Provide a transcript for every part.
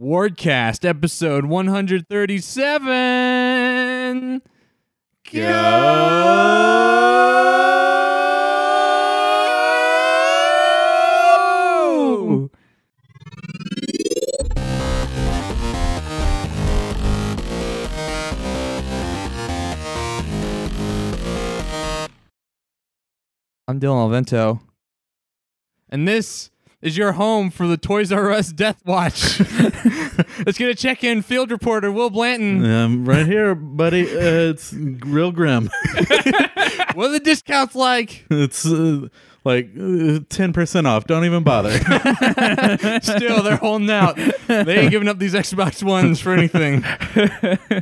Wardcast episode 137. Go! I'm Dylan Alvento. And this is your home for the Toys R Us Death Watch. Let's get a check in. Field reporter Will Blanton. Um, right here, buddy. Uh, it's real grim. What are the discounts like? It's uh, like uh, ten percent off. Don't even bother. Still, they're holding out. They ain't giving up these Xbox Ones for anything. All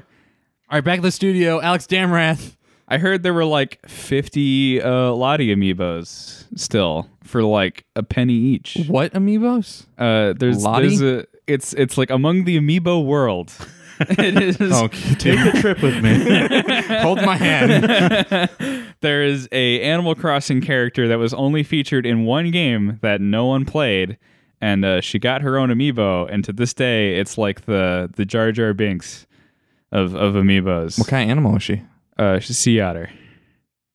right, back to the studio. Alex Damrath. I heard there were like 50 uh, Lottie amiibos still for like a penny each. What amiibos? Uh, there's Lottie? there's a it's it's like among the amiibo world. it is Take a trip with me. Oh, Hold my hand. there is a Animal Crossing character that was only featured in one game that no one played, and uh, she got her own amiibo. And to this day, it's like the the Jar Jar Binks of of amiibos. What kind of animal is she? uh, she's a sea otter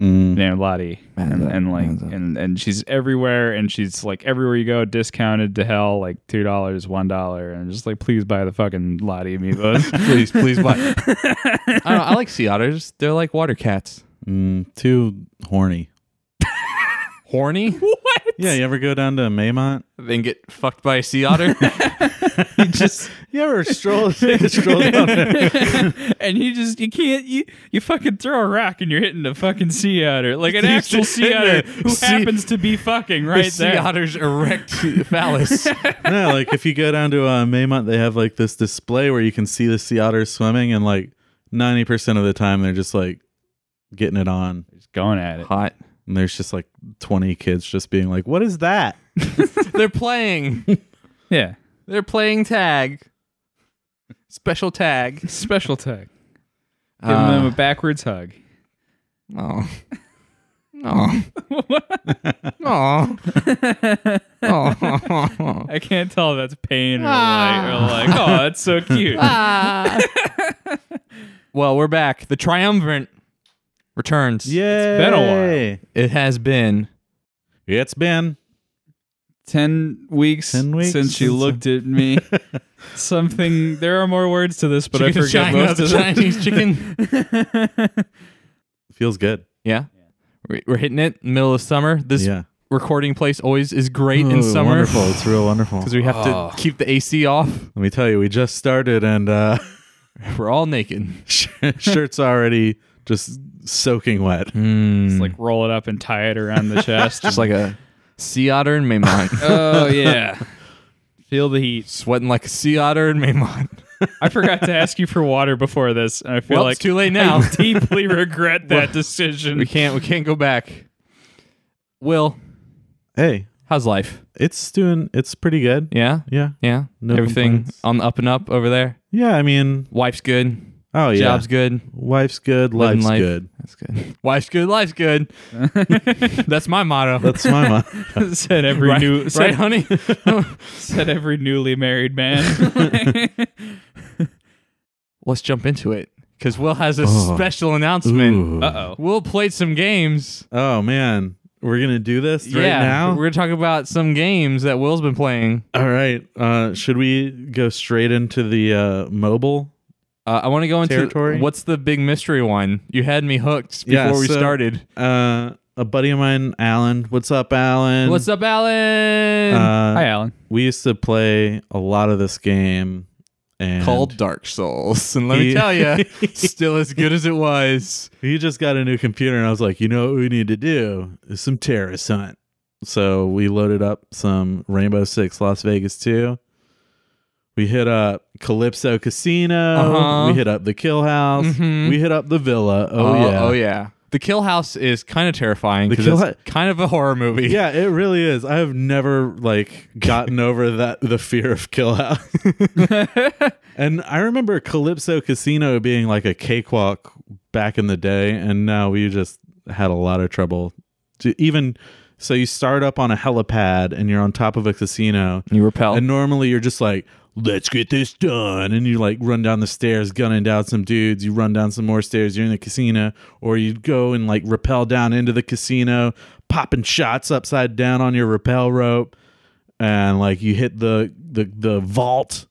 Mm. named Lottie, and, up, and like man's up. and and she's everywhere, and she's like everywhere you go, discounted to hell, like two dollars, one dollar, and just like please buy the fucking Lottie amiibos. Please, please, what? I don't know. I like sea otters. They're like water cats. Mm, too horny. Horny? Yeah, you ever go down to Maymont? Then get fucked by a sea otter? just You ever stroll stroll down? and you just you can't you you fucking throw a rock and you're hitting a fucking sea otter, like an You actual just sea hit otter the who sea- happens to be fucking The right sea there. otter's erect phallus. no, like if you go down to uh, Maymont, they have like this display where you can see the sea otters swimming, and like ninety percent of the time they're just like getting it on, Just going at it. Hot. and there's just like twenty kids just being like, "What is that?" They're playing. Yeah, They're playing tag. Special tag. special tag. Giving Uh, them a backwards hug. Oh. No. No. Oh. I can't tell if that's pain or Ah. like, or like, oh, that's so cute. Well, we're back. The triumvirate returns. Yeah, been a while. It has been. It's been. 10 weeks, 10 weeks since she since looked at me. Something, there are more words to this, but I Chicken forget China, most of them. Chinese chicken. Feels good. Yeah. We- We're hitting it in the middle of summer. This yeah. recording place always is great in Ooh, summer. Wonderful. It's real wonderful. Because we have Oh. to keep the AC off. Let me tell you, we just started and uh, We're all naked. shirt's already just soaking wet. Mm. Just, like roll it up and tie it around the chest. Just like a sea otter in Maymont. oh, yeah. Feel the heat. Sweating like a sea otter in Maymont. I forgot to ask you for water before this, and I feel Well, like it's too late now. I deeply regret that decision. We can't we can't go back. Will, Hey, how's life? it's doing. It's pretty good. Yeah? Yeah. Yeah? No Everything complaints. on the up and up over there? Yeah. I mean, Wife's good. oh yeah. Job's good. Wife's good. Living Life's life. good. That's good. Wife's good, life's good. That's my motto. That's my mom. said every right, new right, said, honey? said every newly married man. Let's jump into it. Because Will has a Oh. special announcement. Uh oh. Will played some games. Oh man, we're gonna do this right yeah. now. We're talking about some games that Will's been playing. All right. Uh, should we go straight into the uh, mobile? Uh, I want to go into Territory? what's the big mystery one. You had me hooked before Yeah, we so- started. Uh, a buddy of mine, Alan. What's up, Alan? What's up, Alan? Uh, Hi, Alan. we used to play a lot of this game and Called Dark Souls, and let me He- tell you, still as good as it was. he just got a new computer and i was like you know what we need to do is some terrorist hunt so we loaded up some rainbow six las vegas 2 we hit up calypso casino Uh-huh. we hit up the kill house Mhm. we hit up the villa oh, yeah oh yeah. The Kill House is kind of terrifying The because Kill it's kind of a horror movie. yeah it really is i have never like gotten over that the fear of kill house and i remember calypso casino being like a cakewalk back in the day and now we just had a lot of trouble to even so you start up on a helipad and you're on top of a casino you repel. and normally you're just like let's get this done. And you like run down the stairs, gunning down some dudes. You run down some more stairs. You're in the casino, or you go and like rappel down into the casino, popping shots upside down on your rappel rope, and like you hit the the the vault.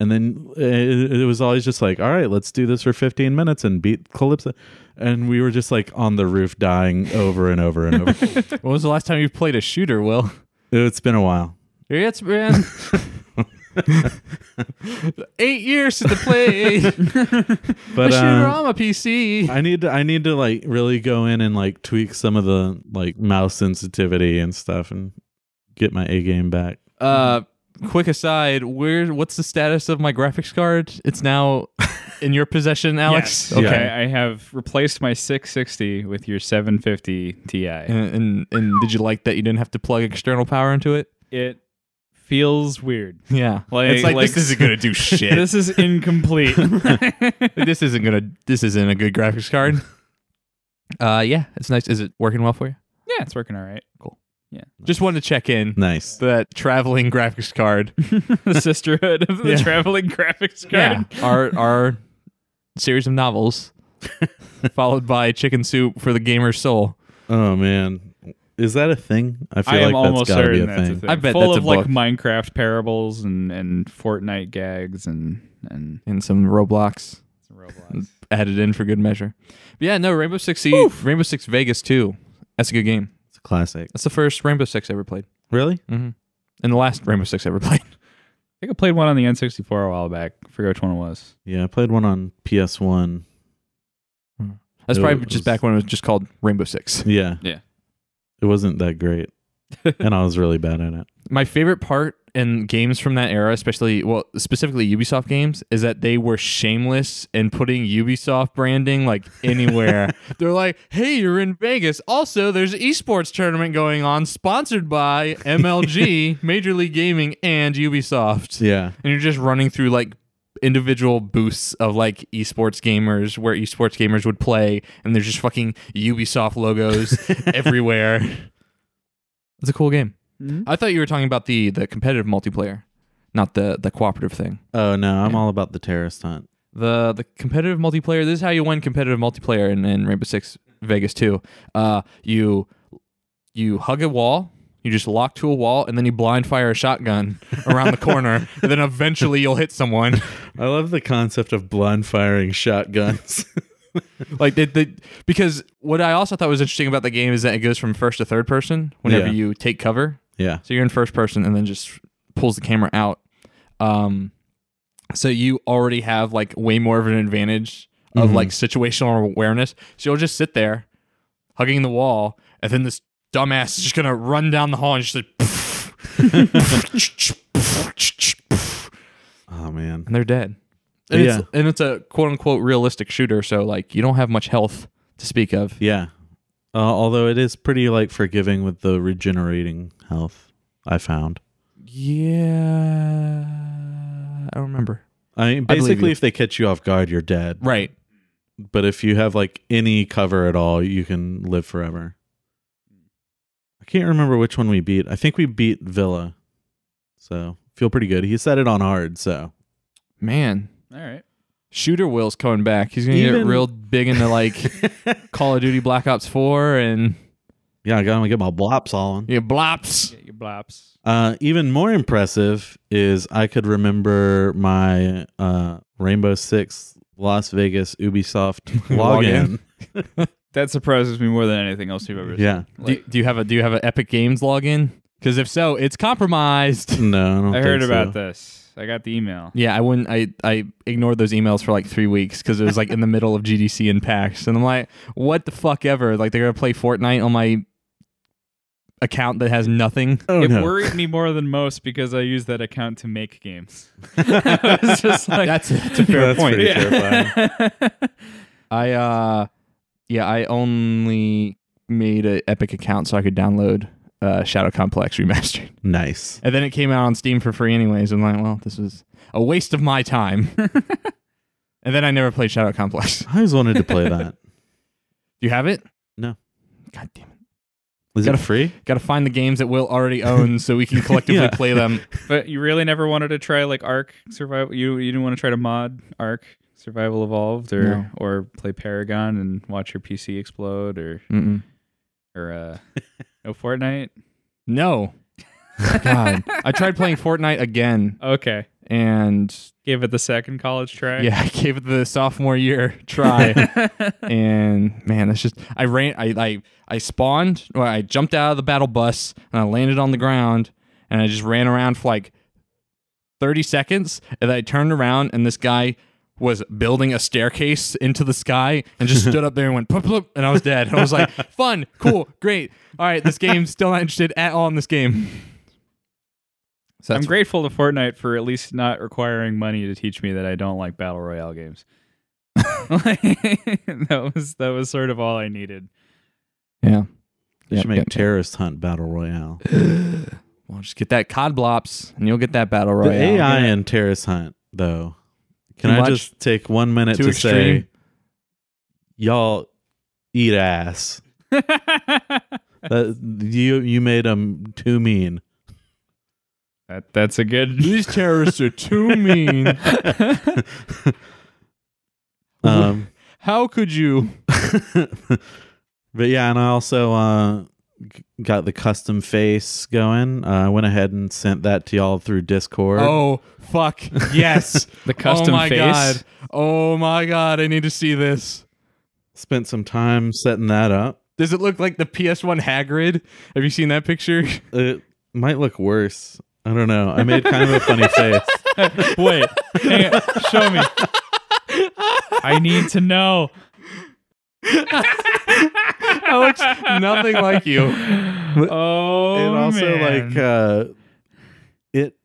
And then it, it was always just like, all right, let's do this for 15 minutes and beat Calypso. And we were just like on the roof dying over and over and over. When was the last time you played a shooter, Will? it's been a while. It's been eight years since I played But a shooter um, on my PC. I need to, I need to like really go in and like tweak some of the like mouse sensitivity and stuff and get my A game back. Uh, quick aside, where? What's the status of my graphics card? It's now in your possession, Alex. Yes. Okay, Yeah. I have replaced my 660 with your 750 Ti. And, and and did you like that you didn't have to plug external power into it? It feels weird. Yeah, Like- it's like, like- this isn't gonna do shit. This is incomplete. Like, this isn't gonna. This isn't a good graphics card. Uh, yeah, it's nice. Is it working well for you? Yeah, it's working all right. Just wanted to check in Nice. that traveling graphics card. the sisterhood of the Yeah. traveling graphics Yeah, card. our our series of novels, followed by Chicken Soup for the Gamer's Soul. Oh man, is that a thing? I feel I am like almost that's got to be certain a that's thing. a thing. I bet Full that's a of like book. Minecraft parables and and Fortnite gags and and and some Roblox Roblox. added in for good measure. But yeah, no Rainbow Six Siege, Rainbow Six Vegas too. That's a good game. It's a classic. That's the first Rainbow Six I ever played, Really? mm-hmm. and the last Rainbow Six I ever played. I think I played one on the N64 a while back. I forget which one it was. Yeah, I played one on PS One. That's It probably was- just back when it was just called Rainbow Six. Yeah. Yeah. It wasn't that great, and I was really bad at it. My favorite part in games from that era, especially well, specifically Ubisoft games, is that they were shameless in putting Ubisoft branding like anywhere. They're like, "Hey, you're in Vegas. Also, there's an esports tournament going on, sponsored by MLG, Major League Gaming, and Ubisoft." Yeah. and you're just running through like individual booths of like esports gamers where esports gamers would play and there's just fucking ubisoft logos everywhere it's a cool game Mm-hmm. i thought you were talking about the the competitive multiplayer not the the cooperative thing Oh no, I'm all about the terrorist hunt. the the competitive multiplayer this is how you win competitive multiplayer in, in rainbow six vegas 2 uh you you hug a wall you just lock to a wall and then you blind fire a shotgun around the corner and then eventually you'll hit someone I love the concept of blind firing shotguns. like they, they because what i also thought was interesting about the game is that it goes from first to third person whenever Yeah. you take cover yeah. so you're in first person and then just pulls the camera out um so you already have like way more of an advantage of Mm-hmm. like situational awareness so you'll just sit there hugging the wall and then this dumbass is just gonna run down the hall and just like Oh man. and they're dead. And it's Yeah. and it's a quote unquote realistic shooter, so like you don't have much health to speak of. Yeah. Uh, although it is pretty like forgiving with the regenerating health, I found. Yeah, I don't remember. I mean, I believe you. basically, if they catch you off guard, you're dead. Right. But if you have like any cover at all, you can live forever. I can't remember which one we beat. I think we beat Villa. So feel pretty good. He set it on hard. So Man, All right. shooter Will's coming back. He's gonna get Even- real big into like Call of Duty Black Ops Four and yeah, I got to get my blops on. yeah, blops. Get your blops. Uh, even more impressive is I could remember my uh, Rainbow Six Las Vegas Ubisoft login. Login. That surprises me more than anything else you've ever seen. Yeah. Do, Like, do you have a Do you have an Epic Games login? Because if so, it's compromised. No, I, don't I heard think about so. this. I got the email. Yeah, I wouldn't. I I ignored those emails for like three weeks because it was like in the middle of GDC and PAX, and I'm like, what the fuck ever? Like they're gonna play Fortnite on my account that has nothing. Oh, it no. worried me more than most because I use that account to make games. I was just like, That's, that's a fair That's point. pretty terrifying. I uh, yeah, I only made an Epic account so I could download uh, Shadow Complex remastered, Nice. and then it came out on Steam for free anyways. I'm like, well, this was a waste of my time. and then I never played Shadow Complex. I always wanted to play that. Do you have it? No. God damn it. Is it free? Got to find the games that Will already owns so we can collectively Yeah. play them. But you really never wanted to try like Arc Survival. You you didn't want to try to mod Arc Survival Evolved or No. or play Paragon and watch your PC explode or Mm-mm. or uh, no Fortnite. No. God. I tried playing Fortnite again Okay, and give it the second college try. yeah, I gave it the sophomore year try. and man, that's just I ran I I, I spawned or I jumped out of the battle bus and I landed on the ground and I just ran around for like 30 seconds and I turned around and this guy was building a staircase into the sky and just stood up there and went plop, plop, and I was dead. And I was like, fun, cool, great. All right, this game's still not interested at all in this game. So I'm that's- grateful to Fortnite for at least not requiring money to teach me that I don't like battle royale games. that was that was sort of all I needed. Yeah. They Yeah, should make yeah. Terrorist Hunt Battle Royale. Well, just get that COD blops and you'll get that battle The royale. AI in Terrorist Hunt, though. Can Too I much? just take one minute Too to extreme? say, y'all eat ass. that That, you you made them too mean. that's a good. These terrorists are too mean. Um, How could you? but yeah, and I also uh, g- got the custom face going. Uh, I went ahead and sent that to y'all through Discord. Oh fuck! Yes. The custom oh my face. god. Oh my god! I need to see this. Spent some time setting that up. Does it look like the PS1 Hagrid? Have you seen that picture? It might look worse. I don't know. I made kind of a funny face. Wait, hang on, show me. I need to know. That looks nothing like you. Oh, it also man. like uh, it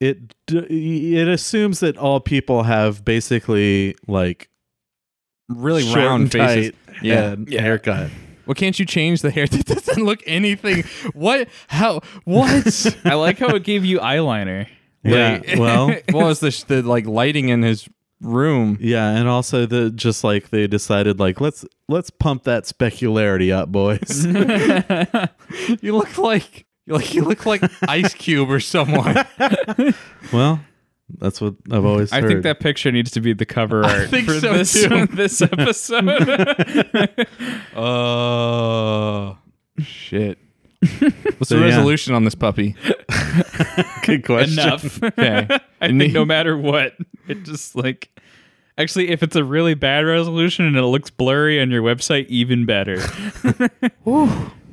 it d- it assumes that all people have basically like Really short round and faces. tight Yeah. and haircut. Well, can't you change the hair? That doesn't look anything. What? How? What? I like how it gave you eyeliner. Yeah. Well, well, it's the, sh- the like lighting in his room. Yeah, and also the just like they decided like let's let's pump that specularity up, boys. You look like you like you look like Ice Cube or someone. well, that's what I've always I heard. think that picture needs to be the cover art think for so, this too. this episode. Oh shit! What's So, the yeah. resolution on this puppy? good question. Enough. Okay. I think no matter what, it just like actually if it's a really bad resolution and it looks blurry on your website, even better.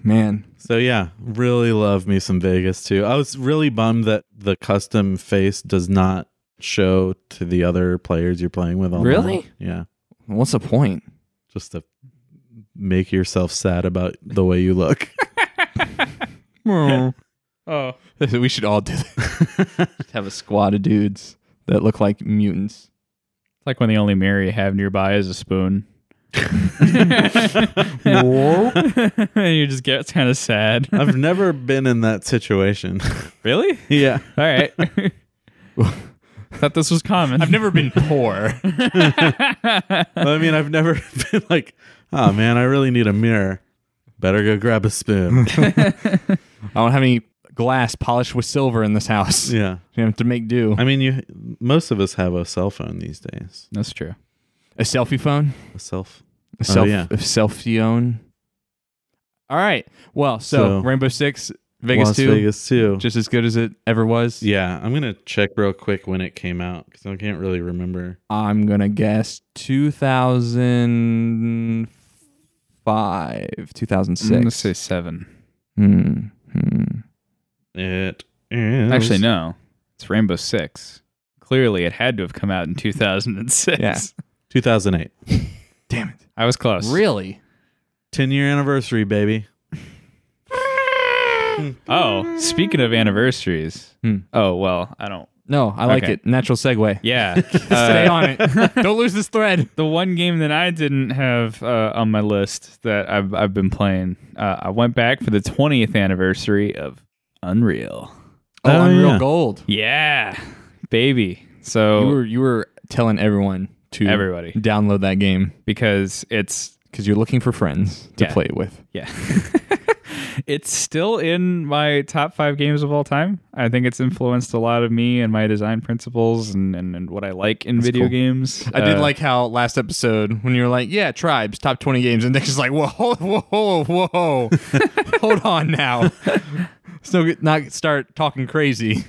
Man, So yeah, really love me some Vegas too. I was really bummed that the custom face does not show to the other players you're playing with online. Really? Yeah. what's the point? Just to make yourself sad about the way you look. Oh, we should all do that. Just have a squad of dudes that look like mutants. like when the only mirror you have nearby is a spoon. you just get kind of sad. I've never been in that situation. Really? yeah. All right. Thought this was common. I've never been poor. I mean, I've never been like, oh man, I really need a mirror. Better go grab a spoon. I don't have any glass polished with silver in this house. yeah. You have to make do. I mean, you most of us have a cell phone these days. That's true. A selfie phone. A self. A self, yeah. a selfie own. All right. Well, so, So- Rainbow Six, Vegas Las Two, Vegas 2. just as good as it ever was. yeah, I'm going to check real quick when it came out cuz I can't really remember. I'm gonna guess 2005, 2006. I'm gonna say seven. Hmm, hmm. It is Actually, no. It's Rainbow Six. Clearly, it had to have come out in 2006. Yeah. 2008. Damn it! I was close. Really? 10 year anniversary, baby. Oh, speaking of anniversaries. Hmm. Oh, well, I don't. No, I like Okay. it. Natural segue. Yeah. Stay Uh, on it. Don't lose this thread. the one game that I didn't have uh, on my list that I've, I've been playing, uh, I went back for the 20th anniversary of Unreal. Oh, Oh, Unreal yeah. Gold. Yeah. Baby. You So, were you were telling everyone to everybody, download that game because it's because you're looking for friends to Yeah. play it with. Yeah. It's still in my top five games of all time. I think it's influenced a lot of me and my design principles and, and, and what I like in video cool. games. I did Uh, like how last episode when you were like, "Yeah, tribes top twenty games," and Nick's just like, "Whoa, whoa, whoa, hold on now." So not start talking crazy.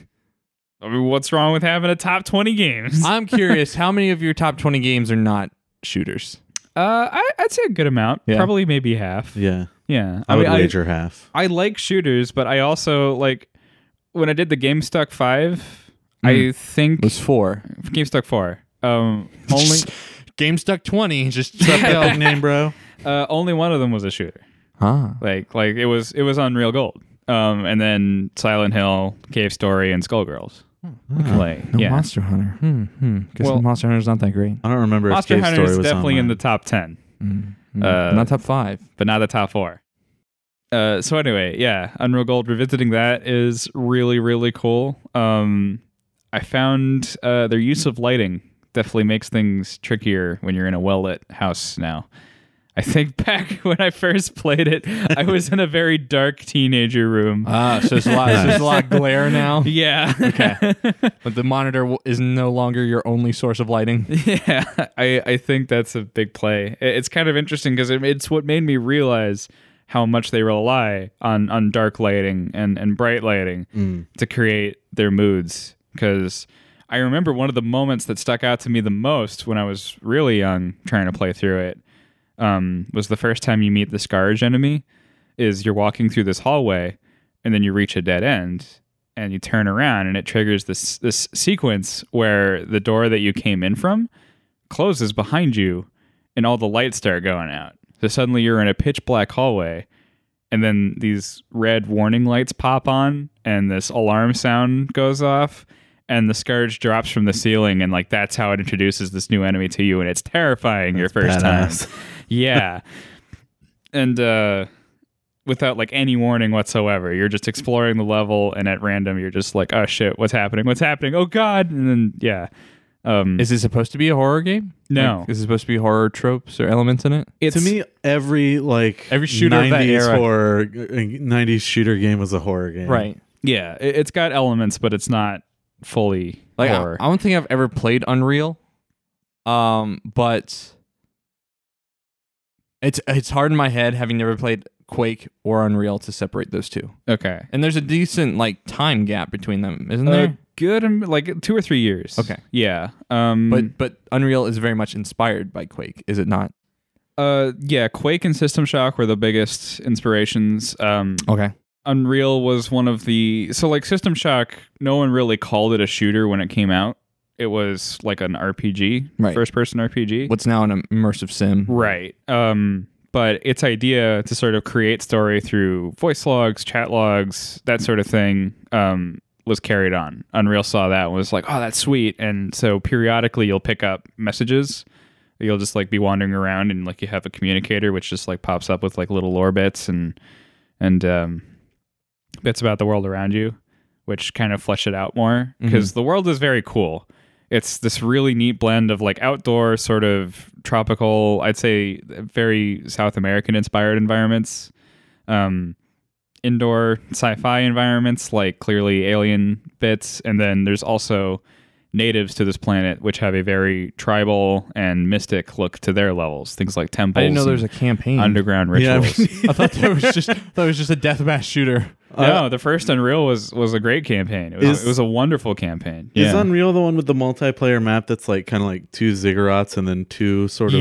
I mean, what's wrong with having a top twenty games? Uh, I'm curious, how many of your top twenty games are not shooters? Uh, I, I'd say a good amount, Yeah. probably maybe half. Yeah. Yeah, I, would mean, wager half. I like shooters, but I also like when I did the GameStuck five. I Mm. think It was four. GameStuck four. Um, only game stuck twenty. Just Big name, bro. uh, only one of them was a shooter. ah, Like like it was it was on Real Gold. Um, and then Silent Hill, Cave Story, and Skullgirls. like no yeah, Monster Hunter. Hmm, hmm. Guess Well- Monster Hunter's not that great. I don't remember Monster if Cave Hunter Story is was definitely in on the top ten, Mm, Uh, not top five. but not the top four. Uh, so anyway, yeah, Unreal Gold revisiting that is really really cool. Um, I found uh, their use of lighting definitely makes things trickier when you're in a well lit house now. I think back when I first played it, I was in a very dark teenager room. Ah, so it's a lot. so it's a lot of glare now. yeah. Okay. But the monitor w- is no longer your only source of lighting. Yeah, I, I think that's a big play. I- It's kind of interesting because it, it's what made me realize how much they rely on, on dark lighting and, and bright lighting Mm. to create their moods. Because I remember one of the moments that stuck out to me the most when I was really young trying to play through it um, was the first time you meet the Scourge enemy. Is you're walking through this hallway and then you reach a dead end and you turn around and it triggers this this sequence where the door that you came in from closes behind you and all the lights start going out. So suddenly you're in a pitch black hallway and then these red warning lights pop on and this alarm sound goes off and the scourge drops from the ceiling and like that's how it introduces this new enemy to you and it's terrifying your first badass. time. yeah. And uh without like any warning whatsoever. You're just exploring the level and at random you're just like, "Oh shit, what's happening? What's happening? Oh god." And then yeah. Um Is it supposed to be a horror game? No. Like, is it supposed to be horror tropes or elements in it? it's to me, every like Every shooter of 90s that era. horror, uh, 90s shooter game was a horror game, Right. Yeah, it, it's got elements, but it's not fully Like uh, I, horror. I don't think I've ever played Unreal. Um, but it's it's hard in my head having never played Quake or Unreal to separate those two. okay. And there's a decent like time gap between them, isn't Uh, there? good, am- like two or three years. Okay. Yeah. Um, But but Unreal is very much inspired by Quake, is it not? uh, yeah, Quake and System Shock were the biggest inspirations. Um, Okay. Unreal was one of the so like System Shock. No one really called it a shooter when it came out. It was like an RPG, Right. first person RPG. What's now an immersive sim? Right. Um, but its idea to sort of create story through voice logs, chat logs, that sort of thing, um, was carried on. Unreal saw that and was like, oh, that's sweet. And so periodically you'll pick up messages. You'll just like be wandering around and like you have a communicator which just like pops up with like little lore bits and and um, bits about the world around you, which kind of flesh it out more Mm-hmm. because the world is very cool. It's this really neat blend of like outdoor, sort of tropical, I'd say very South American inspired environments, um, indoor sci fi environments, like clearly alien bits. And then there's also natives to this planet, which have a very tribal and mystic look to their levels, things like temples, I didn't know there was a and campaign. underground Yeah, I rituals. mean- I thought there was just I thought it was just a deathmatch shooter. no, the first Unreal was was a great campaign. It was, Is- it was a wonderful campaign. Is yeah. Unreal the one with the multiplayer map that's like kind of like two ziggurats and then two sort of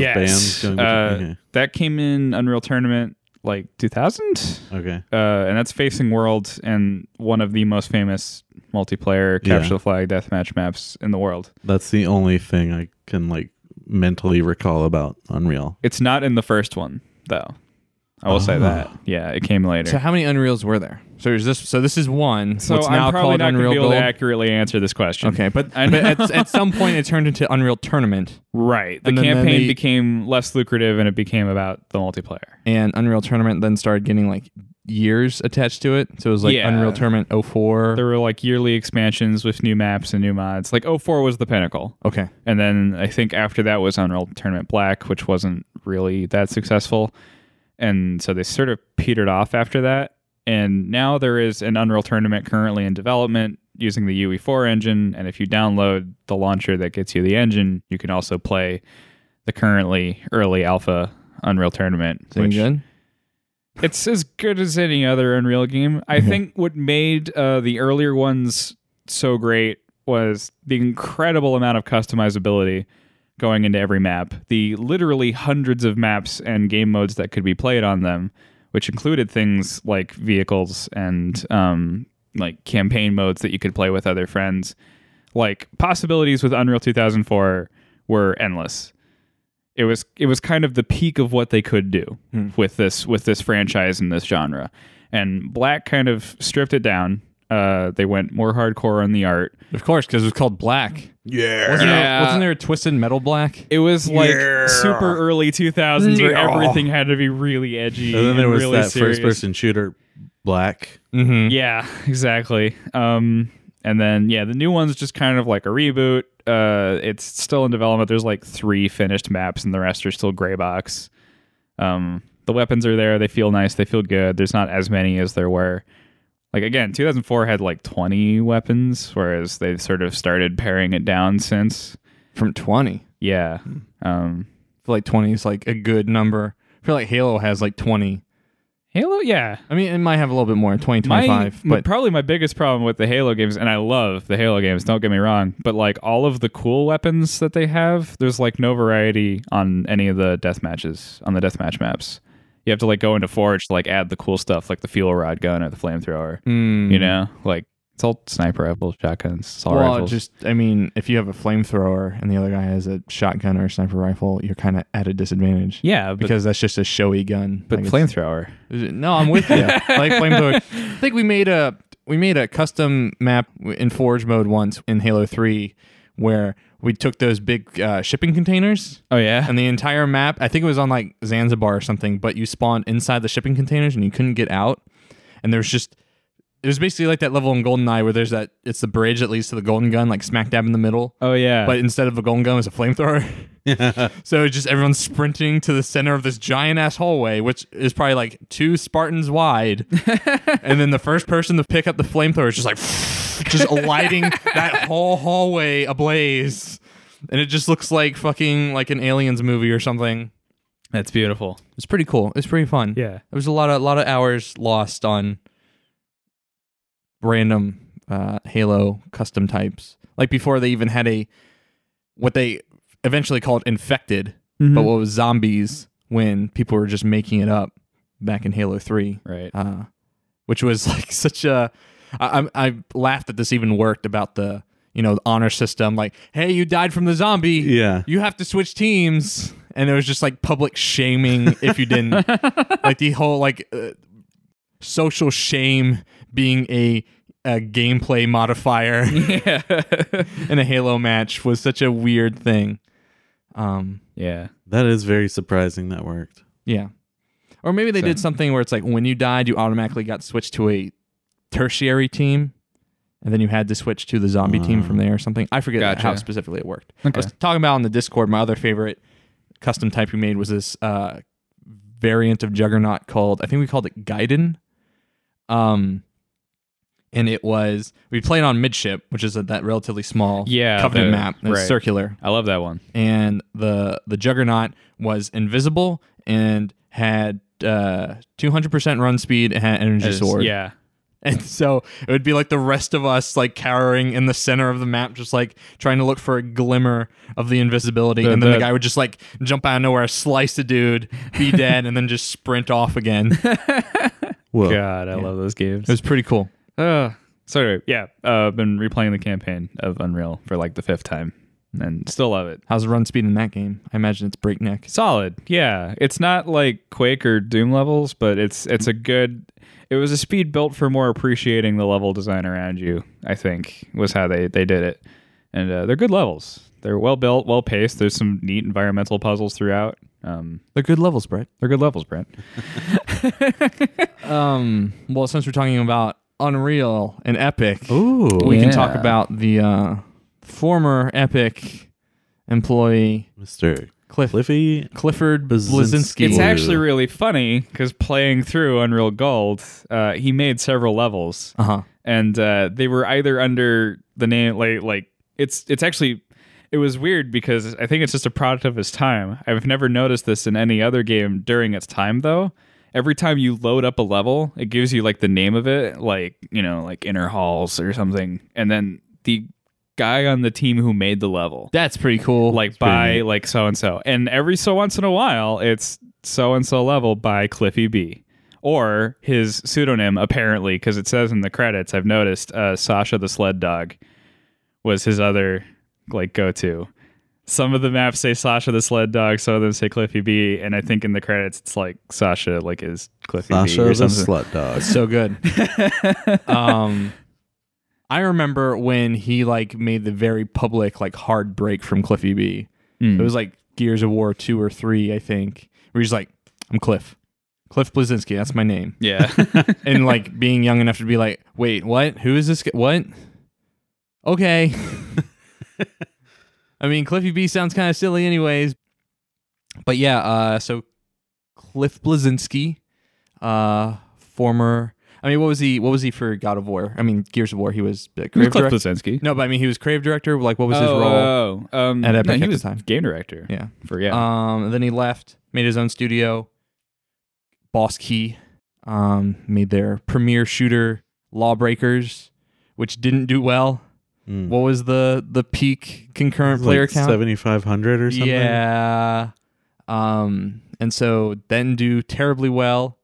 yes. bands? Going Uh, between- That came in Unreal Tournament like 2000, okay. okay. uh, and that's Facing World and one of the most famous multiplayer Yeah. capture the flag deathmatch maps in the world. That's the only thing I can like mentally recall about Unreal. It's not in the first one though. I will say Ah. that. Yeah, it came later. So how many Unreals were there? So is this so this is one. So what's I'm now probably called not going to Unreal be able Gold. to accurately answer this question. Okay, but, I but at, at some point it turned into Unreal Tournament, Right. The And then- then campaign they- became less lucrative and it became about the multiplayer. and Unreal Tournament then started getting like years attached to it. So it was like Yeah. Unreal Tournament 04. There were like yearly expansions with new maps and new mods. Like 04 was the pinnacle. okay, And then I think after that was Unreal Tournament Black, which wasn't really that successful. And so they sort of petered off after that. And now there is an Unreal Tournament currently in development using the UE4 engine. And if you download the launcher that gets you the engine, you can also play the currently early alpha Unreal Tournament. Doing which- good? it's as good as any other Unreal game. I think what made uh, the earlier ones so great was the incredible amount of customizability going into every map, the literally hundreds of maps and game modes that could be played on them, which included things like vehicles and um, like campaign modes that you could play with other friends. Like possibilities with Unreal 2004 were endless it was it was kind of the peak of what they could do Hmm. with this with this franchise and this genre. And Black kind of stripped it down. Uh, they went more hardcore on the art. Of course, because it was called Black. Yeah. Wasn't, there, Yeah. wasn't there a Twisted Metal Black? It was like Yeah. super early 2000s where Yeah. everything had to be really edgy. And then there was really that serious. first person shooter black. Mm-hmm. Yeah, exactly. Um, and then yeah, the new one's just kind of like a reboot. Uh, it's still in development. There's like three finished maps, and the rest are still gray box. Um, the weapons are there. They feel nice. They feel good. There's not as many as there were. Like again, 2004 had like 20 weapons, whereas they've sort of started paring it down since. From 20. Yeah. Um, I feel like 20 is like a good number. I feel like Halo has like 20. Halo, yeah. I mean, it might have a little bit more, 20, my, 25. my- but probably my biggest problem with the Halo games, and I love the Halo games. Don't get me wrong, but like all of the cool weapons that they have, there's like no variety on any of the death matches on the deathmatch maps. You have to like go into Forge to like add the cool stuff, like the fuel rod gun or the flamethrower. Mm. You know, like it's all sniper rifles, shotguns, assault well, rifles. just, I mean, if you have a flamethrower and the other guy has a shotgun or a sniper rifle, you're kind of at a disadvantage. yeah, but, Because that's just a showy gun. but Like, it's- flamethrower. No, I'm with you. like flamethrower. I think we made a we made a custom map in Forge mode once in Halo Three, where we took those big uh, shipping containers Oh yeah, and the entire map. I think it was on like Zanzibar or something, but you spawned inside the shipping containers and you couldn't get out. And there's just it was basically like that level in GoldenEye where there's that it's the bridge that leads to the golden gun, like smack dab in the middle. oh yeah. But instead of a golden gun, it's a flamethrower. so it's just everyone's sprinting to the center of this giant ass hallway, which is probably like two Spartans wide. and then the first person to pick up the flamethrower is just like, just lighting that whole hallway ablaze. And it just looks like fucking like an aliens movie or something. That's beautiful. It's pretty cool. It's pretty fun. Yeah. There was a lot of lot of hours lost on random uh, Halo custom types. Like before they even had a what they eventually called infected, but what was zombies when people were just making it up back in Halo 3 Right. uh, which was like such a. I, I'm- I laughed that this even worked about the you know the honor system. Like, hey, you died from the zombie. Yeah. you have to switch teams, and it was just like public shaming if you didn't. like the whole like uh, social shame being a. A gameplay modifier yeah. in a Halo match was such a weird thing. Um, yeah. That is very surprising that worked. Yeah. Or maybe they So- did something where it's like when you died, you automatically got switched to a tertiary team, and then you had to switch to the zombie team from there or something. I forget Uh. Gotcha. how specifically it worked. Okay. I was talking about on the Discord, my other favorite custom type we made was this uh, variant of Juggernaut called, I think we called it Gaiden. Um, and it was, we played on midship, which is a, that relatively small Yeah, covenant the- map, and it's right. circular I love that one. and the the juggernaut was invisible and had uh 200% run speed and had energy sword Yeah. and so it would be like the rest of us like cowering in the center of the map just like trying to look for a glimmer of the invisibility The- and then the, the- guy would just like jump out of nowhere slice a dude be dead and then just sprint off again it Whoa. God, I love those games. was pretty cool Uh, so anyway, yeah, uh, I've been replaying the campaign of Unreal for like the fifth time, and still love it. how's the run speed in that game i imagine it's breakneck Solid, yeah. It's not like Quake or Doom levels, but it's it's a good. It was a speed built for more appreciating the level design around you. I think was how they they did it, and uh, they're good levels. They're well built, well paced. There's some neat environmental puzzles throughout. Um, they're good levels brett they're good levels, Brent. um well since we're talking about unreal and epic Ooh. we can Yeah. talk about the uh, former Epic employee Mr. Cliff Cliffy. Clifford Blazinski. Blazinski. It's Ooh. actually really funny because playing through Unreal Gold, uh, he made several levels, uh huh. and uh, they were either under the name like like it's it's actually it was weird because I think it's just a product of his time. I've never noticed this in any other game during its time though. Every time you load up a level, it gives you like the name of it, like you know, like Inner Halls or something, and then the guy on the team who made the level That's pretty cool. like by like so and so. And every so once in a while, it's so and so level by Cliffy B or his pseudonym apparently because it says in the credits I've noticed uh, Sasha the sled dog was his other like go to. Some of the maps say Sasha the sled dog, some of them say Cliffy B, and I think in the credits it's like Sasha like is Cliffy B Sasha or the something. slut dog. so good. um, I remember when he like made the very public like hard break from Cliffy B. Mm. It was like Gears of War two or three, I think, where he's like, "I'm Cliff, Cliff Blazinski. That's my name." yeah. And like being young enough to be like, "Wait, what? Who is this? Guy? What?" Okay. I mean, Cliffy B sounds kind of silly, anyways. But yeah, uh, so Cliff Blazinski, uh, former. I mean, what was he? What was he for God of War? I mean, Gears of War. He was uh, Cliff Crave director. Blazinski. No, but I mean, he was Crave director. Like, what was his role? Oh, oh, um, at no, Epic he at the was time? game director. yeah. For yeah. Um, then he left, made his own studio, Boss Key, um, made their premier shooter, Lawbreakers, which didn't do well. Mm. What was the the peak concurrent Like player count? 7,500 or something. Yeah. Um, and so then do terribly well.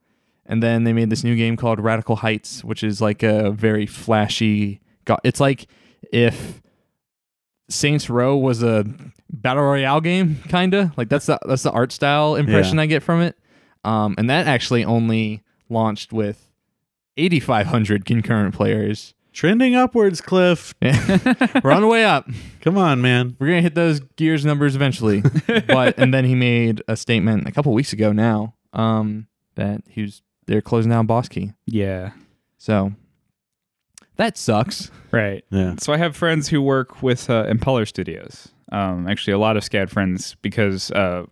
And then they made this new game called Radical Heights, which is like a very flashy. Go- it's like if Saints Row was a battle royale game, kinda like that's the that's the art style impression I get from it. Um, and that actually only launched with 8,500 concurrent players. Trending upwards, Cliff. We're on the way up Come on, man. we're gonna hit those gears numbers eventually but and then he made a statement a couple weeks ago now um that he was they're closing down boss key yeah. so that sucks Right. Yeah. So I have friends who work with uh, Impeller Studios. Um, actually, a lot of SCAD friends because uh,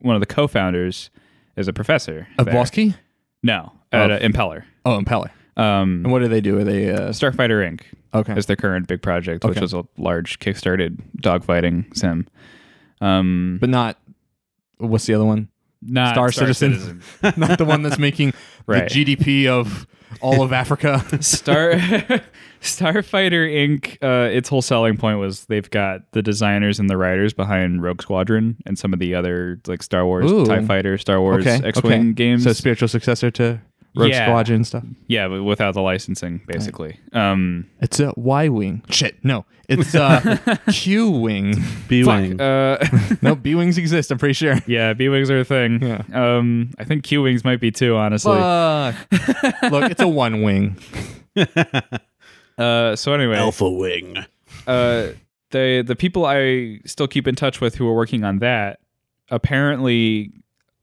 one of the co-founders is a professor of there. boss key No, at Oh. uh, Impeller. oh and pele and Um, what do they do are they uh Starfighter Inc. okay is their current big project, which Okay. was a large kickstarted dogfighting sim. Um, but not what's the other one not Star Citizen. not the one that's making Right. the gdp of all of africa Star Starfighter Inc. Uh, its whole selling point was they've got the designers and the writers behind Rogue Squadron and some of the other like Star Wars Ooh. Tie Fighter, Star Wars okay X Wing okay. games. so spiritual successor to rogue Yeah. squadron and stuff yeah, but without the licensing, basically. Um, it's a y wing shit no it's uh q wing B Wing. fuck, uh, no, B wings exist. I'm pretty sure. yeah, B wings are a thing. Yeah. Um, I think Q wings might be too, honestly. Look, it's a one wing. Uh, so anyway, Wing. uh, the the people I still keep in touch with who are working on that apparently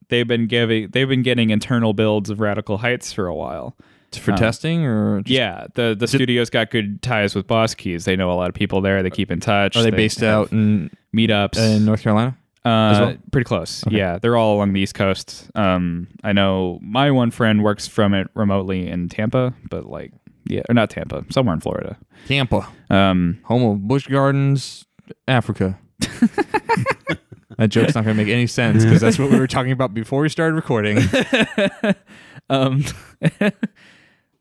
they've been giving they've been getting internal builds of Radical Heights for a while. For testing or just, yeah, the the studio's got good ties with Boss Keys. They know a lot of people there. They keep in touch. Are they based have out in, meetups in North Carolina? Uh, well? Pretty close. Yeah, they're all along the East Coast. Um, I know my one friend works from it remotely in Tampa, but like, yeah, or not Tampa, somewhere in Florida. Tampa, Um, home of Bush Gardens, Africa. that joke's not going to make any sense because that's what we were talking about before we started recording. um,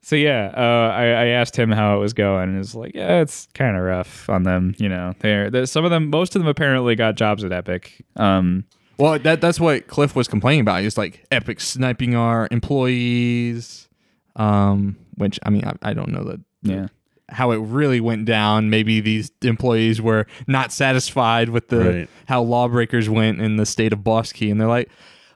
so yeah, uh, I, I asked him how it was going, and he's like, yeah, it's kind of rough on them. You know, they're, they some of them, most of them apparently got jobs at Epic. Um, Well, that that's what Cliff was complaining about. He's like epic sniping our employees, um, which I mean I, I don't know that yeah, how it really went down. Maybe these employees were not satisfied with the Right. how lawbreakers went in the state of Boss Key, and they're like,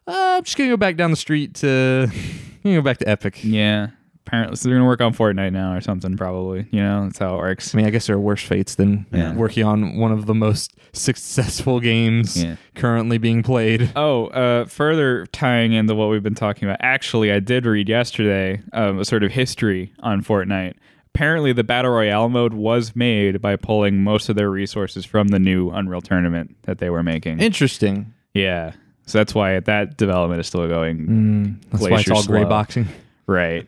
uh, "I'm just gonna go back down the street to, I'm gonna go back to Epic." yeah. Apparently, so they're gonna work on Fortnite now or something. Probably, you know, that's how it works. I mean, I guess there are worse fates than Yeah. working on one of the most successful games Yeah. currently being played. Oh, uh, further tying into what we've been talking about, actually, I did read yesterday um, a sort of history on Fortnite. Apparently, the Battle Royale mode was made by pulling most of their resources from the new Unreal Tournament that they were making. Interesting. Yeah. So that's why that development is still going. That's why it's Glacier all gray slow. boxing. Right.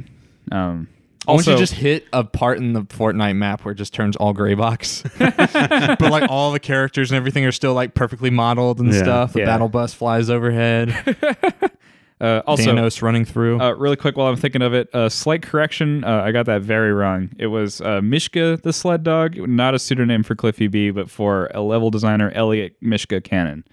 Um, Also, also, Once you just hit a part in the Fortnite map where it just turns all gray box, but like all the characters and everything are still like perfectly modeled and Yeah. stuff. The Yeah. battle bus flies overhead. uh, also Thanos running through. uh, really quick while I'm thinking of it, uh, slight correction. Uh, I got that very wrong. It was uh, Mishka the Sled Dog, not a pseudonym for Cliffy B, but for a level designer, Elliot Mishka Cannon.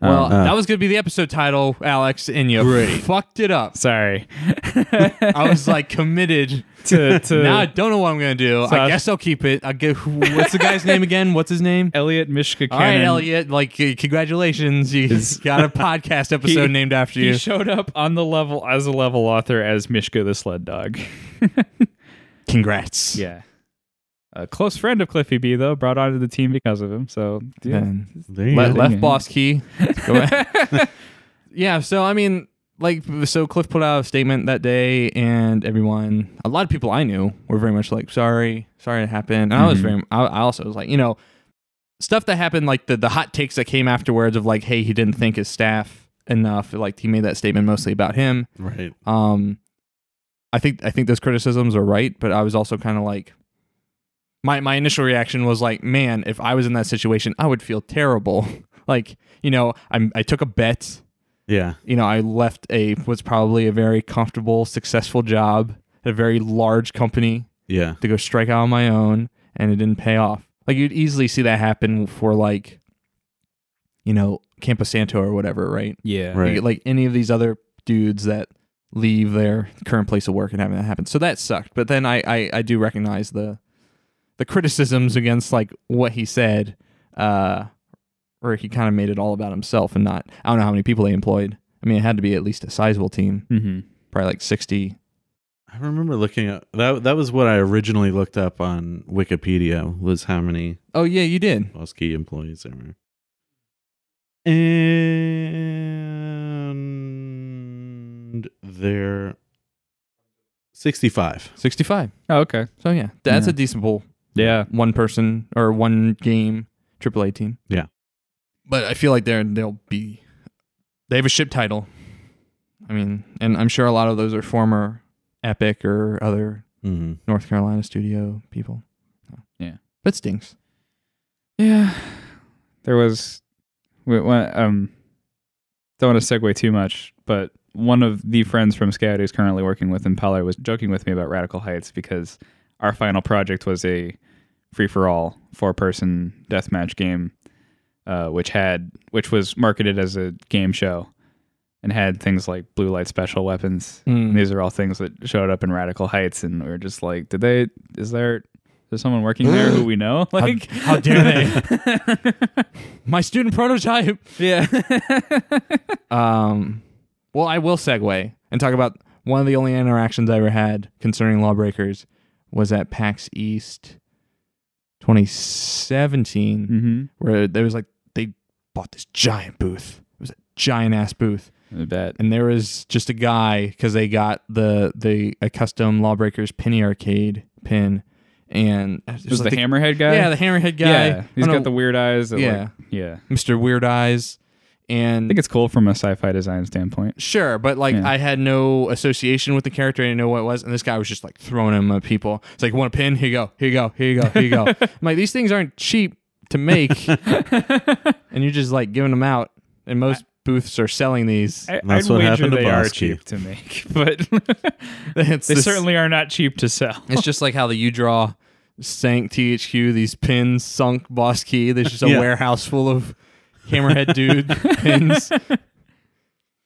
Oh, well, uh. that was gonna be the episode title, Alex, and you fucked it up. Sorry. I was like committed. to, to now I don't know what I'm gonna do. So I- I guess I'll keep it. I get. What's the guy's name again? What's his name? Elliot Mishka All right, Cannon. Elliot. Like, uh, congratulations, you got a podcast episode He- named after He you. showed up on the level as a level author as Mishka the Sled Dog. Congrats. yeah. A close friend of Cliffy B, though, brought onto the team because of him. So, yeah. And- There you Le- go. left boss key. Go back. yeah, so I mean, like, so Cliff put out a statement that day, and everyone, a lot of people I knew, were very much like, "Sorry, sorry it happened." And I was Mhm. very, I, I also was like, you know, stuff that happened, like the the hot takes that came afterwards of like, "Hey, he didn't think his staff enough." Like he made that statement mostly about him. Right. Um, I think I think those criticisms are right, but I was also kind of like, my my initial reaction was like, man, if I was in that situation, I would feel terrible. like, you know, I'm I took a bet. Yeah. You know, I left a was probably a very comfortable, successful job at a very large company Yeah. to go strike out on my own, and it didn't pay off. Like you'd easily see that happen for like, you know, Campus Santo or whatever, right? Yeah. Right. You get, like any of these other dudes that leave their current place of work and having that happen. So that sucked. But then I, I, I do recognize the the criticisms against like what he said, uh, where he kind of made it all about himself and not I don't know how many people they employed. I mean, it had to be at least a sizable team, Mm-hmm. probably like sixty. I remember looking up that that was what I originally looked up on Wikipedia was how many Oh yeah, you did. Boss Key employees there were. And they're sixty five. Sixty five. Oh, okay. So yeah, that's Yeah. a decentable Yeah. one person or one game AAA team. Yeah. But I feel like they're they'll be they have a ship title. I mean, and I'm sure a lot of those are former Epic or other Mm-hmm. North Carolina studio people. Yeah. But stinks. Yeah. There was, we- when- um, don't want to segue too much, but one of the friends from Scout who's currently working with Impeller was joking with me about Radical Heights because our final project was a free for all four person deathmatch game, uh, which had which was marketed as a game show and had things like blue light special weapons. And these are all things that showed up in Radical Heights, and we were just like, did they? Is there? Is there someone working there who we know? Like, how dare they? My student prototype. yeah. Um, well, I will segue and talk about one of the only interactions I ever had concerning lawbreakers was at PAX East 2017, mm-hmm. where there was like they bought this giant booth. It was a giant ass booth, I bet. and there was just a guy because they got the the a custom lawbreakers penny arcade pin, and it was Was like the hammerhead guy? yeah the hammerhead guy. Yeah, he's I got don't the know, weird eyes. That yeah, Yeah. like, yeah. I Mr. Weird Eyes, and think it's cool from a sci-fi design standpoint. Sure, but like Yeah. I had no association with the character. I didn't know what it was, and this guy was just like throwing him at people. It's like, want a pin? Here you go. Here you go. Here you go. Here you go. I'm like, these things aren't cheap to make, and you're just like giving them out. And most booths are selling these. I, That's I'd what wager happened to they are Boss Key. cheap to make, but It's they this- certainly are not cheap to sell. It's just like how the U Draw sank THQ. These pins sunk Boss Key. There's just a Yeah. warehouse full of hammerhead dude pins.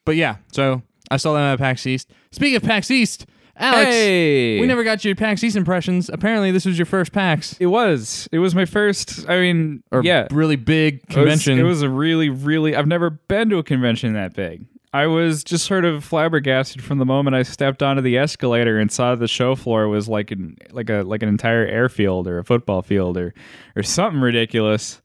But yeah, so I saw them at PAX East. Speaking of PAX East, Alex. hey, We never got your PAX East impressions. Apparently, this was your first PAX It was. It was my first. I mean, or yeah, really big It was- convention. It was, a really, really. I've never been to a convention that big. I was just sort of flabbergasted from the moment I stepped onto the escalator and saw the show floor was like an like a like an entire airfield or a football field or or something ridiculous.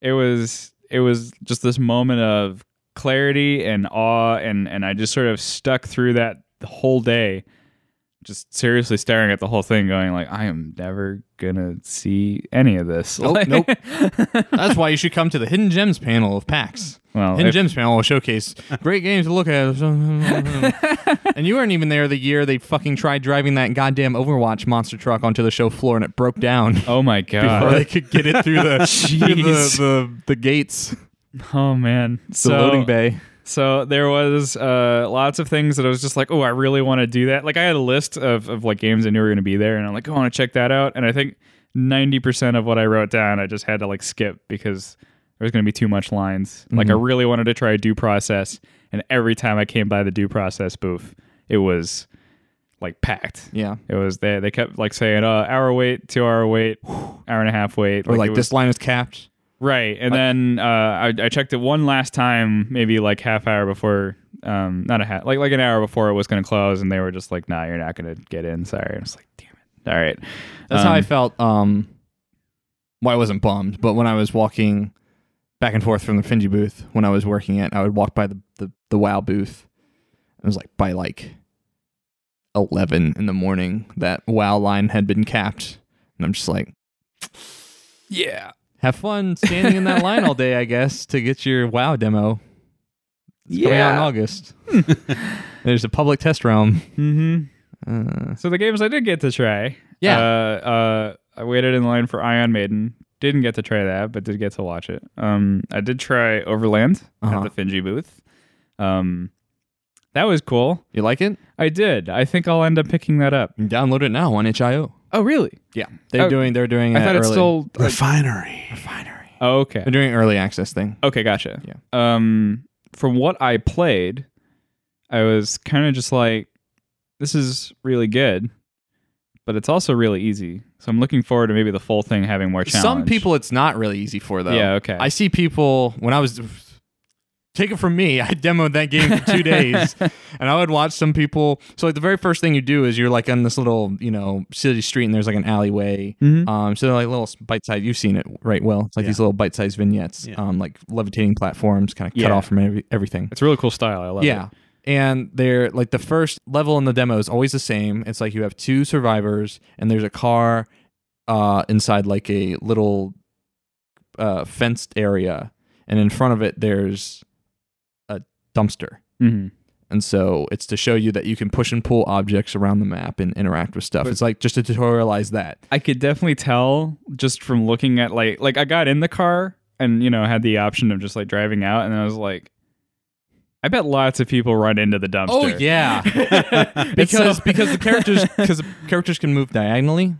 It was it was just this moment of clarity and awe and and I just sort of stuck through that the whole day just seriously staring at the whole thing going like I am never going to see any of this. Nope, Like- nope. That's why you should come to the Hidden Gems panel of PAX. Well, Hidden Oh, if- Gems panel will showcase great games to look at. and you weren't even there the year they fucking tried driving that goddamn Overwatch monster truck onto the show floor and it broke down oh my before god. they could get it through the through the, Jeez. the, the gates, Oh man. the So loading bay. So there was uh, lots of things that I was just like, oh, I really want to do that. Like I had a list of, of like games I knew were going to be there, and I'm like, oh, I want to check that out. And I think 90% of what I wrote down, I just had to like skip because there was going to be too much lines. Like Mm-hmm. I really wanted to try due process, and every time I came by the due process booth, it was like packed. Yeah. It was they they kept like saying, uh, hour wait, two hour wait, hour and a half wait, Or like, it was- this line is capped. Right, and then uh, I, I checked it one last time, maybe like half hour before, um, not a half, like like an hour before it was going to close, and they were just like, "Nah, you're not going to get in." Sorry, I was like, "Damn it!" All right, That's how I Um, felt. Um, well, I wasn't bummed, but when I was walking back and forth from the Finji booth when I was working it, I would walk by the, the, the WoW booth. It was like by like 11 in the morning, that WoW line had been capped. And I'm just like, yeah, have fun standing in that line all day, I guess, to get your WoW demo. It's coming out in August. There's a public test realm. hmm Uh, So the games I did get to try, Yeah. uh, uh, I waited in line for Ion Maiden. Didn't get to try that, but did get to watch it. Um, I did try Overland Uh-huh. at the Finji booth. Um, that was cool. you like it? I did. I think I'll end up picking that up. You can download it now on HIO. Oh, really? Yeah, they're Oh, doing. They're doing. I a thought it's early- still like, Refinery. refinery. Okay. They're doing an early access thing. Okay, gotcha. Yeah. Um, from what I played, I was kind of just like, this is really good, but it's also really easy. So I'm looking forward to maybe the full thing having more challenge. Some people it's not really easy for though. Yeah, okay. I see people when I was take it from me, I demoed that game for two days and I would watch some people so like the very first thing you do is you're like on this little, you know, city street and there's like an alleyway. Mhm. Um so they're like little bite sized you've seen it right well. It's like these little bite sized vignettes, Yeah. um like levitating platforms kind of Yeah. cut off from every, everything. It's a really cool style. I love yeah. it. And they're like the first level in the demo is always the same. It's like you have two survivors and there's a car uh, inside like a little uh, fenced area. And in front of it, there's a dumpster. hmm And so it's to show you that you can push and pull objects around the map and interact with stuff. it's like just to tutorialize that. I could definitely tell just from looking at like like I got in the car and you know had the option of just like driving out, and I was like, I bet lots of people run into the dumpster. Oh yeah, because because the characters because the characters can move diagonally,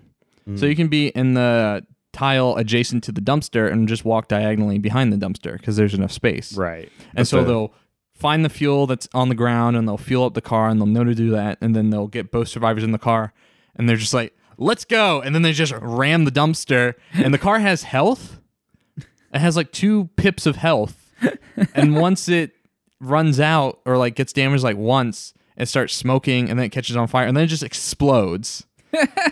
so you can be in the tile adjacent to the dumpster and just walk diagonally behind the dumpster because there's enough space. Right. And so Okay. they'll find the fuel that's on the ground and they'll fuel up the car and they'll know to do that and then they'll get both survivors in the car and they're just like, "Let's go!" And then they just ram the dumpster and the car has health. It has like two pips of health, and once it runs out or like gets damaged like once, it starts smoking and then it catches on fire and then it just explodes.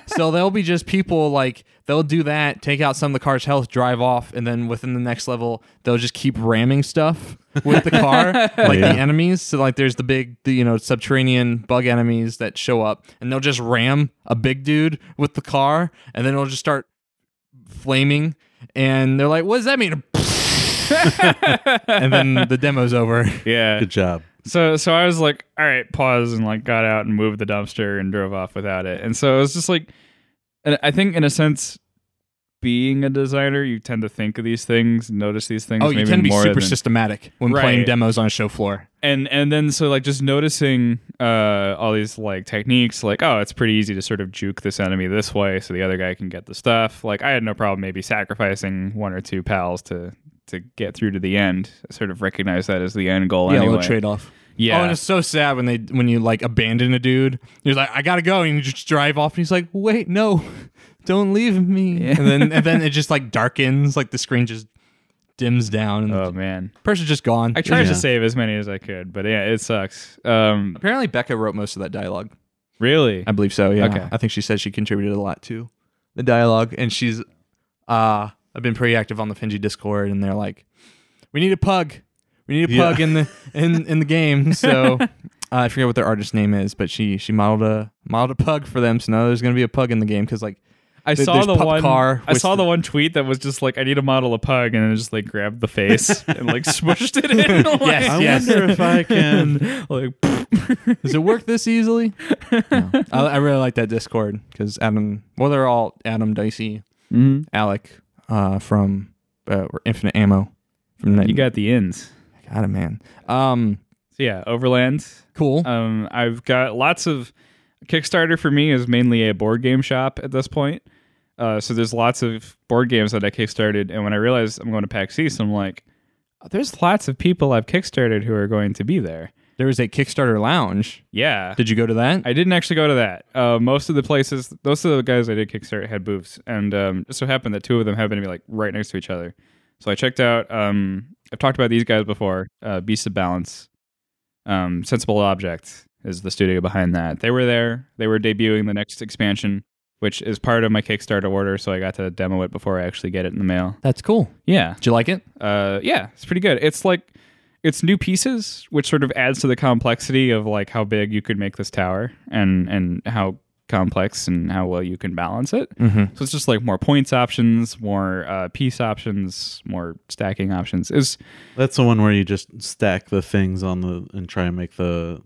so there'll be just people like they'll do that, take out some of the car's health, drive off, and then within the next level they'll just keep ramming stuff with the car, like Yeah. the enemies. So like there's the big, the, you know, subterranean bug enemies that show up, and they'll just ram a big dude with the car, and then it'll just start flaming, and they're like, "What does that mean?" and then the demo's over. Yeah. Good job. So so I was like, all right, pause and like got out and moved the dumpster and drove off without it. And so it was just like and I think in a sense being a designer, you tend to think of these things, notice these things. Oh, you maybe tend to be more super than- systematic when Right. playing demos on a show floor. and and then so like just noticing uh all these like techniques like oh it's pretty easy to sort of juke this enemy this way so the other guy can get the stuff like i had no problem maybe sacrificing one or two pals to to get through to the end I sort of recognize that as the end goal yeah, a anyway little trade off. Yeah. Oh, and it's so sad when they when you like abandon a dude. You're like, I gotta go, and you just drive off, and he's like, Wait, no, don't leave me. And then and then it just like darkens, like the screen just dims down, and oh the man person's just gone. I tried Yeah. to save as many as I could, but yeah, it sucks. Um, Apparently, Becca wrote most of that dialogue. really? I believe so. Yeah. Okay. I think she said she contributed a lot to the dialogue, and she's uh I've been pretty active on the Finji Discord, and they're like, we need a pug, we need a Yeah. pug in the in in the game. So uh, I forget what their artist name is, but she she modeled a modeled a pug for them. So now there's gonna be a pug in the game because like I There- saw there's the pup one. car I with saw the- the one tweet that was just like, "I need to model a pug," and then just like grabbed the face and like smushed it in. like, Yes, Oh I yes. wonder if I can. like Does it work this easily? No. I, I really like that Discord because Adam. Well, they're all Adam Dicey, Alec uh, from uh, Infinite Ammo. From that, you got the ins. got it, man. Um, So yeah, Overland. cool. Um, I've got lots of Kickstarter for me is mainly a board game shop at this point. Uh, so there's lots of board games that I kickstarted, and when I realized I'm going to PAX East, I'm like, "Oh, there's lots of people I've kickstarted who are going to be there. there was a Kickstarter lounge. Yeah, Did you go to that? I didn't actually go to that. Uh, most of the places, most of the guys I did Kickstarter had booths, and um, just so happened that two of them happened to be like right next to each other. So I checked out. Um, I've talked about these guys before. Uh, Beast of Balance, um, Sensible Object is the studio behind that. They were there. They were debuting the next expansion, which is part of my Kickstarter order. So I got to demo it before I actually get it in the mail. That's cool. Yeah, Did you like it? uh, yeah, it's pretty good. It's like it's new pieces, which sort of adds to the complexity of like how big you could make this tower and and how complex and how well you can balance it. Mm-hmm. So it's just like more points options, more uh, piece options, more stacking options. Is That's the one where you just stack the things on the and try and make the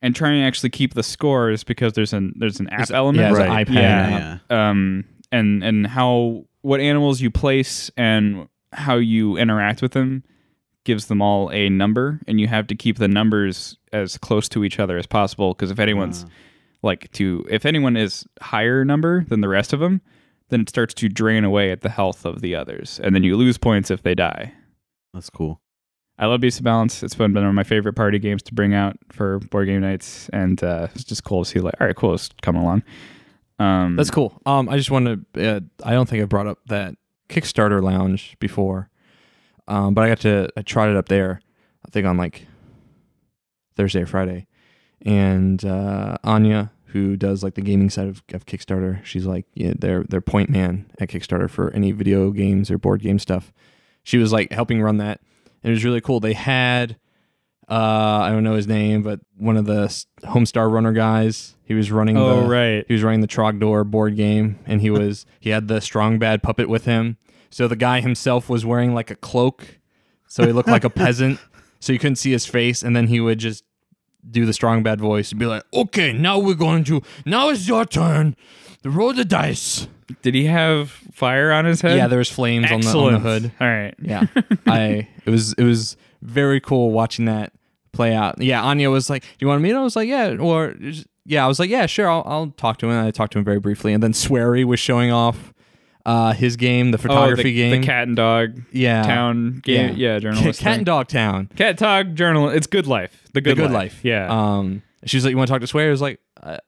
and trying to actually keep the scores because there's an there's an app element. yeah, there's an iPad. Yeah. app. yeah. um, and and how what animals you place and how you interact with them gives them all a number, and you have to keep the numbers as close to each other as possible. Because if anyone's like to, if anyone is higher number than the rest of them, then it starts to drain away at the health of the others, and then you lose points if they die. That's cool. I love Beast of Balance. It's been one of my favorite party games to bring out for board game nights, and uh, it's just cool to see. Like, all right, cool, it's coming along. Um, That's cool. Um, I just want to. Uh, I don't think I brought up that Kickstarter lounge before, um, but I got to. I tried it up there. I think on like Thursday or Friday, and uh, Anya, who does like the gaming side of, of Kickstarter, she's like yeah, their their point man at Kickstarter for any video games or board game stuff. She was like helping run that, and it was really cool. They had uh, I don't know his name, but one of the s- Homestar Runner guys. He was running. oh the, right. he was running the Trogdor board game, and he was he had the strong bad puppet with him. So the guy himself was wearing like a cloak, so he looked like a peasant. So you couldn't see his face, and then he would just do the strong bad voice and be like, "Okay, now we're going to now it's your turn. to roll the dice." Did he have fire on his head? Yeah, there was flames on the, on Excellent. the hood. All right. Yeah, I it was it was very cool watching that play out. Yeah, Anya was like, "Do you want to meet?" him?" I was like, "Yeah," or yeah, I was like, "Yeah, sure." I'll, I'll talk to him. And I talked to him very briefly, and then Swery was showing off uh, his game, the Oh, photography the, game. Uh, the cat and dog yeah, town game. Yeah, journalist. Cat thing. and Dog Town. cat dog journal. It's good life. The The good, good life. Yeah. Um, she was like, "You want to talk to Swery?" I was like, I,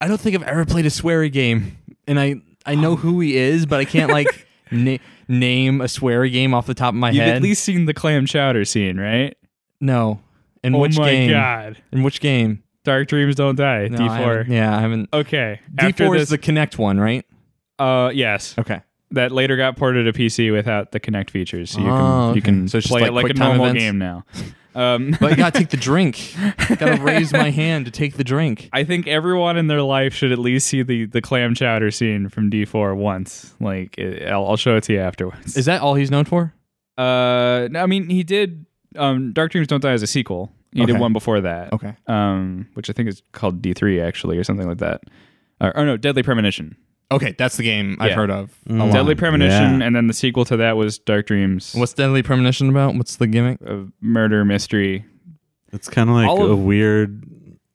"I don't think I've ever played a Swery game, and I I Um. know who he is, but I can't like." Na- name a sweary game off the top of my You've head. at least seen the clam chowder scene, right? No. In oh which my game? god. In which game? Dark dreams don't die. No, D I four. haven't- yeah, I haven't. Okay. D4 After is this, the Connect one, right? uh, yes, Okay. that later got ported to PC without the Connect features, so you can Oh, okay. you can So it's just play like it like a quick time normal events? game now. Um, But you gotta take the drink. gotta raise my hand to take the drink. I think everyone in their life should at least see the, the clam chowder scene from D4 once. Like, it, I'll, I'll show it to you afterwards. Is that all he's known for? uh, no, I mean, he did um, Dark Dreams Don't Die as a sequel. He did Okay. one before that, Okay. um, which I think is called D3 actually, or something like that. Uh, Or, or no, Deadly Premonition. Okay, that's the game I've Yeah. heard of. a Mm. lot. Deadly Wow. Premonition, Yeah. and then the sequel to that was Dark Dreams, What's Deadly Premonition about? What's the gimmick? a murder mystery. It's kind of like All a of- weird,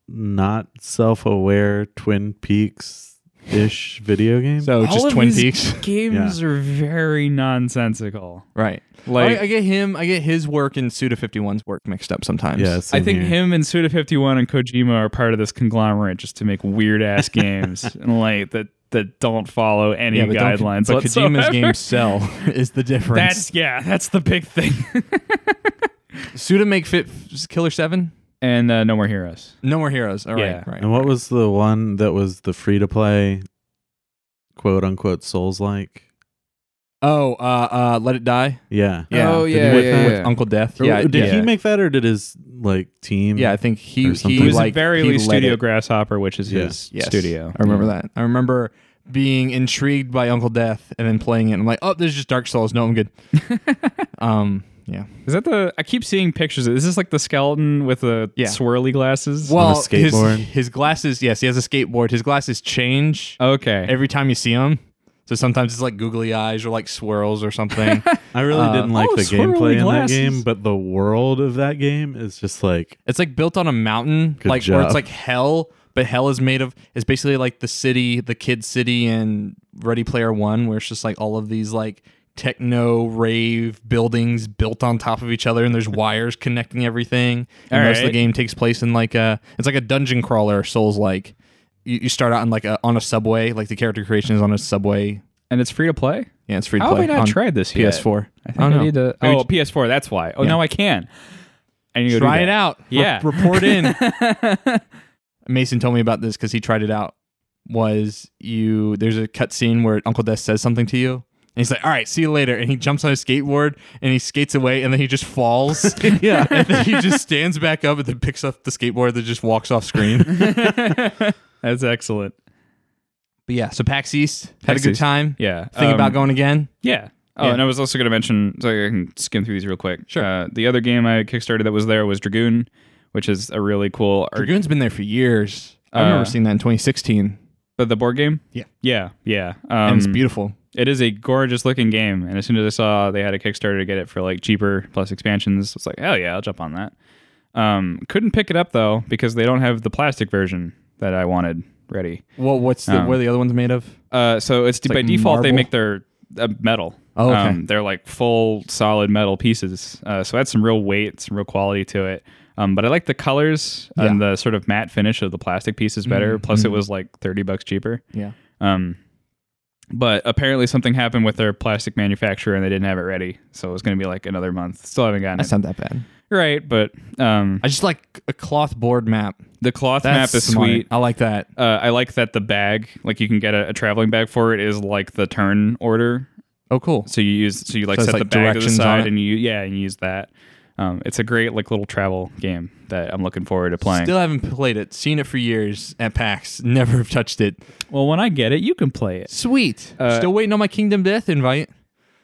not self-aware Twin Peaks ish video game. So All just of Twin his Peaks, Games are very nonsensical. right? Like, I, I get him. I get his work and Suda 51's work mixed up sometimes. yeah, I same think here. him and Suda Fifty One and Kojima are part of this conglomerate just to make weird ass games and like that that don't follow any yeah, but don't- guidelines But whatsoever. Kojima's games sell is the difference. That's yeah, that's the big thing. Suda make fit Killer Seven. and uh, No More Heroes. No more heroes. All right, Yeah. right. And what was the one that was the free to play, quote unquote Souls like? Oh, uh, uh, Let It Die. Yeah. Yeah. Oh Did he yeah, make yeah, that? yeah. Uncle Death. Or Yeah, did yeah. he make that or did his like team? Yeah, I think he Or he something. He was like at very he least led Studio it. Grasshopper, which is Yeah. his Yes. studio. I remember that. I remember being intrigued by Uncle Death and then playing it. I'm like, oh, this is just Dark Souls. No, I'm good. um, yeah. Is that the? I keep seeing pictures. Is this like the skeleton with the Yeah. swirly glasses? Well, skateboard. His, his glasses. Yes, he has a skateboard. His glasses change okay. every time you see him. So sometimes it's like googly eyes or like swirls or something. I really didn't like oh, the swirly gameplay in that glasses. game, but the world of that game is just like It's like built on a mountain, Good like where job. it's like hell, but hell is made of is basically like the city, the kid city in Ready Player One, where it's just like all of these like techno rave buildings built on top of each other and there's wires connecting everything. And All most of the right. game takes place in like a it's like a dungeon crawler, souls like. You, you start out in like a on a subway, like the character creation is on a subway. and it's free to play. Yeah, it's free to How have play. I not on tried this yet? PS4. I think I, need to. Maybe Oh, PS4. That's why. Oh, now I can. I need to go do try that. it out. Re- Yeah. report in. Mason told me about this because he tried it out. Was you there's a cutscene where Uncle Death says something to you, and he's like, "All right, see you later," and he jumps on his skateboard and he skates away, and then he just falls. yeah, and then he just stands back up and then picks up the skateboard that just walks off screen. That's excellent. but yeah, so PAX East had a PAX good East. time. Yeah. Thinking about um, going again. Yeah. Oh, Yeah. and I was also going to mention, so I can skim through these real quick. Sure. Uh, the other game I kickstarted that was there was Dragoon, which is a really cool. Art- Dragoon's been there for years. I remember Uh, seeing that in 2016, the, the board game. Yeah. Yeah. Yeah. Um, and it's beautiful. It is a gorgeous looking game, and as soon as I saw they had a Kickstarter to get it for like cheaper plus expansions, it's like, hell yeah, I'll jump on that. Um, couldn't pick it up though because they don't have the plastic version that I wanted ready. Well, what's the, um, what are the other ones made of? Uh, so it's, by like default they marble? make their uh, metal. Um, Oh, okay. they're like full solid metal pieces. Uh, so it had some real weight, some real quality to it. Um, but I like the colors and the sort of matte finish of the plastic pieces better. Mm-hmm. Plus, it was like thirty bucks cheaper. Yeah. Um, but apparently something happened with their plastic manufacturer and they didn't have it ready, so it was going to be like another month. Still haven't gotten That's it not that bad. right, but um, I just like a cloth board map. the cloth That's map is smart. sweet. I like that. Uh, I like that the bag, like you can get a, a traveling bag for it, is like the turn order. Oh, cool. So you use, so you like So it's set the like bag to the directions on side it? and you yeah, and you use that. Um, it's a great like little travel game that I'm looking forward to playing. Still haven't played it. Seen it for years at PAX. Never have touched it. well, when I get it, you can play it. Sweet. Uh, Still waiting on my Kingdom Death invite.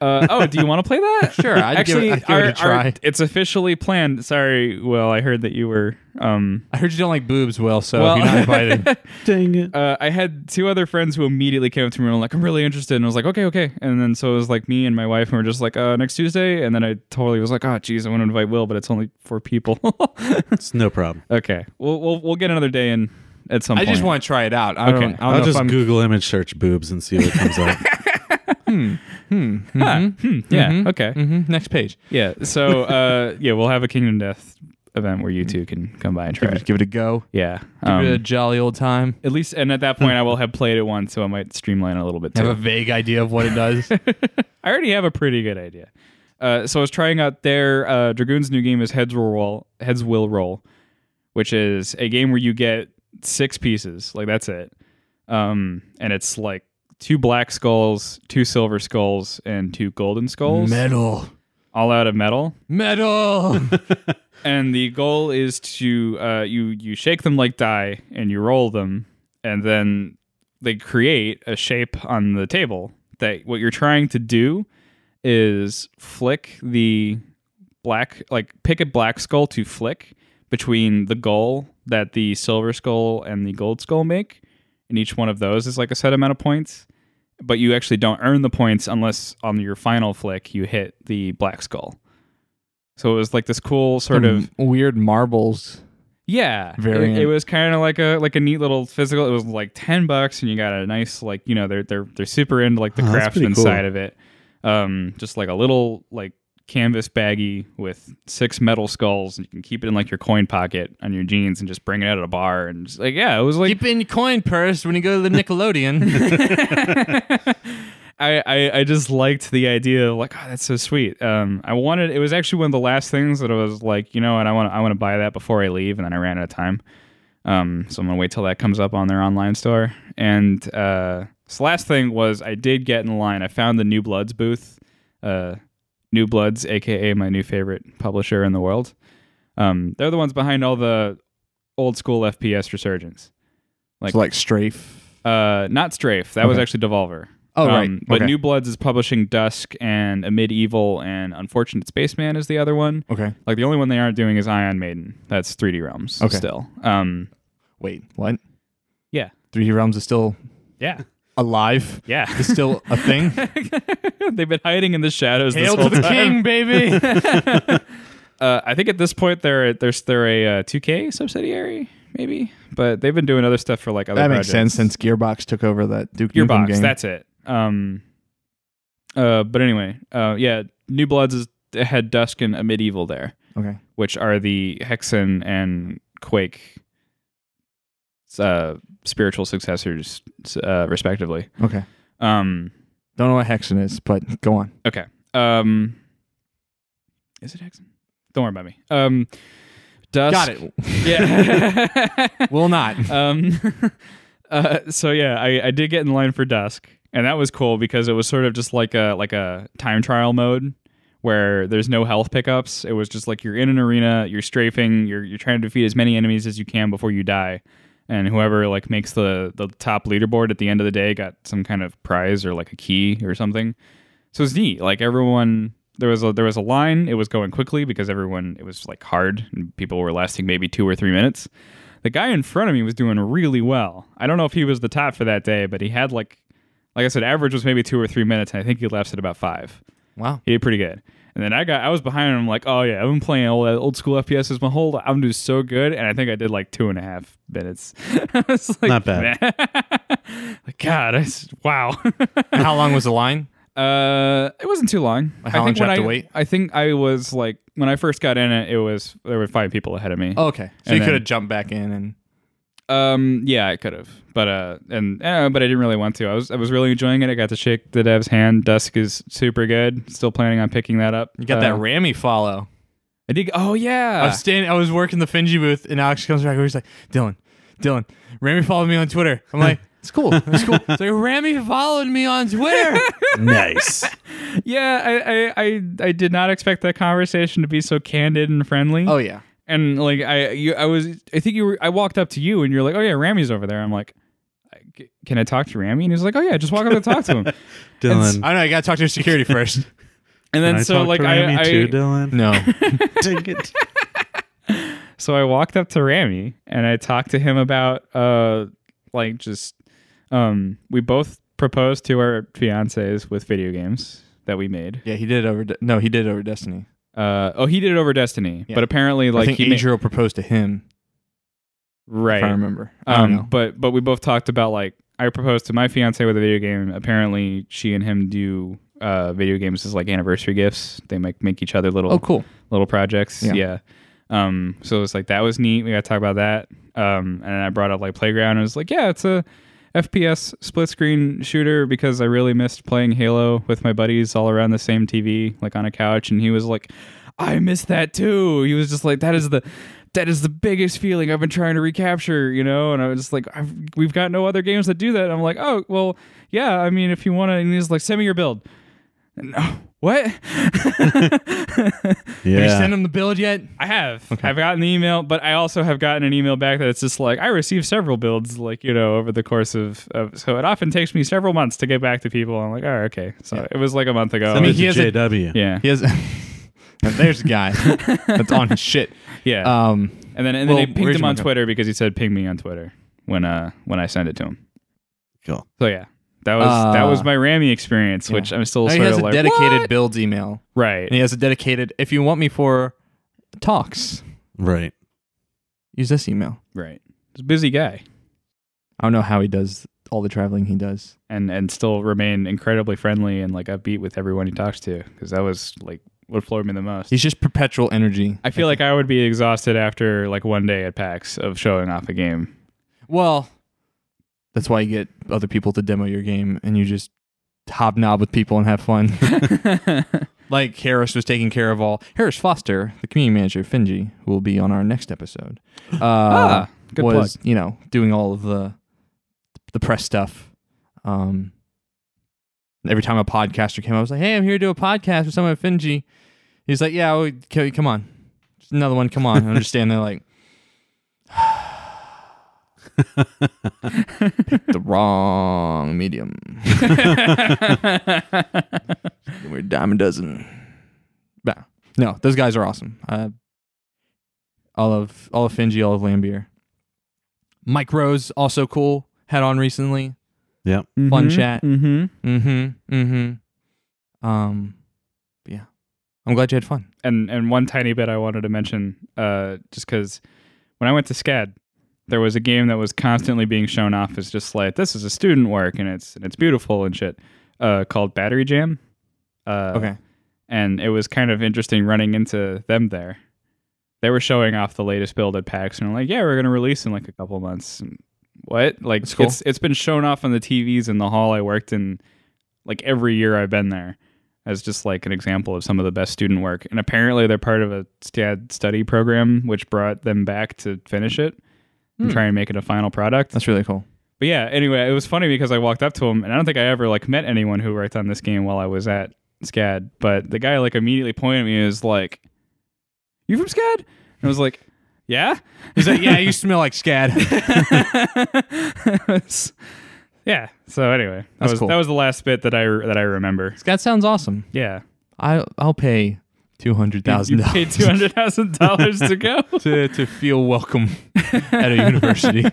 Uh, oh, do you want to play that? Sure, I'd give actually, it- I'd give it a our- our- try. it's officially planned. Sorry, Will. I heard that you were. Um, I heard you don't like boobs, Will, so Well- you're not invited. dang it. uh, I had two other friends who immediately came up to me and were like, "I'm really interested," and I was like, "Okay, okay." And then so it was like me and my wife, and we are just like, "Uh, next Tuesday." And then I totally was like, "Oh, geez, I want to invite Will, but it's only four people." It's no problem. okay, we'll we'll we'll get another day in at some. I point. just want to try it out. I don't, Okay. I don't I'll know just if I'm Google image search boobs and see what comes up. Yeah. Okay. Mhm, Next page. Yeah. So uh, yeah, we'll have a Kingdom Death event where you Mm-hmm. two can come by and try. Give It. it, give it a go. Yeah. Give it a um, jolly old time. At least, and at that point, I will have played it once, so I might streamline it a little bit Hmm. Have too. a vague idea of what it does. I already have a pretty good idea. Uh, so I was trying out their uh, Dragoon's new game is Heads Will Roll, Heads Will Roll, which is a game where you get six pieces, like that's it, um, and it's like two black skulls, two silver skulls, and two golden skulls, metal. all out of metal. Metal. and the goal is to uh, you you shake them like die and you roll them and then they create a shape on the table that what you're trying to do is flick the black like pick a black skull to flick between the goal that the silver skull and the gold skull make and each one of those is like a set amount of points but you actually don't earn the points unless on your final flick you hit the black skull so it was like this cool sort Hmm. of weird marbles. yeah, it- Variant. It, was kind of like a like a neat little physical. It was like ten bucks, and you got a nice like you know they're they're they're super into like the Oh, that's pretty craftsman cool. side of it. Um, just like a little like canvas baggie with six metal skulls, and you can keep it in like your coin pocket on your jeans, and just bring it out at a bar, and just like yeah, it was like Keep it in your coin purse when you go to the Nickelodeon. I, I I just liked the idea of like oh that's so sweet. Um, I wanted it was actually one of the last things that I was like you know and I want I want to buy that before I leave and then I ran out of time. Um, so I'm gonna wait till that comes up on their online store. And uh, so last thing was I did get in line. I found the New Bloods booth, uh, New Bloods, aka my new favorite publisher in the world. Um, they're the ones behind all the old school FPS resurgence. like, like strafe. Uh, not Strafe. That was actually Devolver. Oh, right. Um, But Okay. New Bloods is publishing Dusk and A Medieval and Unfortunate Spaceman is the other one. Okay. Like the only one they aren't doing is Ion Maiden. That's 3D Realms. Okay. Still. Um. Wait, what? Yeah. 3D Realms is still Yeah. alive. Yeah. It's still a thing. They've been hiding in the shadows. Hail this to whole the king, time. baby. Uh, I think at this point they're they're they're a uh, 2K subsidiary maybe, but they've been doing other stuff for like other. that makes sense projects. since Gearbox took over that Duke Nukem Gearbox. game. That's it. Um. Uh. But anyway. Uh. Yeah. New Bloods is had Dusk and a Medieval there, okay. which are the Hexen and Quake. Uh, spiritual successors, uh, respectively. Okay. Um. Don't know what Hexen is, but go on. Okay. Um. Is it Hexen? Don't worry about me. Um. Dusk. Got it. Yeah. Will not. um, uh, so yeah, I, I did get in line for dusk, and that was cool because it was sort of just like a like a time trial mode where there's no health pickups. It was just like you're in an arena, you're strafing, you're you're trying to defeat as many enemies as you can before you die. And whoever like makes the the top leaderboard at the end of the day got some kind of prize or like a key or something. So it's neat. Like everyone there was a there was a line, it was going quickly because everyone it was like hard and people were lasting maybe two or three minutes the guy in front of me was doing really well. I don't know if he was the top for that day, but he had like, like I said, average was maybe two or three minutes, and I think he left at about five. Wow. He did pretty good. And then I got, I was behind him, like, oh yeah, I've been playing old, old school FPSs my whole, I'm doing so good, and I think I did like two and a half minutes. I was like, Not bad. "Man." Like, God, I s wow. How long was the line? Uh, it wasn't too long. How long did you when have to I- wait? I think I was like, when I first got in it, it was there were five people ahead of me. Oh, okay. So And you then- could have jumped back in and Um, yeah, I could have, but uh, and uh, but I didn't really want to. I was I was really enjoying it. I got to shake the dev's hand. Dusk is super good. Still planning on picking that up. you got that Rammy follow. I did. Oh I Uh, yeah. was standing. I was working the Finji booth, and Alex comes back. and He's like, "Dylan, Dylan, Ramy followed me on Twitter." I'm like, "It's cool, it's cool." It's like Ramy followed me on Twitter. nice. yeah, I, I I I did not expect that conversation to be so candid and friendly. oh yeah, and like I you I was I think you were I walked up to you and you're like, oh yeah, Ramy's over there. I'm like. "I- Can I talk to Ramy? And he's like, "Oh yeah, just walk up and talk to him." Dylan. I don't know. I gotta talk to your security first. And then Can I so talk like to I, Rami I too, Dylan. no, Take it. So I walked up to Rami and I talked to him about uh like just um we both proposed to our fiancés with video games that we made. yeah, he did over. De- no, he did over Destiny. Uh oh he did it over Destiny, Yeah. but apparently I like think he ma- Adriel proposed to him. right. If I remember. I don't Um know. but but we both talked about like I proposed to my fiance with a video game. Apparently she and him do uh video games as like anniversary gifts. They make make each other little Oh, cool. little projects. Yeah. Yeah. Um, so it's like that was neat. We got to talk about that. Um, and I brought up like Playground and was like, yeah, it's a FPS split screen shooter because I really missed playing Halo with my buddies all around the same TV, like on a couch. And he was like, I miss that too. He was just like, that is the. That is the biggest feeling I've been trying to recapture, you know. And I was just like, I've, we've got no other games that do that. And I'm like, oh well, yeah. I mean, if you want to, and he's like, send me your build. No, what? Did you Yeah. send him the build yet? I have. I've gotten the email, but I also have gotten an email back that it's just like I received several builds, like you know, over the course of, of so it often takes me several months to get back to people. I'm like, oh, okay, so it was like a month ago. I mean, he he has has a- JW. yeah, He has. There's a guy that's on his shit. yeah. Um, and then and well, then they pinged where'd him you on go? Twitter because he said ping me on Twitter when uh when I sent it to him. Cool. So yeah, that was that Uh, was my Ramy experience, which I'm still he sort has of a like dedicated "What?" builds email, right. and he has a dedicated. If you want me for talks, Right. use this email. Right, he's a busy guy I don't know how he does all the traveling he does. and and still remain incredibly friendly and like upbeat with everyone he talks to because that was like what floored me the most. He's just perpetual energy. I feel like I would be exhausted after like one day at PAX of showing off a game. Well, that's why you get other people to demo your game and you just hobnob with people and have fun. like Harris was taking care of all. Harris Foster, the community manager of Finji, who will be on our next episode, uh, Ah, good was, you know, doing all of the, the press stuff. Um, every time a podcaster came, I was like, hey, I'm here to do a podcast with someone at Finji. He's like, yeah, well, c- come on. Just another one, come on. And I'm just standing there like, the wrong medium. We're a dime a dozen. Nah. No, those guys are awesome. Uh, all of all of Finji, all of Lambier. Mike Rose also cool. Had on recently. Yep. Fun chat. Mm-hmm. Mm-hmm. Mm-hmm. Um. but yeah, I'm glad you had fun. and and one tiny bit I wanted to mention, uh, just because when I went to SCAD, there was a game that was constantly being shown off as just like this is a student work and it's and it's beautiful and shit, uh, called Battery Jam. Uh, Okay. and it was kind of interesting running into them there. They were showing off the latest build at PAX, and I'm like, yeah, we're gonna release in like a couple months. And what? Like, That's cool. it's it's been shown off on the TVs in the hall I worked in, like every year I've been there, as just like an example of some of the best student work. And apparently, they're part of a STAD study program, which brought them back to finish it and Hmm. try and make it a final product. That's really cool. But yeah, anyway, it was funny because I walked up to him, and I don't think I ever like met anyone who worked on this game while I was at SCAD. But the guy like immediately pointed at me and was like, "You from SCAD?" And I was like, "Yeah." He's like, yeah, you smell like scad. yeah. So anyway, that That's was cool. that was the last bit that I that I remember. scad sounds awesome. Yeah, I I'll pay two hundred thousand you paid dollars two hundred thousand dollars to go. to to feel welcome at a university.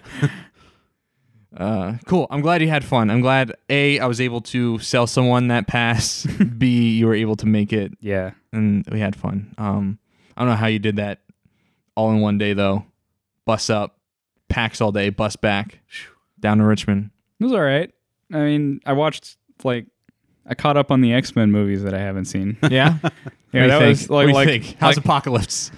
Uh, cool. I'm glad you had fun. I'm glad a I was able to sell someone that pass. B you were able to make it, yeah, and we had fun. Um, I don't know how you did that all in one day though. Bus up, packs all day, bus back down to Richmond. it was all right. I mean, I watched like I caught up on the X Men movies that I haven't seen. Yeah, What do Yeah, you that think? was What like do you like think? how's like- apocalypse?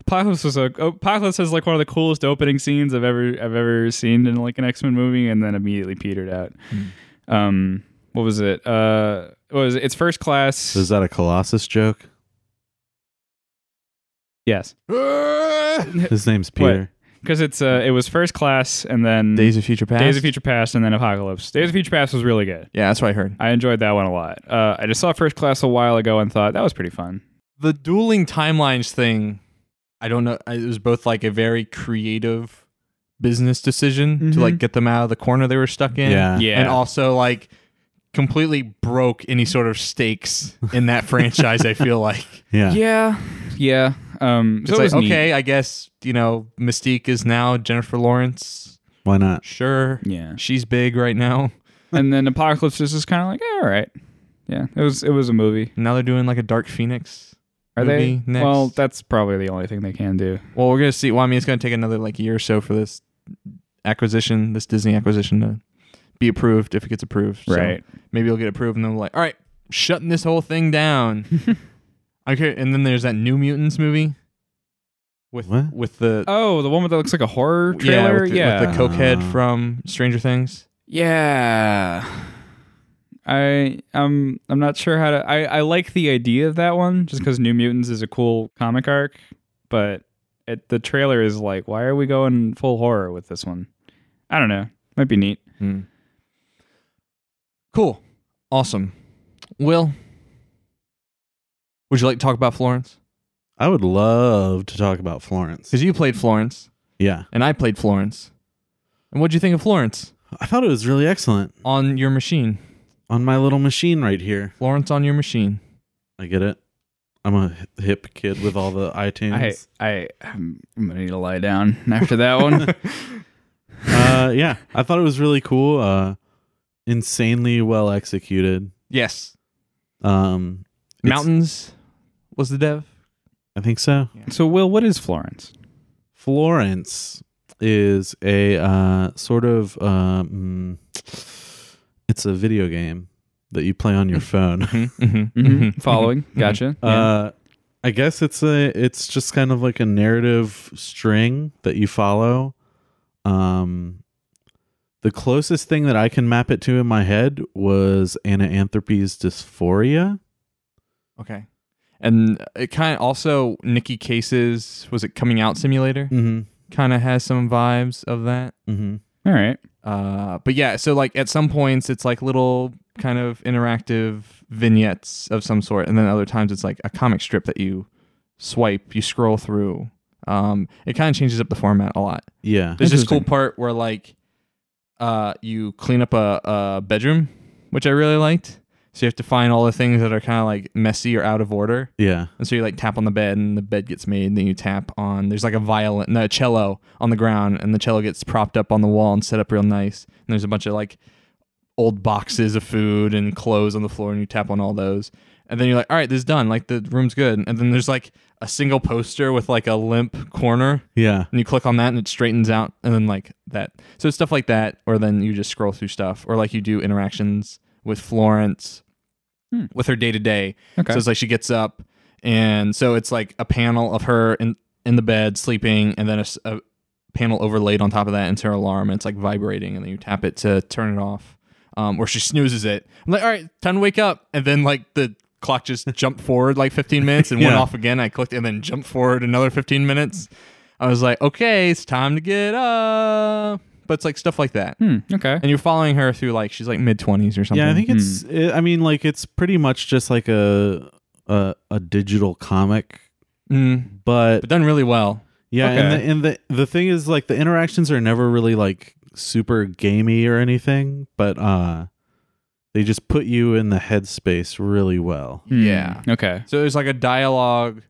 Apocalypse was a Apocalypse has like one of the coolest opening scenes I've ever I've ever seen in like an X Men movie, and then immediately petered out. Hmm. Um, what was it? Uh, what was it? It's first class. Is that a Colossus joke? yes, His name's Peter. because it's uh, it was first class, and then Days of Future Past. Days of Future Past, and then Apocalypse. Days of Future Past was really good. Yeah, that's what I heard. I enjoyed that one a lot. Uh, I just saw first class a while ago and thought that was pretty fun. the dueling timelines thing i don't know it was both like a very creative business decision to Mhm. like get them out of the corner they were stuck in Yeah. Yeah. Uh, and also like completely broke any sort of stakes in that franchise i feel like Yeah. Yeah, yeah. Um, it's so it like was neat. okay i guess you know mystique is now jennifer lawrence Why not? sure Yeah. she's big right now and then Apocalypse is just kind of like, eh, all right. Yeah, it was it was a movie. now they're doing like a dark phoenix Are movie they? next. Well, that's probably the only thing they can do. Well, we're gonna see. Well, I mean, it's gonna take another like year or so for this acquisition, this Disney acquisition, to be approved if it gets approved. So maybe it'll get approved, and then we're like, all right, shutting this whole thing down. okay. And then there's that New Mutants movie with What? with the Oh, the one with that looks like a horror yeah trailer. with the, Yeah. with the cokehead Ah. from Stranger Things. yeah. I um I'm not sure how to. I I like the idea of that one just because New Mutants is a cool comic arc, but it, the trailer is like, why are we going full horror with this one? I don't know. Might be neat. Cool. Awesome. Will, would you like to talk about Florence? I would love to talk about Florence. Because you played Florence, Yeah. and I played Florence. And what'd you think of Florence I thought it was really excellent on your machine? on my little machine right here. Florence on your machine. I get it. I'm a hi- hip kid with all the I iTunes. I I'm gonna need to lie down after that one. uh, yeah, I thought it was really cool. Uh, insanely well executed. Yes. Um, it's- Mountains was the dev. I think so. so Will, what is Florence? Florence is a uh, sort of um, it's a video game that you play on your phone. Mm-hmm. Following, gotcha. Uh, I guess it's a it's just kind of like a narrative string that you follow. Um, the closest thing that I can map it to in my head was Anaanthropy's Dysphoria. Okay. And it kind of also Nikki Case's was it coming out simulator Mm-hmm. kind of has some vibes of that. Mm-hmm. All right. Uh, but yeah, so like at some points it's like little kind of interactive vignettes of some sort, and then other times it's like a comic strip that you swipe, you scroll through. Um, it kind of changes up the format a lot. Yeah. There's this cool Interesting. part where like uh you clean up a, a bedroom, which I really liked. So you have to find all the things that are kind of like messy or out of order. Yeah. And so you like tap on the bed and the bed gets made and then you tap on there's like a violin no, a cello on the ground and the cello gets propped up on the wall and set up real nice. And there's a bunch of like old boxes of food and clothes on the floor and you tap on all those. And then you're like, all right, this is done. Like the room's good. And then there's like a single poster with like a limp corner Yeah. and you click on that and it straightens out and then like that so stuff like that or then you just scroll through stuff or like you do interactions with florence Hmm. with her day to day Okay. so it's like she gets up and so it's like a panel of her in in the bed sleeping and then a, s- a panel overlaid on top of that into her alarm and it's like vibrating and then you tap it to turn it off um, or she snoozes it i'm like all right time to wake up and then like the clock just jumped forward like 15 minutes and went Yeah. off again i clicked and then jumped forward another 15 minutes I was like, okay, it's time to get up. But it's like stuff like that. Hmm, okay. And you're following her through like she's like mid 20s or something. Yeah, I think it's. It, I mean, like it's pretty much just like a a, a digital comic, Mm, but but done really well. yeah, okay. and the, and the the thing is, like the interactions are never really like super gamey or anything, but uh, they just put you in the headspace really well. Hmm, Yeah. Okay. So there's like a dialogue.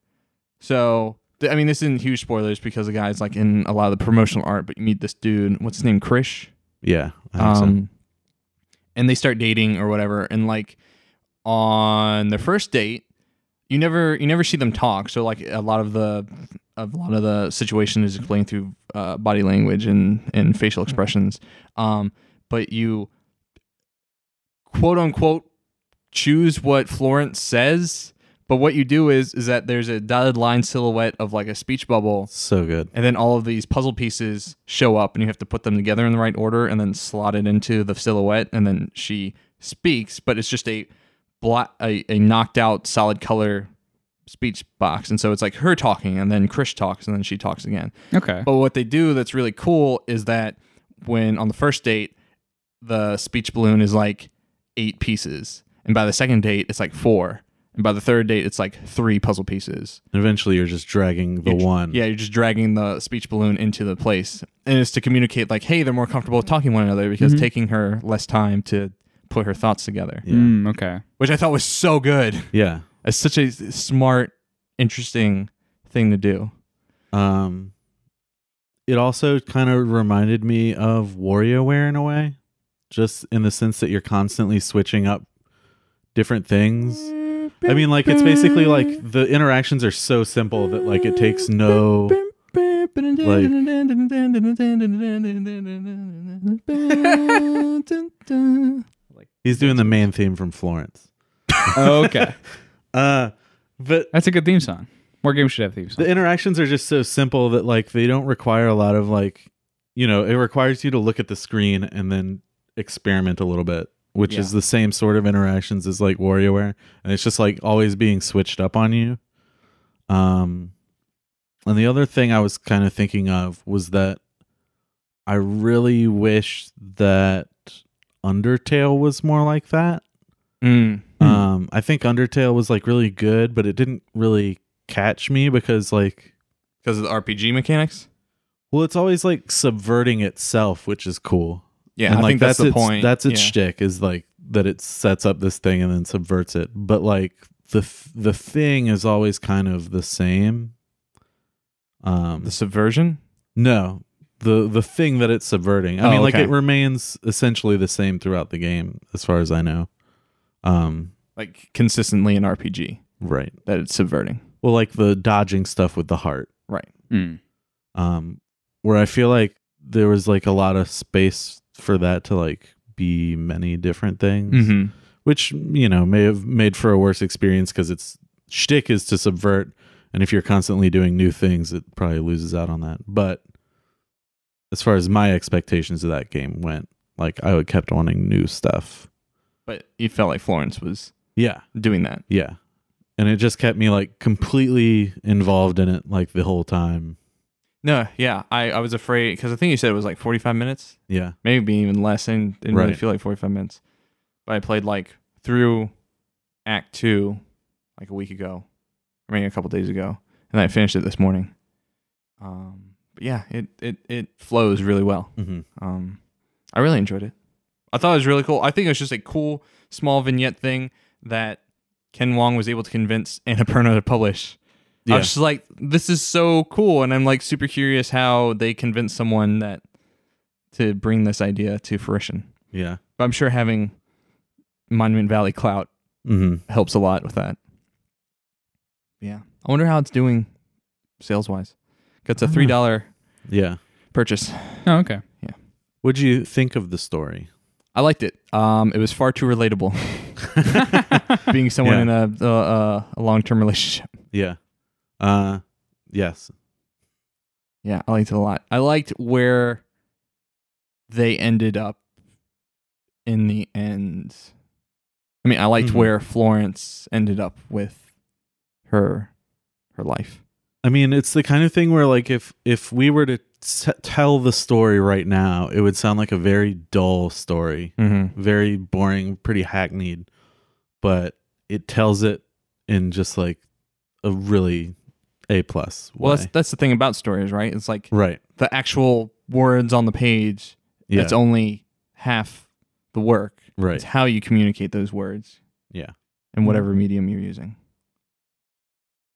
So th- I mean, this isn't huge spoilers because the guy's like in a lot of the promotional art. But you meet this dude. What's his name? Krish. Yeah, I think so. Um, and they start dating or whatever. And like on their first date, you never you never see them talk. So like a lot of the a lot of the situation is explained through uh, body language and and facial Mm-hmm. expressions. Um, but you quote unquote choose what Florence says. But what you do is is that there's a dotted line silhouette of like a speech bubble so good. and then all of these puzzle pieces show up and you have to put them together in the right order and then slot it into the silhouette and then she speaks but it's just a black a, a knocked out solid color speech box and so it's like her talking and then krish talks and then she talks again Okay. but what they do that's really cool is that when on the first date, the speech balloon is like eight pieces. And by the second date, it's like four. And by the third date, it's like three puzzle pieces. And eventually, you're just dragging the one. Yeah, you're just dragging the speech balloon into the place. And it's to communicate, like, hey, they're more comfortable talking to one another because taking her less time to put her thoughts together, Mm-hmm. Yeah. Hmm, okay. which I thought was so good. yeah. It's such a smart, interesting thing to do. Um, it also kind of reminded me of WarioWare in a way, just in the sense that you're constantly switching up different things. I mean, like it's basically like the interactions are so simple that like it takes no. He's doing the main theme from Florence. okay. Uh, but That's a good theme song. More games should have theme the songs. interactions are just so simple that like they don't require a lot of like, you know, it requires you to look at the screen and then experiment a little bit, which is the same sort of interactions as like WarioWare, and it's just like always being switched up on you. Um, and the other thing I was kind of thinking of was that I really wish that Undertale was more like that. Mm. Hmm. Um, I think Undertale was like really good, but it didn't really catch me because like, Because of the RPG mechanics? well, it's always like subverting itself, which is cool. Yeah, And, I like, think that's, the its, point. That's its yeah. shtick is like that it sets up this thing and then subverts it. But like the th- the thing is always kind of the same. Um, The subversion? no, the the thing that it's subverting. I Oh, mean, like okay. it remains essentially the same throughout the game, as far as I know. Um, Like consistently in RPG right. that it's subverting. Well, like the dodging stuff with the heart. Hmm. um where i feel like there was like a lot of space for that to like be many different things Mm-hmm. which you know may have made for a worse experience because its shtick is to subvert and if you're constantly doing new things it probably loses out on that but as far as my expectations of that game went like i would kept wanting new stuff But you felt like Florence was yeah doing that. yeah and it just kept me like completely involved in it like the whole time No, yeah. I, I was afraid because I think you said it was like 45 minutes. yeah maybe even less. and didn't really Right. feel like 45 minutes. But I played like through Act Two like a week ago, or maybe a couple days ago, and I finished it this morning. Um, but yeah, it it it flows really well. Mhm. Um, I really enjoyed it. I thought it was really cool. I think it was just a cool small vignette thing that Ken Wong was able to convince Annapurna to publish. I Yeah. was just like, this is so cool, and I'm like super curious how they convince someone that to bring this idea to fruition. Yeah. But I'm sure having Monument Valley clout Mm-hmm. helps a lot with that. Yeah. I wonder how it's doing sales wise. It's a don't know. three dollar Yeah. purchase. Oh, okay. What'd you think of the story? I liked it. Um, it was far too relatable. Being someone Yeah. in a uh, a long term relationship. Yeah. Uh yes. Yeah, I liked it a lot. I liked where they ended up in the end. I mean, I liked Mhm. where Florence ended up with her her life. I mean, it's the kind of thing where like if if we were to t- tell the story right now, it would sound like a very dull story, Mm-hmm. very boring, pretty hackneyed, but it tells it in just like a really A plus. Well, way. that's that's the thing about stories, right? It's like right. the actual words on the page Yeah. it's only half the work right. it's how you communicate those words Yeah. Mm-hmm. in whatever medium you're using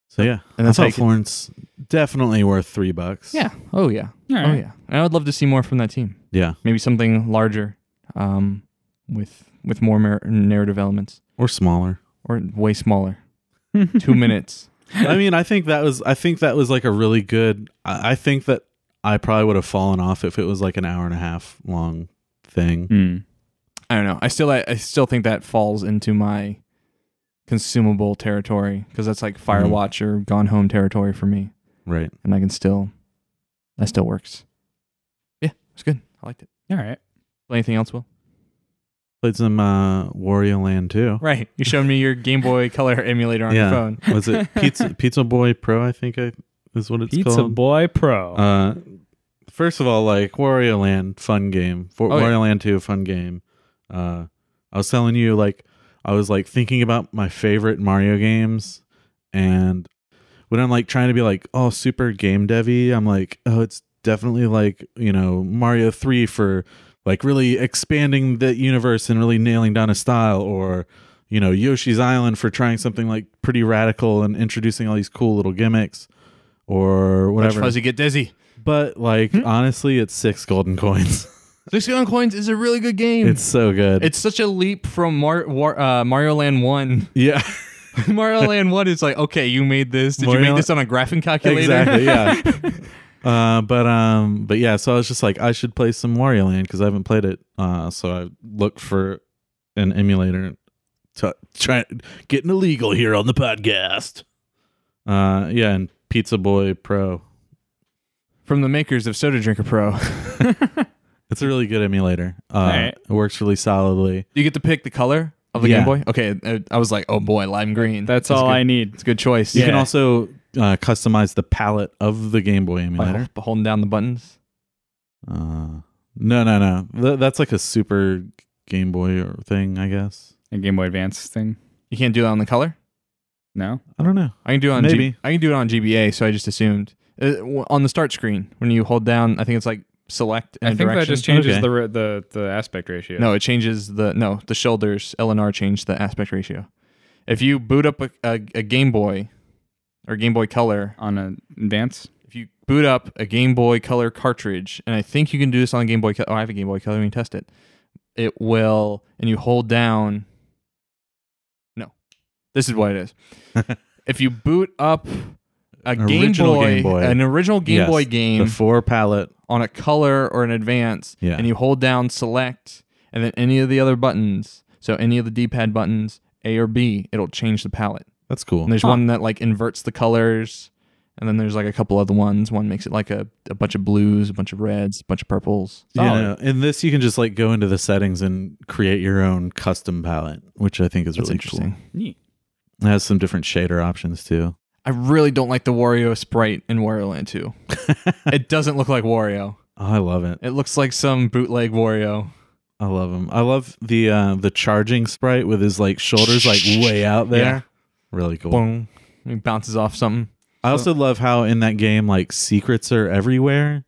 So yeah, and I that's how you thought can- Florence definitely worth three bucks. yeah oh yeah All right. oh yeah and i would love to see more from that team yeah, maybe something larger um with with more mer- narrative elements or smaller. or way smaller two minutes I mean, I think that was I think that was like a really good. I, I think that I probably would have fallen off if it was like an hour and a half long thing. Hmm. i don't know i still I, I still think that falls into my consumable territory because that's like firewatch Mm-hmm. or gone home territory for me Right. and I can still that still works. Yeah, it's good. I liked it. All right. Anything else, Will? Played some uh, Wario Land too. Right. You showed me your Game Boy Color emulator on Yeah. your phone. Was it Pizza Pizza Boy Pro? I think I is what it's Pizza called. Boy Pro. Uh, first of all, like Wario Land, fun game. For Oh, yeah. Wario Land Two, fun game. Uh, I was telling you, like, I was like thinking about my favorite Mario games, and when I'm like trying to be like, oh, super game devy, I'm like, oh, it's definitely like you know Mario Three for like really expanding the universe and really nailing down a style, or you know Yoshi's Island for trying something like pretty radical and introducing all these cool little gimmicks. Or Watch whatever. Fuzzy get dizzy. But like Hmm? honestly, it's six golden coins. Six Gun Coins is a really good game. it's so good. It's such a leap from Mar- War- uh, Mario Land One. yeah, Mario Land One is like, okay, you made this. Did Mario you La- make this on a graphing calculator? exactly. Yeah. Uh, but um, but yeah. So I was just like, I should play some Wario Land because I haven't played it. Uh, so I looked for an emulator to try getting illegal here on the podcast. Uh, yeah, and Pizza Boy Pro. From the makers of Soda Drinker Pro, It's a really good emulator. Uh, Alright. It works really solidly. you get to pick the color of the Game Yeah. Boy. Okay, I, I was like, oh boy, lime green. That's, all good. I need. It's a good choice. You can Yeah. also uh, customize the palette of the Game Boy By emulator. hol- holding down the buttons. Uh, no, no, no. Th- that's like a super Game Boy or thing, I guess. A Game Boy Advance thing. You can't do that on the color. No. I don't know. I can do it on Maybe. G- I can do it on GBA, so I just assumed uh, w- on the start screen when you hold down. I think it's like select. And I think that direction. just changes Okay. the, ra- the the aspect ratio. No, it changes the no the shoulders. LNR changed the aspect ratio. If you boot up a, a, a Game Boy or Game Boy Color, On an advance. if you boot up a Game Boy Color cartridge, and I think you can do this on Game Boy. Co- Oh, I have a Game Boy Color. We can test it. It will, and you hold down. No, this is what it is. if you boot up a An Game original Boy, Game Boy. an original Game Yes, Boy game The four palette. on a color or an advance, Yeah. and you hold down select, and then any of the other buttons. So any of the D-pad buttons, A or B, it'll change the palette. That's cool. And there's Huh. one that like inverts the colors, and then there's like a couple other ones. One makes it like a, a bunch of blues, a bunch of reds, a bunch of purples. You know, in this, you can just like go into the settings and create your own custom palette, which I think is That's really interesting. Neat. cool. It has some different shader options too. I really don't like the Wario sprite in Wario Land 2. it doesn't look like Wario. Oh, I love it. It looks like some bootleg Wario. I love him. I love the uh, the charging sprite with his like shoulders like way out there. Really cool. Boom. It bounces off something. I also love how in that game like secrets are everywhere.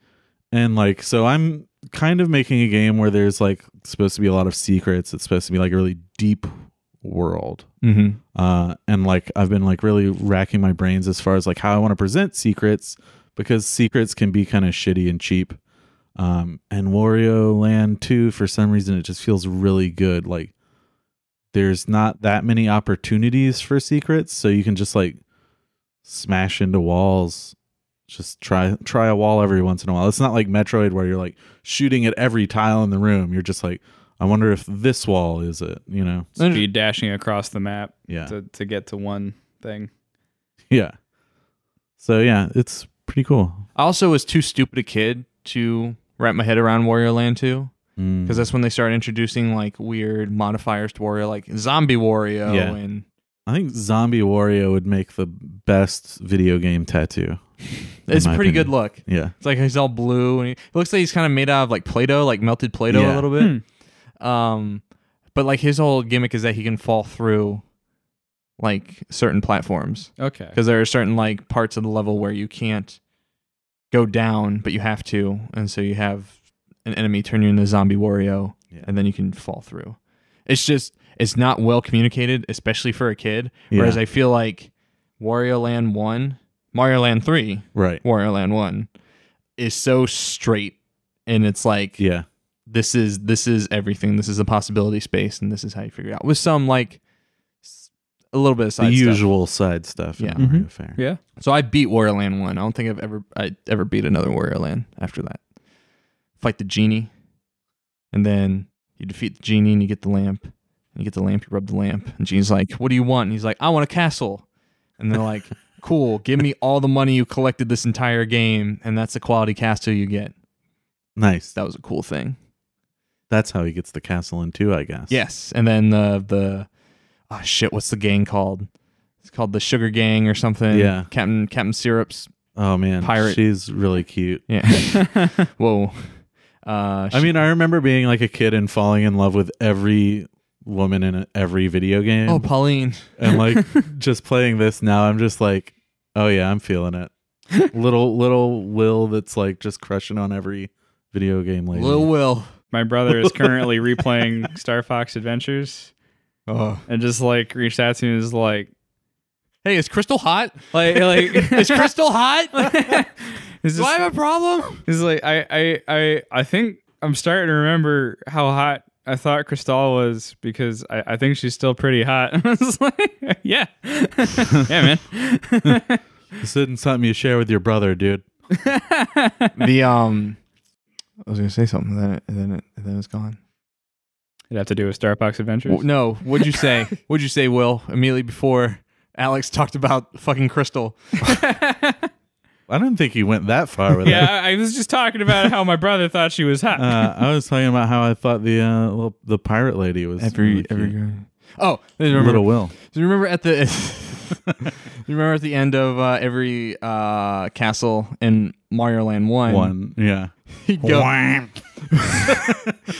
And like so I'm kind of making a game where there's like supposed to be a lot of secrets. It's supposed to be like a really deep world. Mm-hmm. Uh and like I've been like really racking my brains as far as like how I want to present secrets because secrets can be kind of shitty and cheap. Um and Wario Land 2 for some reason it just feels really good like there's not that many opportunities for secrets so you can just like smash into walls just try try a wall every once in a while it's not like metroid where you're like shooting at every tile in the room you're just like i wonder if this wall is it you know Speed dashing across the map yeah to, to get to one thing. yeah so yeah it's pretty cool I also was too stupid a kid to wrap my head around Wario Land 2 Mm. because that's when they started introducing like weird modifiers to Wario, like Zombie Wario Yeah. and i think zombie wario would make the best video game tattoo it's my pretty opinion. good look. yeah It's like he's all blue and he, it looks like he's kind of made out of like Play-Doh, like melted Play-Doh Yeah. a little bit. Um, but like his whole gimmick is that he can fall through like certain platforms. Okay. because there are certain like parts of the level where you can't go down, but you have to, and so you have an enemy turn you into zombie Wario, Yeah. and then you can fall through. It's just it's not well communicated, especially for a kid. Whereas Yeah. I feel like Wario Land One, Mario Land Three, right Wario Land One is so straight, and it's like yeah this is this is everything. This is the possibility space, and this is how you figure it out. With some like s- a little bit of the side stuff. usual side stuff in Yeah. Mario Mhm. Fair. Yeah. So I beat Warrior Land one. I don't think I've ever I ever beat another Warrior Land after that. Fight the genie, and then you defeat the genie and you get the lamp. And you get the lamp, you rub the lamp, and genie's like, "What do you want?" And he's like, "I want a castle." And they're like, "Cool, give me all the money you collected this entire game, and that's the quality castle you get." nice That was a cool thing. that's how he gets the castle in two i guess Yes, and then the the oh shit, what's the gang called? It's called the Sugar Gang or something. Yeah. Captain Captain Syrups. oh man Pirate. she's really cute Yeah. Whoa. Uh, I mean, I remember being like a kid and falling in love with every woman in every video game. Oh, Pauline. and like just playing this now, I'm just like, oh yeah, I'm feeling it. little little Will that's like just crushing on every video game lady. Lil Will. My brother is currently replaying Star Fox Adventures Oh. and just like reached out to me and was like, Hey, is Crystal hot? like, like, Is Crystal hot? It's Do I just- have a problem? He's like, I, I, I, I think I'm starting to remember how hot I thought Cristal was because I, I think she's still pretty hot. I was like, yeah, yeah, man. This isn't something you share with your brother, dude. The um, I was gonna say something, then it, then it, then it's gone. It'd have to do with Star Fox Adventures. W- no, what'd you say? what'd you say, Will? Immediately before Alex talked about fucking Crystal. I don't think he went that far with yeah, I, I was just talking about how my brother thought she was hot. it. Uh, I was talking about how I thought the uh, little, the pirate lady was really cute. Oh, I remember, little Will. do you remember at the do you remember at the end of uh, every uh, castle in Mario Land One? One, yeah. He'd go,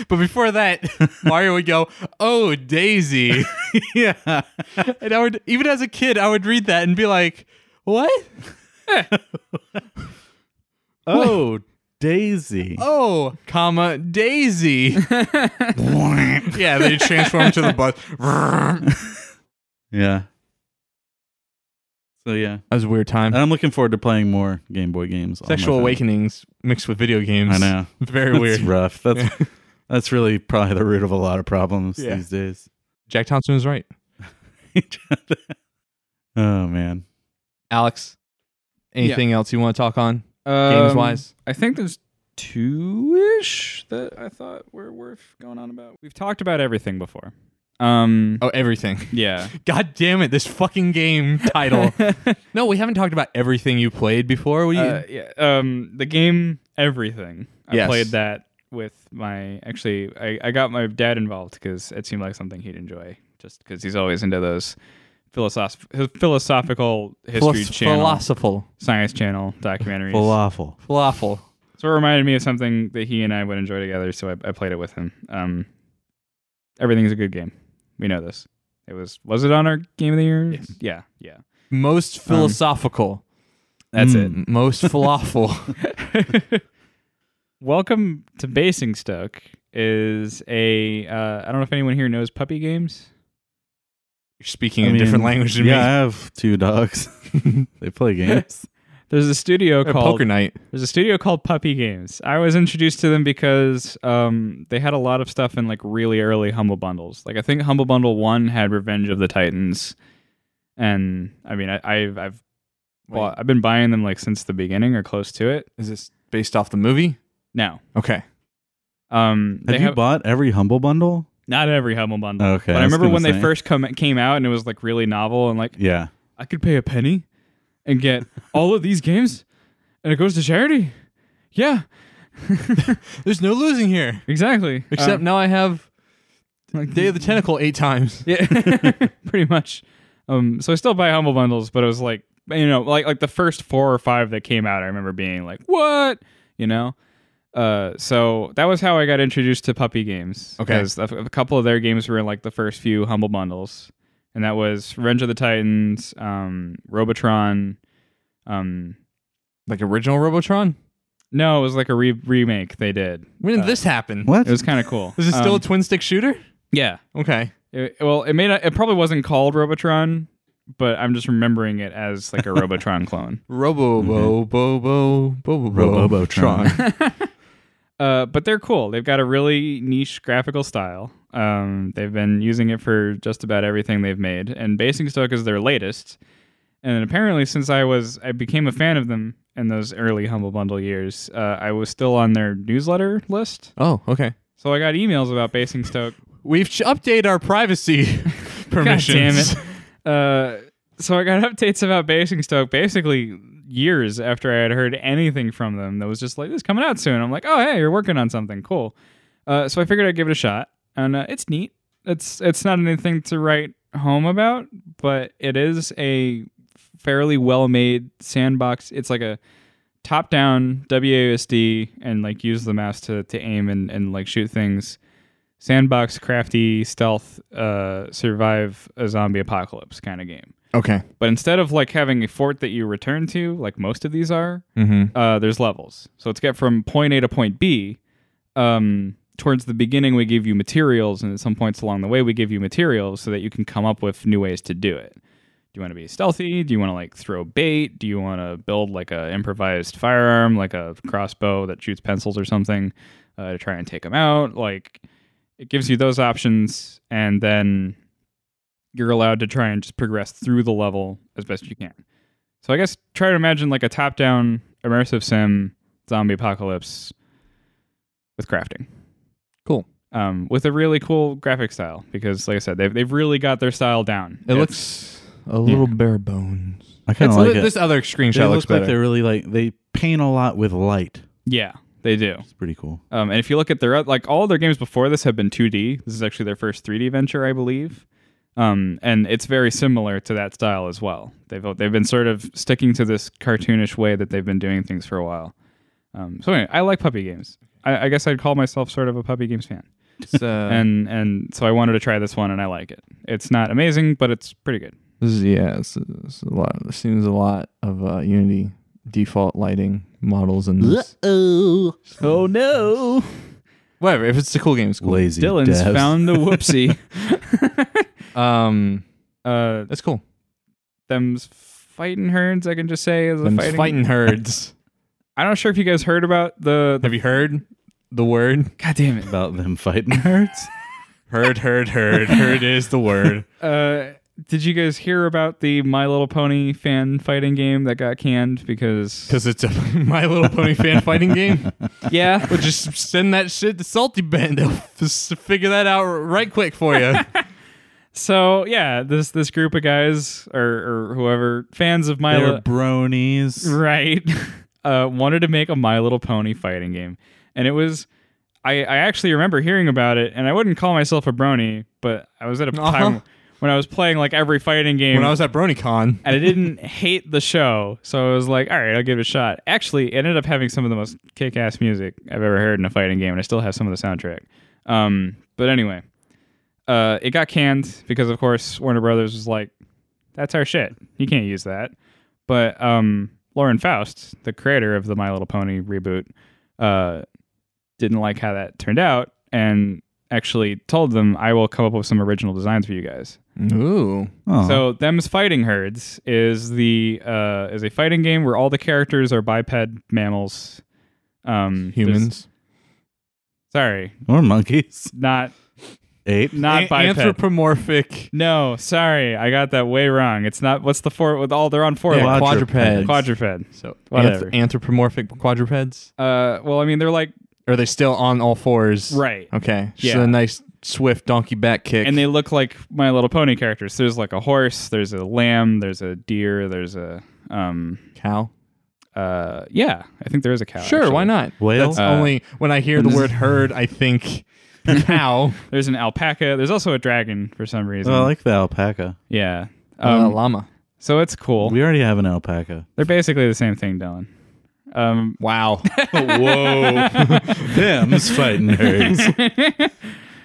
But before that, Mario would go, "Oh, Daisy," yeah. and I would, even as a kid, I would read that and be like, "What? Oh, Daisy. Oh, comma Daisy." yeah, they transform to the bus. that Yeah. So yeah, was a weird time. and I'm looking forward to playing more Game Boy games. on Oh, my Sexual phone. awakenings mixed with video games. I know. very weird. That's rough. That's that's really probably the root of a lot of problems Yeah. these days. Jack Thompson was right. oh man. Alex, anything else you want to talk on games Um, wise? I think there's two ish that I thought were worth going on about. We've talked about everything before. Um, Oh, everything. yeah. God damn it! This fucking game title. no, we haven't talked about everything you played before. We Uh, yeah. Um, the game Everything. I Yes. played that with my. Actually, I, I got my dad involved because it seemed like something he'd enjoy, just because he's always into those philosoph- philosophical history Philos- channel, philosophical. science channel documentaries. Falafel. falafel. so it reminded me of something that he and I would enjoy together. So I, I played it with him. Um, Everything's a good game. We know this. It was was it on our game of the year? Yes. Yeah, yeah. Um, Most philosophical. That's it. Mm, Most falafel. Welcome to Basingstoke is a uh, I don't know if anyone here knows puppy games. You're speaking I a different mean, language than yeah, I have two dogs. they play games. There's a studio me. Uh, called Poker night. There's a studio called Puppy Games. I was introduced to them because um, they had a lot of stuff in like really early Humble Bundles. Like I think Humble Bundle One had Revenge of the Titans, and I mean I, I've I've bought, I've been buying them like since the beginning or close to it. Is this based off the movie? Now, Okay. um, they Have you bought every humble bundle? not every Humble Bundle, Okay. but I was remember gonna when they say. first come came out and it was like really novel and like Yeah. I could pay a penny and get all of these games, and it goes to charity. Yeah, There's no losing here. exactly. Except now I have Um, like- Day of the Tentacle eight times. Yeah, pretty much. Um, so I still buy humble bundles, but it was like you know, like like the first four or five that came out, I remember being like, "What?" You know. Uh, so that was how I got introduced to puppy games. Okay. 'Cause a, a couple of their games were in like the first few humble bundles, and that was Revenge of the Titans, um, Robotron. Um, Like original Robotron? no, it was like a re- remake they did. When did Uh, this happen? What? It was kind of cool. Is it still Um, a twin stick shooter? yeah. Okay. It, well, it may not. It probably wasn't called Robotron, but I'm just remembering it as like a Robotron clone. Robo bo bo bo bo bo bo Robobotron. Uh, but they're cool. They've got a really niche graphical style. Um, they've been using it for just about everything they've made, and Basingstoke is their latest. And apparently, since I was, I became a fan of them in those early Humble Bundle years. Uh, I was still on their newsletter list, Oh, okay. so I got emails about Basingstoke. We've ch- updated our privacy permissions. Uh, so I got updates about Basingstoke basically years after I had heard anything from them that was just like, this is coming out soon. I'm like, oh, hey, you're working on something. Cool. Uh, so I figured I'd give it a shot. And uh, it's neat. It's, it's not anything to write home about, but it is a fairly well made sandbox. It's like a top down WASD and like use the mouse to, to aim and, and like shoot things sandbox crafty stealth uh survive a zombie apocalypse kind of game Okay. but instead of like having a fort that you return to like most of these are Mm-hmm. uh there's levels so it's get from point a to point b um towards the beginning we give you materials and at some points along the way we give you materials so that you can come up with new ways to do it do you want to be stealthy do you want to like throw bait do you want to build like a improvised firearm like a crossbow that shoots pencils or something uh, to try and take them out like it gives you those options and then you're allowed to try and just progress through the level as best you can so i guess try to imagine like a top-down immersive sim zombie apocalypse with crafting Cool. um, with a really cool graphic style because like i said they've, they've really got their style down It looks a little bare bones. I kind of like it. This other They screenshot looks look like better. they're really like they paint a lot with light. yeah they do It's pretty cool. Um, and if you look at their like all their games before this have been 2D. This is actually their first 3D venture, I believe. Um, and it's very similar to that style as well. They've they've been sort of sticking to this cartoonish way that they've been doing things for a while. Um, so anyway, I like puppy games. I, I guess I'd call myself sort of a puppy games fan. It's, uh, and and so I wanted to try this one, and I like it. It's not amazing, but it's pretty good. this is, yeah, it's, it's a lot. It seems a lot of uh, Unity default lighting models and this. oh Oh no! whatever. If it's a cool game, it's cool. Lazy Dylan's devs. found the whoopsie. Um, uh, that's cool. them's fighting herds. I can just say is a Them fighting. fighting herds. I'm not sure if you guys heard about the, the Have you heard the word? God damn it. about them fighting herds. Herd, herd, herd. herd is the word. Uh, did you guys hear about the My Little Pony fan fighting game that got canned because Because it's a My Little Pony fan fighting game. yeah, Well, just send that shit to Salty Band. They'll just figure that out right quick for you. so yeah, this this group of guys or, or whoever fans of My They're Little bronies. right uh, wanted to make a My Little Pony fighting game, and it was. I, I actually remember hearing about it, and I wouldn't call myself a brony, but I was at a Uh-huh. time when I was playing like every fighting game. when I was at BronyCon, and I didn't hate the show, so I was like, all right, I'll give it a shot. Actually, it ended up having some of the most kick ass music I've ever heard in a fighting game, and I still have some of the soundtrack. Um, but anyway, uh, it got canned because, of course, Warner Brothers was like, that's our shit. You can't use that. But um, Lauren Faust, the creator of the My Little Pony reboot, uh, didn't like how that turned out and actually told them, I will come up with some original designs for you guys. Ooh. So them's fighting herds is the uh, is a fighting game where all the characters are biped mammals, um, there's- Humans. Sorry, or monkeys. not Ape. not A- biped. anthropomorphic no, sorry, I got that way wrong. It's not. What's the four? With all they're on four yeah, legs. quadrupeds. quadrupeds. quadruped. so anth- Whatever. anthropomorphic quadrupeds? Uh, well, I mean, they're like Or are they still on all fours? right, Okay. Just Yeah. a nice swift donkey back kick. and they look like My Little Pony characters. There's like a horse. There's a lamb. There's a deer. There's a um. cow. Uh, yeah, I think there is a cow. Sure, actually. why not? Whale? Uh, That's only when I hear the word herd, I think cow. There's an alpaca. There's also a dragon for some reason. Oh, I like the alpaca. yeah. uh, Um, llama. so it's cool. We already have an alpaca. They're basically the same thing, Dylan. Um, Wow. Whoa. Them's fighting nerds.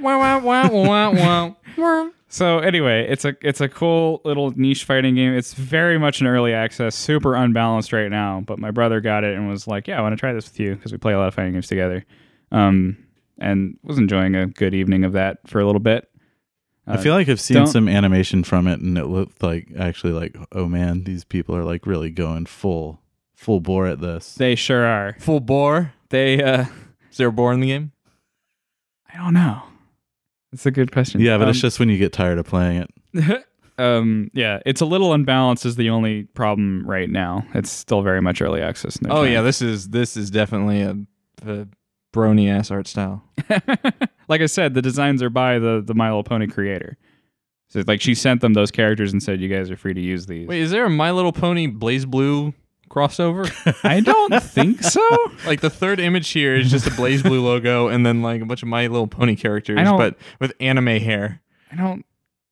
wow, wow, wow, wow, wow. so anyway, it's a it's a cool little niche fighting game. It's very much an early access, super unbalanced right now. But my brother got it and was like, "Yeah, I want to try this with you because we play a lot of fighting games together." Um, and was enjoying a good evening of that for a little bit. I feel like I've seen Don't- some animation from it and it looked like actually like, oh man, these people are like really going full full bore at this. They sure are. Full bore. They uh, Is there a bore in the game? I don't know. That's a good question. Yeah, but Um, it's just when you get tired of playing it. um yeah it's a little unbalanced is the only problem right now it's still very much early access no Oh time. yeah, this is this is definitely a, a brony ass art style. like i said the designs are by the the my little pony creator so like she sent them those characters and said you guys are free to use these Wait, is there a My Little Pony Blaze Blue crossover? i don't think so like the third image here is just a Blaze Blue logo and then like a bunch of My Little Pony characters, I don't- but with anime hair. i don't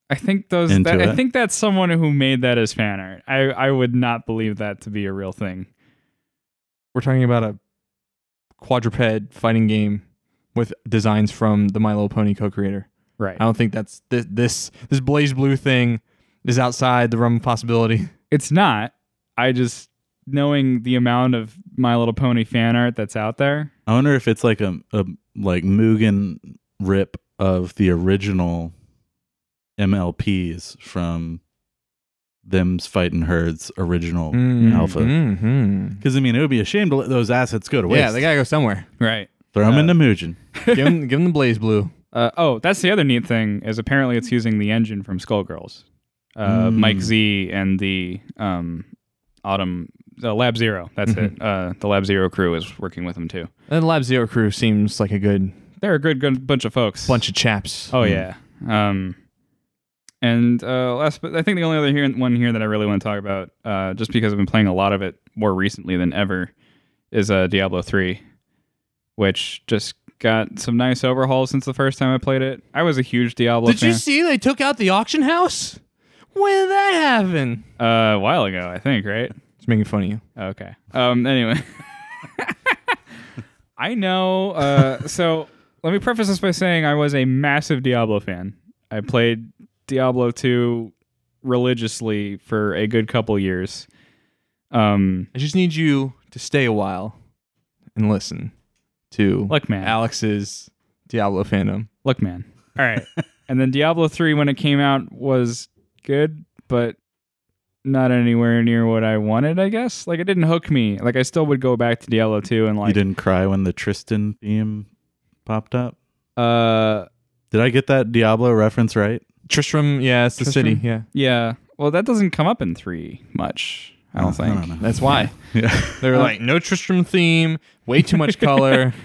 i think those Into that, i it. think that's someone who made that as fan art i i would not believe that to be a real thing We're talking about a quadruped fighting game with designs from the My Little Pony co-creator. right I Um, don't think that's this this, this Blaze Blue thing is outside the realm of possibility. It's not. I just knowing the amount of My Little Pony fan art that's out there. I wonder if it's like a, a like Mugen rip of the original MLPs from them's fighting herds original alpha. Mm-hmm. Because I mean, it would be a shame to let those assets go to waste. Yeah, they gotta go somewhere. Right. Throw them into Mugen. give him give him the blaze blue. Uh, oh, that's the other neat thing is apparently it's using the engine from Skullgirls, uh, Mm. Hmm. Mike Z and the um, Autumn uh, Lab Zero. That's Mm-hmm. it. Uh, the Lab Zero crew is working with them too. And Lab Zero crew seems like a good They're a good, good bunch of folks. bunch Hmm. of chaps. Oh yeah. Um, and uh, last, but I think the only other here, one here that I really want to talk about, uh, just because I've been playing a lot of it more recently than ever, is uh, Diablo three, which just got some nice overhauls since the first time I played it. I was a huge Diablo Did fan you see they took out the auction house? When did that happen? uh, a while ago, I think, right? It's making fun of you. Okay. Um. Anyway, I know. Uh. So let me preface this by saying I was a massive Diablo fan. I played Diablo two religiously for a good couple years. Um. I just need you to stay a while and listen to Look, man. Alex's Diablo fandom. Look, man. All right. and then Diablo 3, when it came out, was good, but not anywhere near what I wanted, I guess. Like, it didn't hook me. Like, I still would go back to Diablo 2 and, you like, didn't cry when the Tristan theme popped up. uh, Did I get that Diablo reference right? Tristram, yeah, it's the Tristram? city. Yeah, yeah. Well, that doesn't come up in 3 much, I don't think. Uh, know. that's why Yeah. they were like no Tristram theme, way too much color.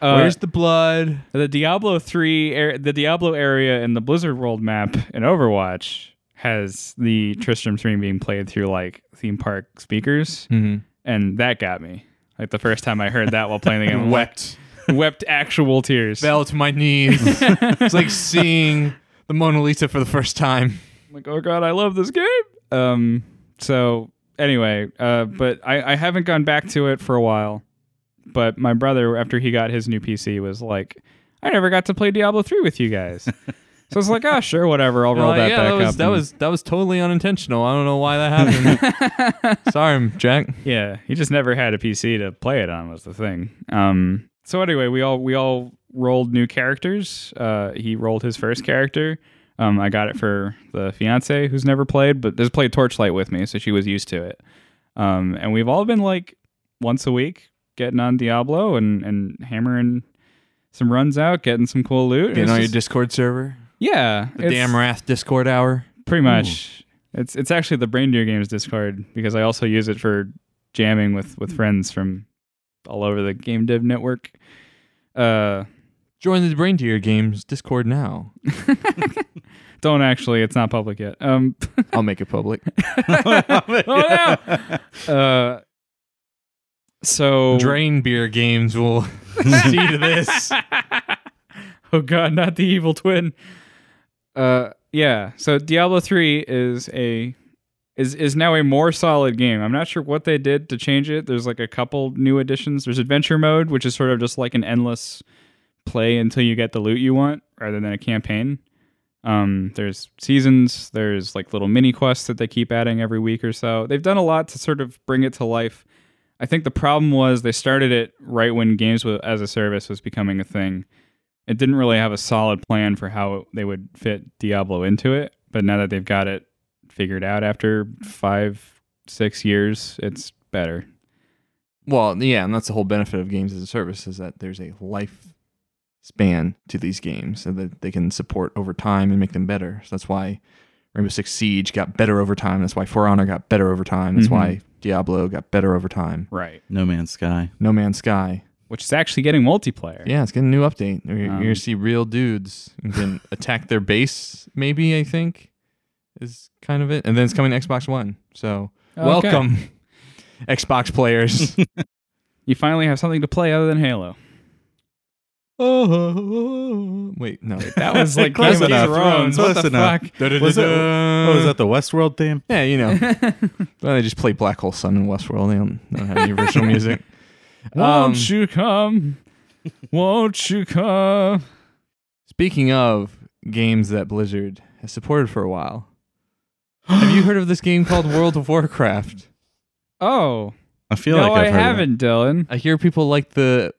Uh, Where's the blood? the Diablo 3, ar- the Diablo area in the Blizzard World map in Overwatch has the Tristram stream being played through, like, theme park speakers, Mm-hmm. and that got me. Like, the first time I heard that while playing the game, I'm like, Wept. wept actual tears. fell to my knees. it's like seeing the Mona Lisa for the first time. I'm like, oh god, I love this game. Um, so anyway, uh, Hmm. but I, I haven't gone back to it for a while. But my brother, after he got his new PC, was like, I never got to play Diablo three with you guys. So it's like, ah, sure, whatever. I'll You're roll like, that Uh, yeah, that back was up. that and- was that was totally unintentional. I don't know why that happened. Sorry, Jack. yeah. He just never had a PC to play it on was the thing. Um. So anyway, we all we all rolled new characters. Uh, he rolled his first character. Um, I got it for the fiance who's never played, but has played Torchlight with me, so she was used to it. Um, and we've all been like once a week getting on Diablo and and hammering some runs out, getting some cool loot. You It's know your just- Discord server, yeah, the it's- damn Wrath Discord hour. Pretty much. It's it's actually the Brain Deer Games Discord because I also use it for jamming with with friends from all over the game dev network. Uh Join the Brain Deer Games Discord now. don't actually, it's not public yet. Um I'll make it public. oh no. Uh so Drain Beer Games will see to this. oh god, not the evil twin. Uh yeah, so Diablo 3 is a is is now a more solid game. I'm not sure what they did to change it. There's like a couple new additions. There's adventure mode, which is sort of just like an endless play until you get the loot you want rather than a campaign. Um there's seasons, there's like little mini quests that they keep adding every week or so. They've done a lot to sort of bring it to life. I think the problem was they started it right when games wa- as a service was becoming a thing it didn't really have a solid plan for how they would fit Diablo into it. But now that they've got it figured out after five, six years, it's better. Well, yeah, and that's the whole benefit of games as a service is that there's a life span to these games so that they can support over time and make them better. So that's why Rainbow Six Siege got better over time. That's why For Honor got better over time. That's Mhm. why Diablo got better over time. Right. No Man's Sky. No Man's Sky. Which is actually getting multiplayer. Yeah, it's getting a new update. You're, you're Um, gonna see real dudes and can attack their base. Maybe I think is kind of it, and then it's coming to Xbox One. So Okay. welcome, Xbox players. You finally have something to play other than Halo. oh, wait, no. That was like Close Game of enough. Thrones. Close what the enough. fuck? Was it- Uh, Oh, is that the Westworld theme? Yeah, you know. well, they just play Black Hole Sun in Westworld. They don't, they don't have any original music. Um, Won't you come? Won't you come? Speaking of games that Blizzard has supported for a while, have you heard of this game called World of Warcraft? Oh. I feel no, like I've I heard Of it. haven't, Dylan. I hear people like the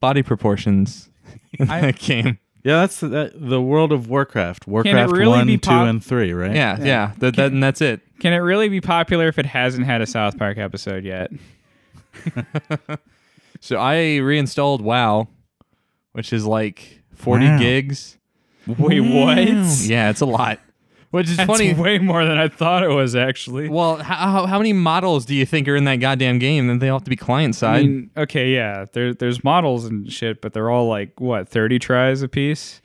body proportions in I- that game. Yeah, that's the, that, the World of Warcraft. Warcraft really one, be two, pop- and three, right? Yeah, yeah. That, that, and that's it. Can it really be popular if it hasn't had a South Park episode yet? So I reinstalled WoW, which is like 40 Wow. gigs. Wait, what? Yeah, it's a lot. Which is That's funny. way more than I thought it was actually. well, how, how, how many models do you think are in that goddamn game? Then they all have to be client I side. mean, okay, yeah, there, there's models and shit, but they're all like what thirty tries a piece.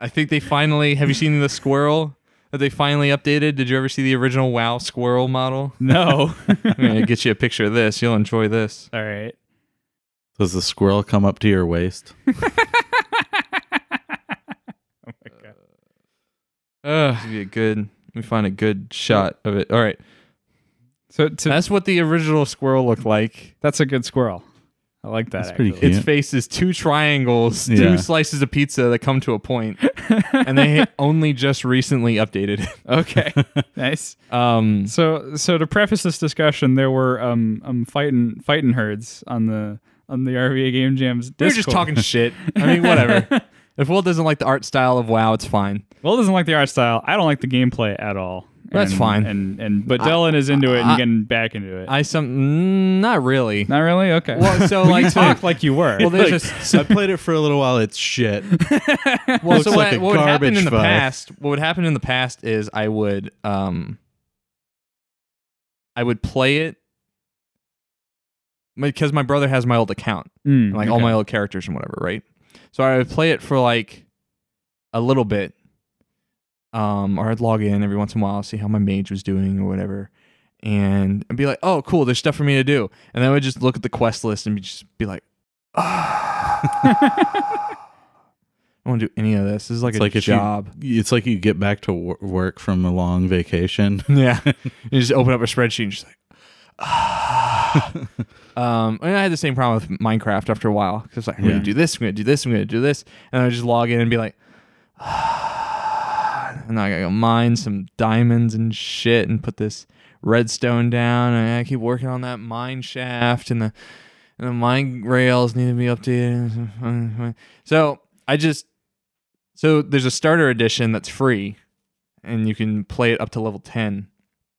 I think they finally. Have you seen the squirrel that they finally updated? Did you ever see the original WoW squirrel model? No, I'm gonna get you a picture of this. You'll enjoy this. all right. Does the squirrel come up to your waist? This would be a good. Let me find a good shot of it. All right, So to, that's that's what the original squirrel looked like. a good squirrel. I like that. That's pretty actually. Yeah. Its face is two triangles, Yeah. two slices of pizza that come to a point, and they only just recently updated it. Okay, nice. Um, So so to preface this discussion, there were um um fighting fighting herds on the on the RVA Game Jams. we were just Discord. talking shit. I mean, whatever. if Will doesn't like the art style of WoW, it's fine. Will doesn't like the art style. I don't like the gameplay at all. That's And- fine. And and but Dylan is into it and I- getting back into it. I some mm, not really. Not really. Okay. Well, so like talk like you were. Well, there's Look, just I played it for a little while. It's shit. well, Looks so like what, a what would happen garbage in the file. past? What would happen in the past is I would um I would play it because my brother has my old account, Mm, and, like all okay. my old characters and whatever, right? So I would play it for like a little bit, um, or I'd log in every once in a while, see how my mage was doing or whatever, and and be like, oh, cool, there's stuff for me to do, and then I would just look at the quest list and be- just be like. "Ah." I don't want to do any of this. This is like It's a like if you- job. It's like you get back to wor- work from a long vacation. yeah, you just open up a spreadsheet and just like. "Ah." um, and I had the same problem with Minecraft after a while because like I'm Yeah. gonna do this, I'm gonna do this, I'm gonna do this, and I would just log in and be like, "Ah." and I gotta go mine some diamonds and shit and put this redstone down. And I keep working on that mine shaft and the and the mine rails need to be updated. So I just so there's a starter edition that's free, and you can play it up to level ten.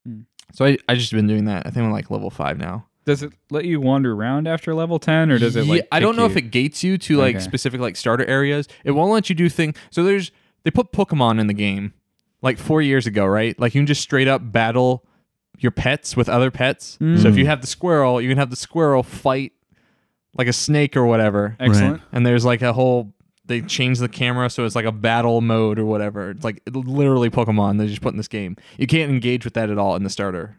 Hmm. So I I just been doing that. I think I'm like level five now. Does it let you wander around after level ten, or does it? Yeah, Like, I don't pick know you? if it gates you to like Okay. specific like starter areas. It won't let you do things. So there's they put Pokemon in the game like four years ago, right? Like you can just straight up battle your pets with other pets. So Hmm. if you have the squirrel, you can have the squirrel fight like a snake or whatever. excellent. And there's like a whole they changed the camera so it's like a battle mode or whatever. It's like literally Pokemon they just put in this game. You can't engage with that at all in the starter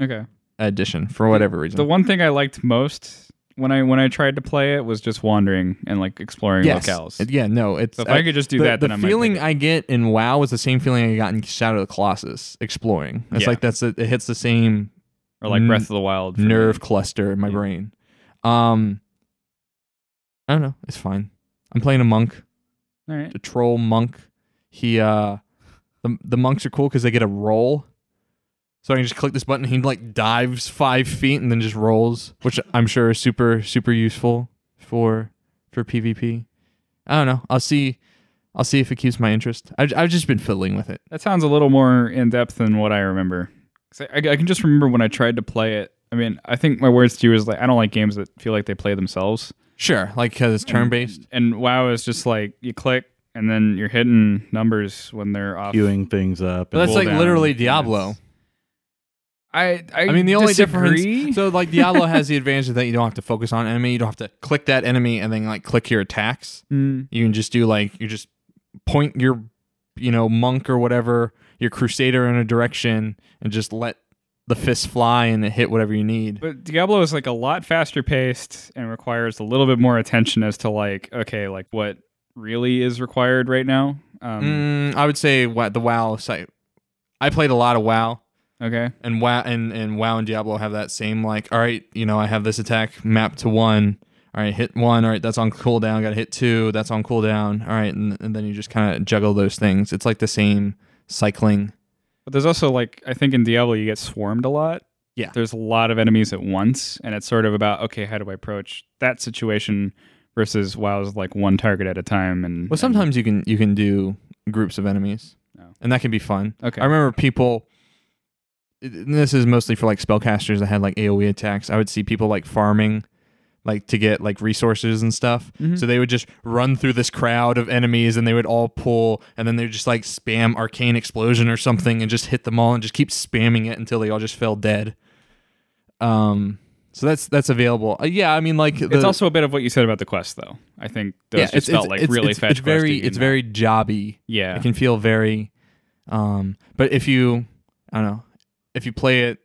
Okay. edition for whatever reason. The one thing I liked most when I when I tried to play it was just wandering and like exploring locales. Uh, Yeah, no, it's. So if I could just do the, that, the then I might feeling pick it. I get in WoW is the same feeling I got in Shadow of the Colossus exploring. It's Yeah. like that's it hits the same or like n- Breath of the Wild. for me. nerve cluster in my Yeah. brain. Um, I don't know. It's fine. I'm playing a monk, All right. a troll monk. He uh, the the monks are cool because they get a roll. So I can just click this button. He like dives five feet and then just rolls, which I'm sure is super super useful for for PvP. I don't know. I'll see. I'll see if it keeps my interest. I, I've just been fiddling with it. That sounds a little more in depth than what I remember. 'Cause I, I can just remember when I tried to play it. I mean, I think my words to you is like I don't like games that feel like they play themselves. Sure, like because it's turn based. And WoW is just like you click and then you're hitting numbers when they're off. queuing things up. But and that's like pull down. literally Diablo. I, I I mean, the only disagree. difference. So, like, Diablo has the advantage that you don't have to focus on enemy. You don't have to click that enemy and then like click your attacks. Mm, You can just do like you just point your, you know, monk or whatever your crusader in a direction and just let the fist fly and it hit whatever you need. but Diablo is like a lot faster paced and requires a little bit more attention as to like okay, like what really is required right now. Um, mm, I would say wa- the WoW site. I played a lot of WoW. Okay, and WoW and, and WoW and Diablo have that same like, all right, you know, I have this attack mapped to one. All right, hit one. All right, that's on cooldown. Got to hit two. That's on cooldown. All right, and, and then you just kind of juggle those things. It's like the same cycling. but there's also like I think in Diablo you get swarmed a lot. Yeah. there's a lot of enemies at once, and it's sort of about okay, how do I approach that situation versus WoW's like one target at a time. And Well, sometimes you can you can do groups of enemies, Oh. and that can be fun. okay, I remember people. and This is mostly for like spellcasters that had like AOE attacks. I would see people like farming, like to get like resources and stuff. Mhm. So they would just run through this crowd of enemies and they would all pull, and then they would just like spam arcane explosion or something and just hit them all and just keep spamming it until they all just fell dead. Um. So that's that's available. Uh, yeah, I mean like the, it's also a bit of what you said about the quest, though. I think those just felt like really it's, fetch it's very questy and it's very jobby. yeah. It can feel very um but if you I don't know, if you play it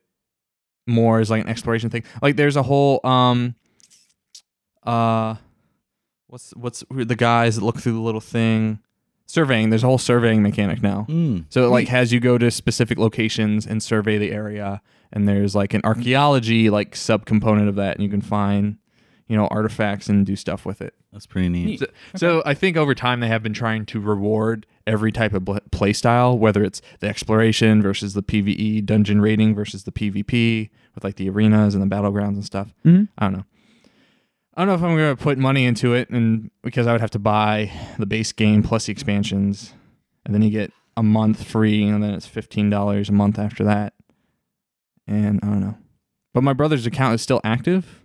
more as like an exploration thing. Like there's a whole um uh what's what's who are the guys that look through the little thing surveying. There's a whole surveying mechanic now. Mm. So it like has you go to specific locations and survey the area and there's like an archaeology like subcomponent of that and you can find you know artifacts and do stuff with it. That's pretty neat. Neat. So, so I think over time they have been trying to reward every type of bl- play style, whether it's the exploration versus the PVE, dungeon raiding versus the PvP, with like the arenas and the battlegrounds and stuff. Mhm. I don't know. I don't know if I'm going to put money into it, and because I would have to buy the base game plus the expansions, and then you get a month free, and then it's fifteen dollars a month after that. And I don't know, but my brother's account is still active,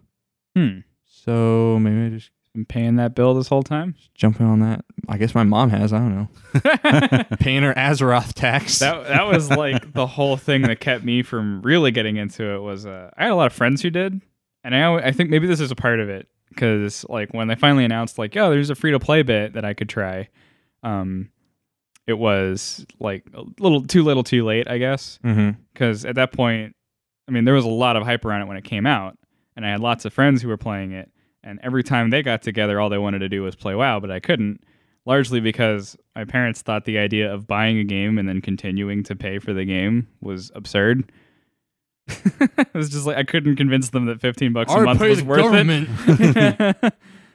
Hmm. so maybe I just Been paying that bill this whole time. jumping on that. I guess my mom has. I don't know. that Paying her Azeroth tax. that was like the whole thing that kept me from really getting into it was uh, I had a lot of friends who did, and I alwa- I think maybe this is a part of it because like when they finally announced like oh there's a free to play bit that I could try, um, it was like a little too little too late I guess mm-hmm. because at that point, I mean, there was a lot of hype around it when it came out, and I had lots of friends who were playing it. And every time they got together, all they wanted to do was play WoW, but I couldn't, largely because my parents thought the idea of buying a game and then continuing to pay for the game was absurd. it was just like I couldn't convince them that fifteen bucks a month was worth it.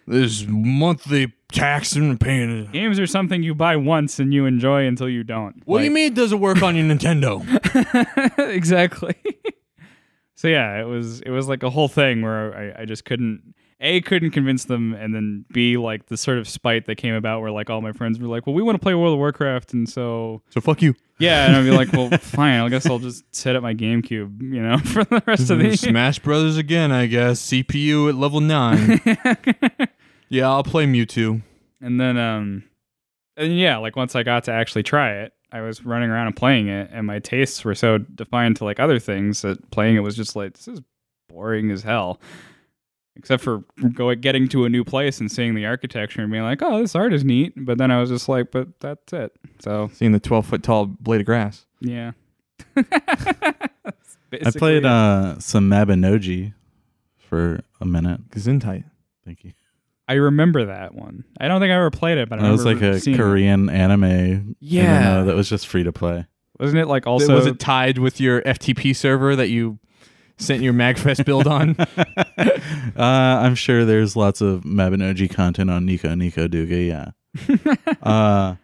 this monthly tax and paying. Games are something you buy once and you enjoy until you don't. What do you mean it doesn't work on your Nintendo? exactly. so yeah, it was it was like a whole thing where I, I just couldn't a couldn't convince them, and then b like the sort of spite that came about where like all my friends were like, well, we want to play World of Warcraft, and so so fuck you. yeah, and I'd be like, well, fine, I guess I'll just set up my GameCube, you know, for the rest of the year. Smash Brothers again, I guess. CPU at level nine. yeah, I'll play Mewtwo. And then, um, and yeah, like once I got to actually try it, I was running around and playing it, and my tastes were so defined to like other things that playing it was just like, this is boring as hell. Except for go getting to a new place and seeing the architecture and being like, oh, this art is neat. But then I was just like, but that's it. So Seeing the twelve foot tall blade of grass. yeah. I played uh, some Mabinogi for a minute. Gesundheit. Thank you. I remember that one. I don't think I ever played it, but I That was like remember a seeing it. Korean anime. Yeah. MMO that was just free to play. Wasn't it like also was it tied with your FTP server that you sent your MagFest build on? Uh, I'm sure there's lots of Mabinogi content on Nico Nico Duga. Yeah. uh, Oh,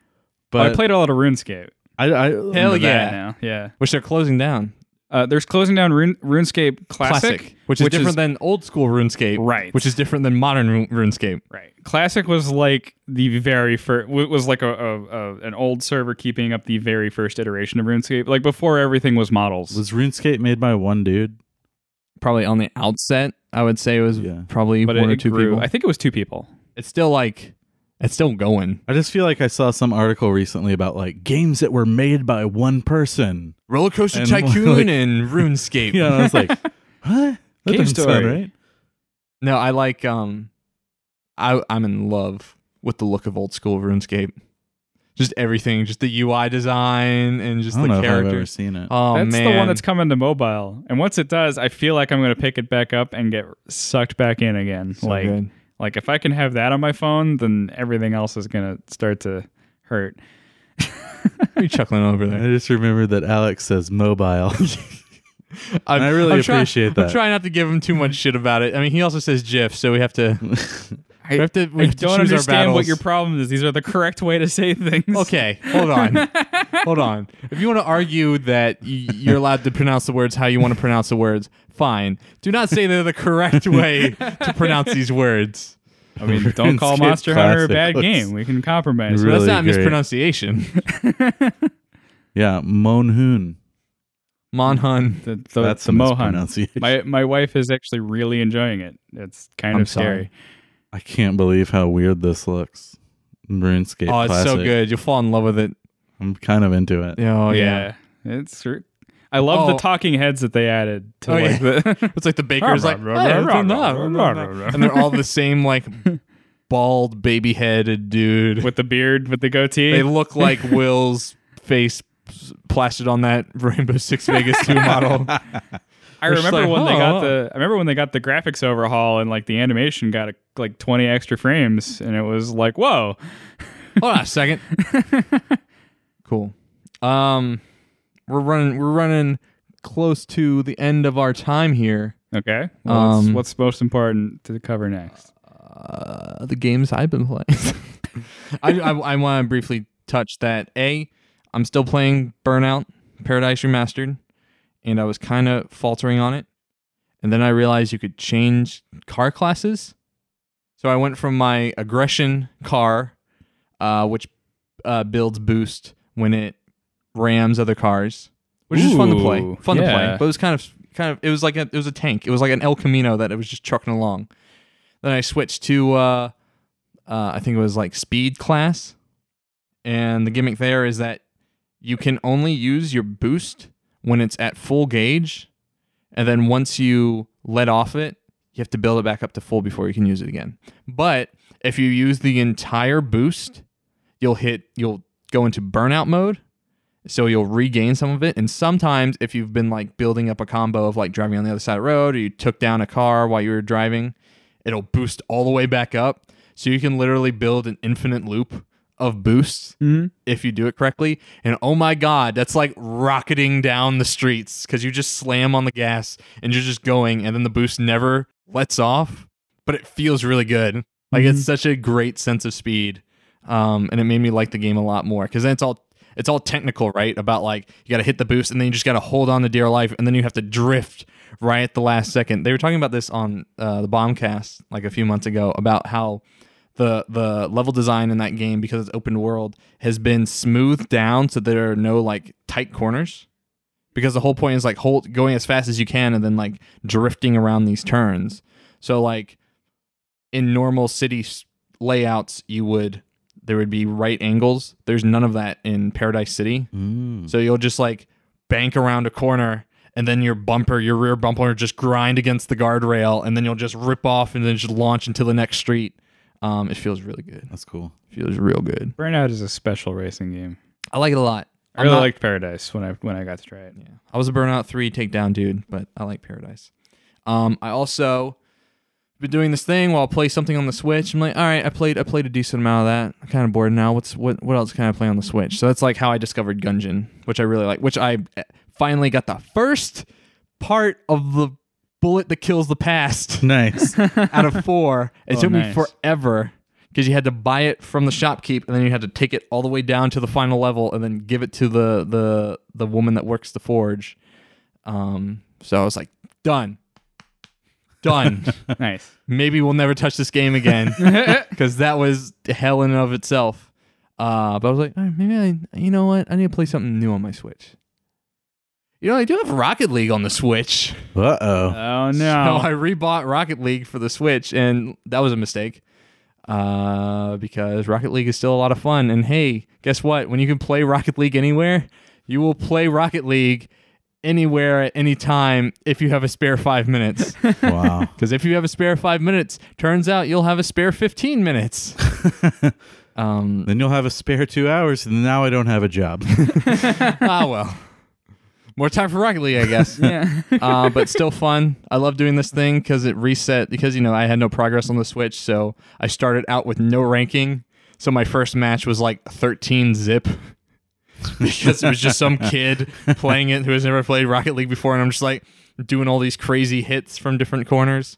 but I played a lot of RuneScape. I, I Hell remember yeah. That now. Yeah. Which they're closing down. Uh, there's closing down Rune- RuneScape Classic, which is different than old school RuneScape, Right. Which is different than modern Ru- RuneScape. right. Classic was like the very first. Was like a, a, a an old server keeping up the very first iteration of RuneScape, like before everything was models. Was RuneScape made by one dude? Probably on the outset, I would say it was Yeah. probably but one it, or two grew. people. I think it was two people. it's still like it's still going. I just feel like I saw some article recently about like games that were made by one person. Roller Coaster And, Tycoon like- and RuneScape. Yeah, and I was like, what? That Cave doesn't sound Story. right. No, I like um I I'm in love with the look of old school RuneScape. Just everything, just the UI design and just I don't the know if I've ever characters. seen it. Oh that's man. the one that's coming to mobile, and once it does, I feel like I'm going to pick it back up and get sucked back in again. So like, good. like if I can have that on my phone, then everything else is going to start to hurt. What are you chuckling over I there? just remembered that Alex says mobile. I'm, I really trying- appreciate I'm that. trying not to give him too much shit about it. I mean, he also says GIF, so we have to. we have to. We I have to don't choose our understand what battles. your problem is. These are the correct way to say things. Okay, hold on, hold on. If you want to argue that y- you're allowed to pronounce the words how you want to pronounce the words, fine. Do not say they're the correct way to pronounce these words. I mean, don't call RuneScape Monster Hunter a Classic bad looks- game. We can compromise. So Really that's not great. mispronunciation. yeah, Monhoon. Monhun. The, the, That's the a Mohan. mispronunciation. My my wife is actually really enjoying it. It's kind I'm of scary. I can't believe how weird this looks. RuneScape. Oh, it's so Classic. good. You'll fall in love with it. I'm kind of into it. Oh yeah. it's. r- I love Oh. the talking heads that they added to Oh, like the. It's like the baker's like, "Hey, it's enough." and they're all the same like bald baby headed dude. with the beard, with the goatee. They look like Will's face plastered on that Rainbow Six Vegas 2 model. I They're just remember like, oh, when they "Huh, got huh." the I remember when they got the graphics overhaul and like the animation got a, like 20 extra frames and it was like whoa Hold on a second. cool. Um we're running we're running close to the end of our time here. okay well, what's- Um, what's most important to cover next Uh, the games I've been playing. I I, I want to briefly touch that. A, I'm still playing Burnout Paradise Remastered, and I was kind of faltering on it, and then I realized you could change car classes. So I went from my aggression car, uh, which uh, builds boost when it rams other cars, which is fun to play. Ooh, Fun to play, yeah. but it was kind of kind of it was like a, it was a tank. It was like an El Camino that it was just trucking along. Then I switched to uh, uh, I think it was like speed class, and the gimmick there is that you can only use your boost when it's at full gauge, and then once you let off it, you have to build it back up to full before you can use it again. But if you use the entire boost, you'll hit you'll go into burnout mode. So you'll regain some of it. And sometimes if you've been like building up a combo of like driving on the other side of the road or you took down a car while you were driving, it'll boost all the way back up. So you can literally build an infinite loop of boosts Mhm. if you do it correctly. And oh my God, that's like rocketing down the streets because you just slam on the gas and you're just going, and then the boost never lets off, but it feels really good. Like it's such a great sense of speed, um, and it made me like the game a lot more because then it's all it's all technical, right? About like you got to hit the boost, and then you just got to hold on to dear life, and then you have to drift right at the last second. They were talking about this on uh, the Bombcast like a few months ago about how the the level design in that game because it's open world has been smoothed down so there are no like tight corners because the whole point is like hold going as fast as you can and then like drifting around these turns. So like in normal city s- layouts, you would there would be right angles. There's none of that in Paradise City. Mm, So you'll just like bank around a corner and then your bumper, your rear bumper will just grind against the guardrail and then you'll just rip off and then just launch into the next street. Um, it feels really good. That's cool. It feels real good. Burnout is a special racing game. I like it a lot. I I'm really not- liked Paradise when I when I got to try it. Yeah. I was a Burnout 3 takedown dude, but I like Paradise. Um, I also been doing this thing while I play something on the Switch. I'm like, all right, I played I played a decent amount of that. I'm kind of bored now. What's what what else can I play on the Switch? So that's like how I discovered Gungeon, which I really like, which I eh, finally got the first part of the bullet that kills the past Nice. out of four. It Oh, took me nice. forever because you had to buy it from the shopkeep and then you had to take it all the way down to the final level and then give it to the the the woman that works the forge. Um, so I was like, done, done. Nice. Maybe we'll never touch this game again because that was hell in and of itself. Uh, but I was like, all right, maybe I, you know what? I need to play something new on my Switch. You know, I do have Rocket League on the Switch. Uh oh. Oh No, no. I rebought Rocket League for the Switch, and that was a mistake. Uh, because Rocket League is still a lot of fun. And hey, guess what? When you can play Rocket League anywhere, you will play Rocket League anywhere at any time if you have a spare five minutes. Wow. Because if you have a spare five minutes, turns out you'll have a spare 15 minutes. um, then you'll have a spare two hours, and now I don't have a job. ah, well. More time for Rocket League, I guess. yeah. uh, but still fun. I love doing this thing because it reset. Because you know I had no progress on the Switch, so I started out with no ranking. So my first match was like 13 zip because it was just some kid playing it who has never played Rocket League before, and I'm just like doing all these crazy hits from different corners.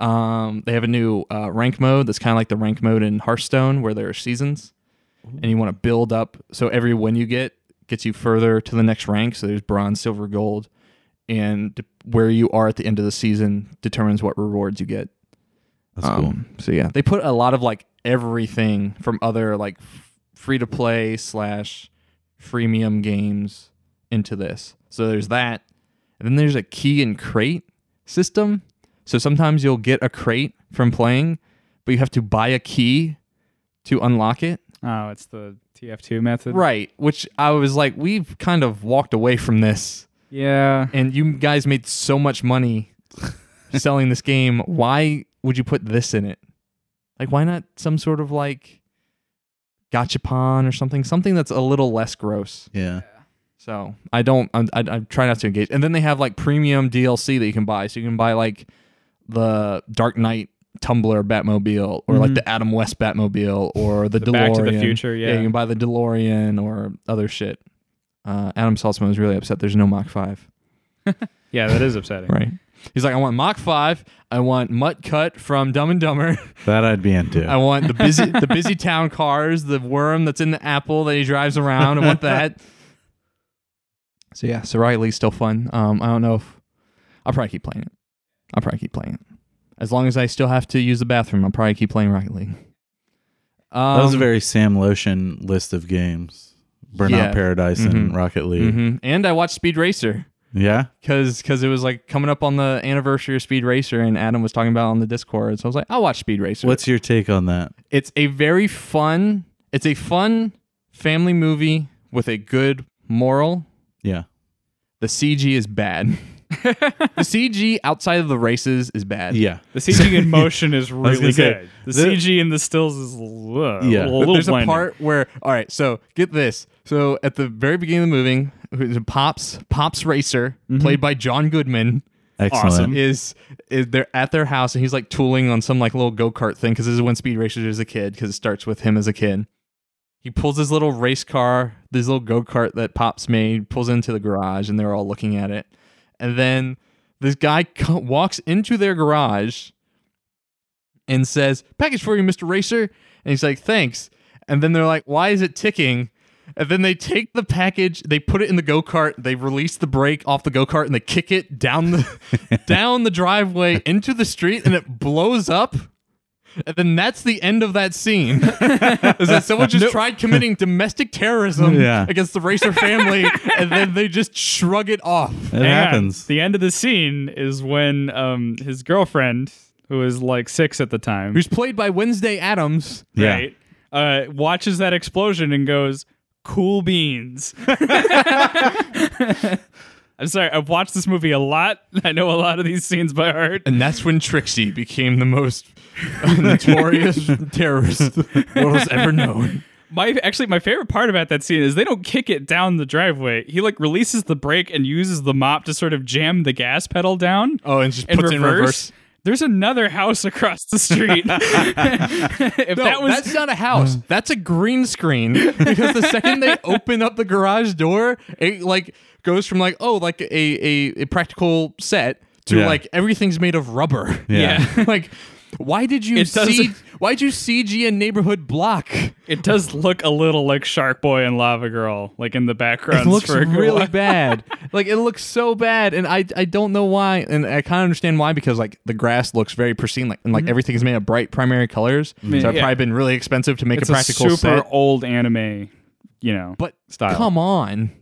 Um, they have a new uh, rank mode that's kind of like the rank mode in Hearthstone, where there are seasons, and you want to build up. So every win you get gets you further to the next rank. So there's bronze, silver, gold, and de- where you are at the end of the season determines what rewards you get. That's cool. Um, So yeah, they put a lot of like everything from other like free to play slash freemium games into this. So there's that, and then there's a key and crate system. So sometimes you'll get a crate from playing, but you have to buy a key to unlock it. Oh, it's the TF2 method. Right, which I was like, we've kind of walked away from this Yeah. and you guys made so much money selling this game. Why would you put this in it? Like, why not some sort of like gachapon or something? Something that's a little less gross. Yeah. So I don't. I, I, I try not to engage. And then they have like premium DLC that you can buy. So you can buy like the Dark Knight Tumblr Batmobile, or like Mhm. the Adam West Batmobile, or the, DeLorean. Back to the Future. Yeah. you Yeah. can buy the DeLorean or other shit. Uh, Adam Saltzman was really upset. There's no Mach Five. Yeah, that is upsetting. Right. He's like, I want Mach Five. I want Mutt Cut from Dumb and Dumber. That I'd be into. I want the busy the busy town cars, the worm that's in the apple that he drives around. I want that. So yeah, so Rocket League's still fun. Um, I don't know if I'll probably keep playing it. I'll probably keep playing it as long as I still have to use the bathroom. I'll probably keep playing Rocket League. Um, that was a very Sam Lotion list of games. Burnout Yeah. Paradise Mhm. and Rocket League. Mhm. And I watched Speed Racer. Yeah. because because it was like coming up on the anniversary of Speed Racer, and Adam was talking about it on the Discord. So I was like, I'll watch Speed Racer. What's your take on that? it's a very fun, it's a fun family movie with a good moral. Yeah. The CG is bad. the CG outside of the races is bad. Yeah. The CG in motion is really gonna say, good. The, the- CG in the stills is uh, Yeah. a little There's blinding. a part where all right, so get this. So at the very beginning of the movie, who's Pops Pops Racer, Mm-hmm. played by John Goodman, Excellent. Awesome. is is they're at their house and he's like tooling on some like little go kart thing because this is when Speed Racer is a kid because it starts with him as a kid. He pulls his little race car, this little go kart that Pops made, pulls into the garage and they're all looking at it, and then this guy co- walks into their garage and says, "Package for you, Mr. Racer." And he's like, "Thanks." And then they're like, "Why is it ticking?" And then they take the package, they put it in the go kart, they release the brake off the go kart, and they kick it down the down the driveway into the street, and it blows up. And then that's the end of that scene. Is that someone just tried committing domestic terrorism Yeah. against the racer family, and then they just shrug it off. It Hang on. happens. The end of the scene is when um, his girlfriend, who is like six at the time, Who's played by Wednesday Adams? Yeah. right, uh, watches that explosion and goes, "Cool beans." I'm sorry. I've watched this movie a lot. I know a lot of these scenes by heart. And that's when Trixie became the most notorious terrorist the world has ever known. My actually, my favorite part about that scene is they don't kick it down the driveway. He like releases the brake and uses the mop to sort of jam the gas pedal down. Oh, and just in puts reverse. it in reverse. There's another house across the street. if No, that was Mm. that's not a house. That's a green screen because the second they open up the garage door, it like goes from like oh like a a, a practical set to Yeah. like everything's made of rubber. yeah. like why did you It doesn't- see why'd you CG a neighborhood block? it does look a little like Shark Boy and Lava Girl, like in the background. It looks for a girl. really bad. Like it looks so bad, and I I don't know why, and I kind of understand why because like the grass looks very pristine, like and like everything's made of bright primary colors. So it's yeah. probably been really expensive to make It's a a practical super set. old anime, you know. But style. come on,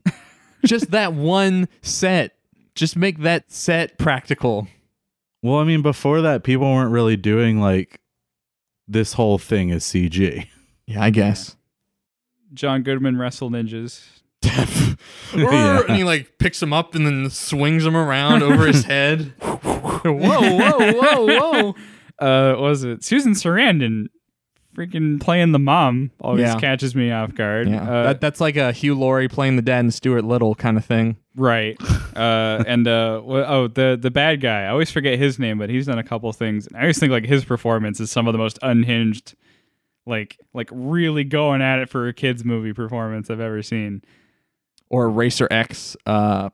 just that one set. Just make that set practical. Well, I mean, before that, people weren't really doing like this whole thing is CG. Yeah, I guess. John Goodman wrestle ninjas. Yeah. And he like picks him up and then swings him around over his head. whoa, whoa, whoa, whoa! Uh, what was it Susan Sarandon? Freaking playing the mom always Yeah. catches me off guard. Yeah, Uh, that, that's like a Hugh Laurie playing the dad and Stuart Little kind of thing. Right. Uh, and uh, wh- oh, the the bad guy. I always forget his name, but he's done a couple things. And I always think like his performance is some of the most unhinged, like like really going at it for a kids movie performance I've ever seen. or Racer X, uh,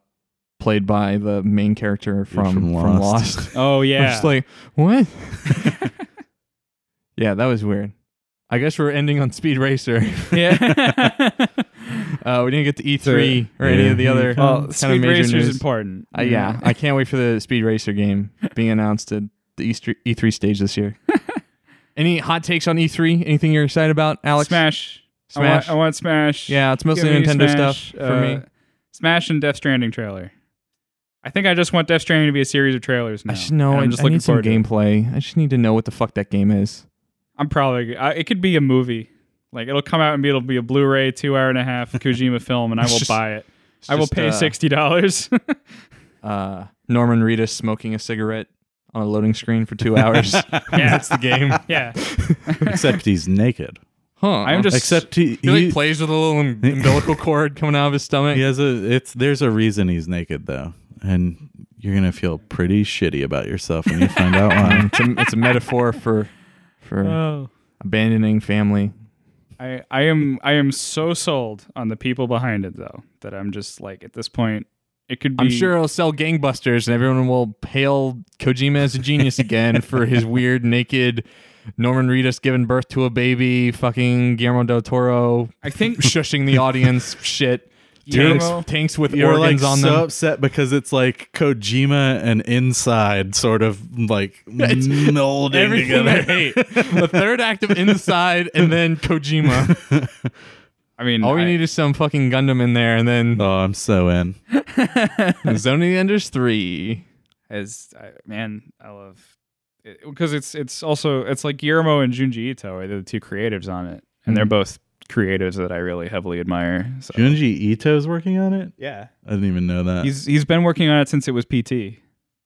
played by the main character from from from Lost. Lost. Oh I'm yeah. just like what? yeah, that was weird. I guess we're ending on Speed Racer. yeah. Uh, we didn't get to E3 or any Yeah. of the other well, kind Speed of major Racer's news. important. Uh, yeah, I can't wait for the Speed Racer game being announced at the E E3 E3 stage this year. any hot takes on E3? Anything you're excited about, Alex? Smash. I Smash. want, I want Smash. Yeah, it's mostly Give me Nintendo Smash, stuff for uh, me. Smash and Death Stranding trailer. I think I just want Death Stranding to be a series of trailers now. I should know. And I, I'm just I looking need some forward to it. gameplay. I just need to know what the fuck that game is. I'm probably. I, it could be a movie. Like it'll come out and be it'll be a Blu-ray, two hour and a half Kojima film, and I It's will just- buy it. I will Just, pay uh, sixty dollars. uh, Norman Reedus smoking a cigarette on a loading screen for two hours. That's the game. yeah, Except he's naked. Huh. I'm just Except he, He like he- plays with a little um- umbilical cord coming out of his stomach. he has a. It's there's a reason he's naked though, and you're gonna feel pretty shitty about yourself when you find out why. It's, a, it's a metaphor for for Uh, Oh. abandoning family. I I am I am so sold on the people behind it though that I'm just like at this point it could be. I'm sure it'll sell gangbusters, and everyone will hail Kojima as a genius again for his weird naked Norman Reedus giving birth to a baby, fucking Guillermo del Toro I think shushing the audience. Shit. Tanks, Guillermo- tanks with You're organs like on so them. upset because it's like Kojima and Inside sort of like melding everything together. I hate. the third act of Inside, and then Kojima. I mean All we I- need is some fucking Gundam in there, and then Oh, I'm so in. Zone of the Enders three. as I, man I love because it's it's also it's like Guillermo and Junji Ito are the two creatives on it and Mm-hmm. they're both creatives that I really heavily admire. So Junji Ito's working on it. yeah. I didn't even know that. He's he's been working on it since it was PT.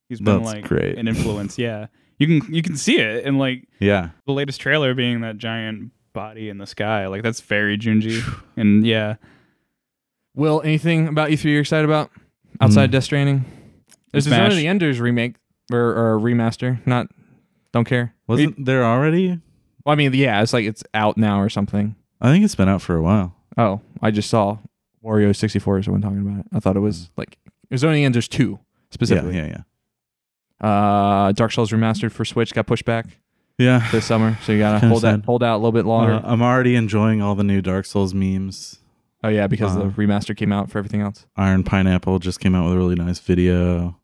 He's been That's like great. an influence. Yeah, you can you can see it in like yeah, the latest trailer being that giant body in the sky. Like that's very Junji. And yeah, Will anything about E three you're excited about Hmm. outside Death Stranding? There's a Zone Smash. of the Enders remake or, or remaster. Not, don't care. wasn't there already? Well, I mean, yeah, it's like it's out now or something. I think it's been out for a while. Oh, I just saw Wario sixty four is the one talking about it. I thought it was like it was Zone of the Enders two Hmm. Yeah, specifically. yeah, yeah. Uh, Dark Souls remastered for Switch got pushed back. Yeah. this summer, so you gotta Kinda hold that sad. hold out a little bit longer. Uh, I'm already enjoying all the new Dark Souls memes. oh yeah, because the uh, remaster came out for everything else. Iron Pineapple just came out with a really nice video.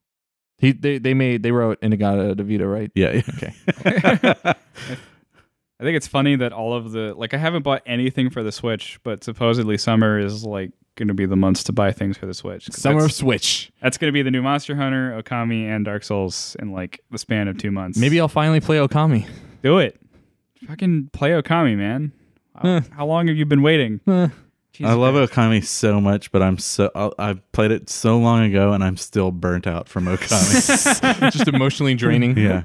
He they, they made they wrote Inagata DeVito right. Yeah. Okay. yeah. I think it's funny that all of the like I haven't bought anything for the Switch, but supposedly summer is like going to be the months to buy things for the Switch. 'Cause Summer of that's, Switch. that's going to be the new Monster Hunter, Okami, and Dark Souls in like the span of two months. Maybe I'll finally play Okami. do it. Fucking play Okami, man. How, Eh. how long have you been waiting? Eh. I love Okami so much, but I'm so I'll- I played it so long ago, and I'm still burnt out from Okami. Just emotionally draining. yeah,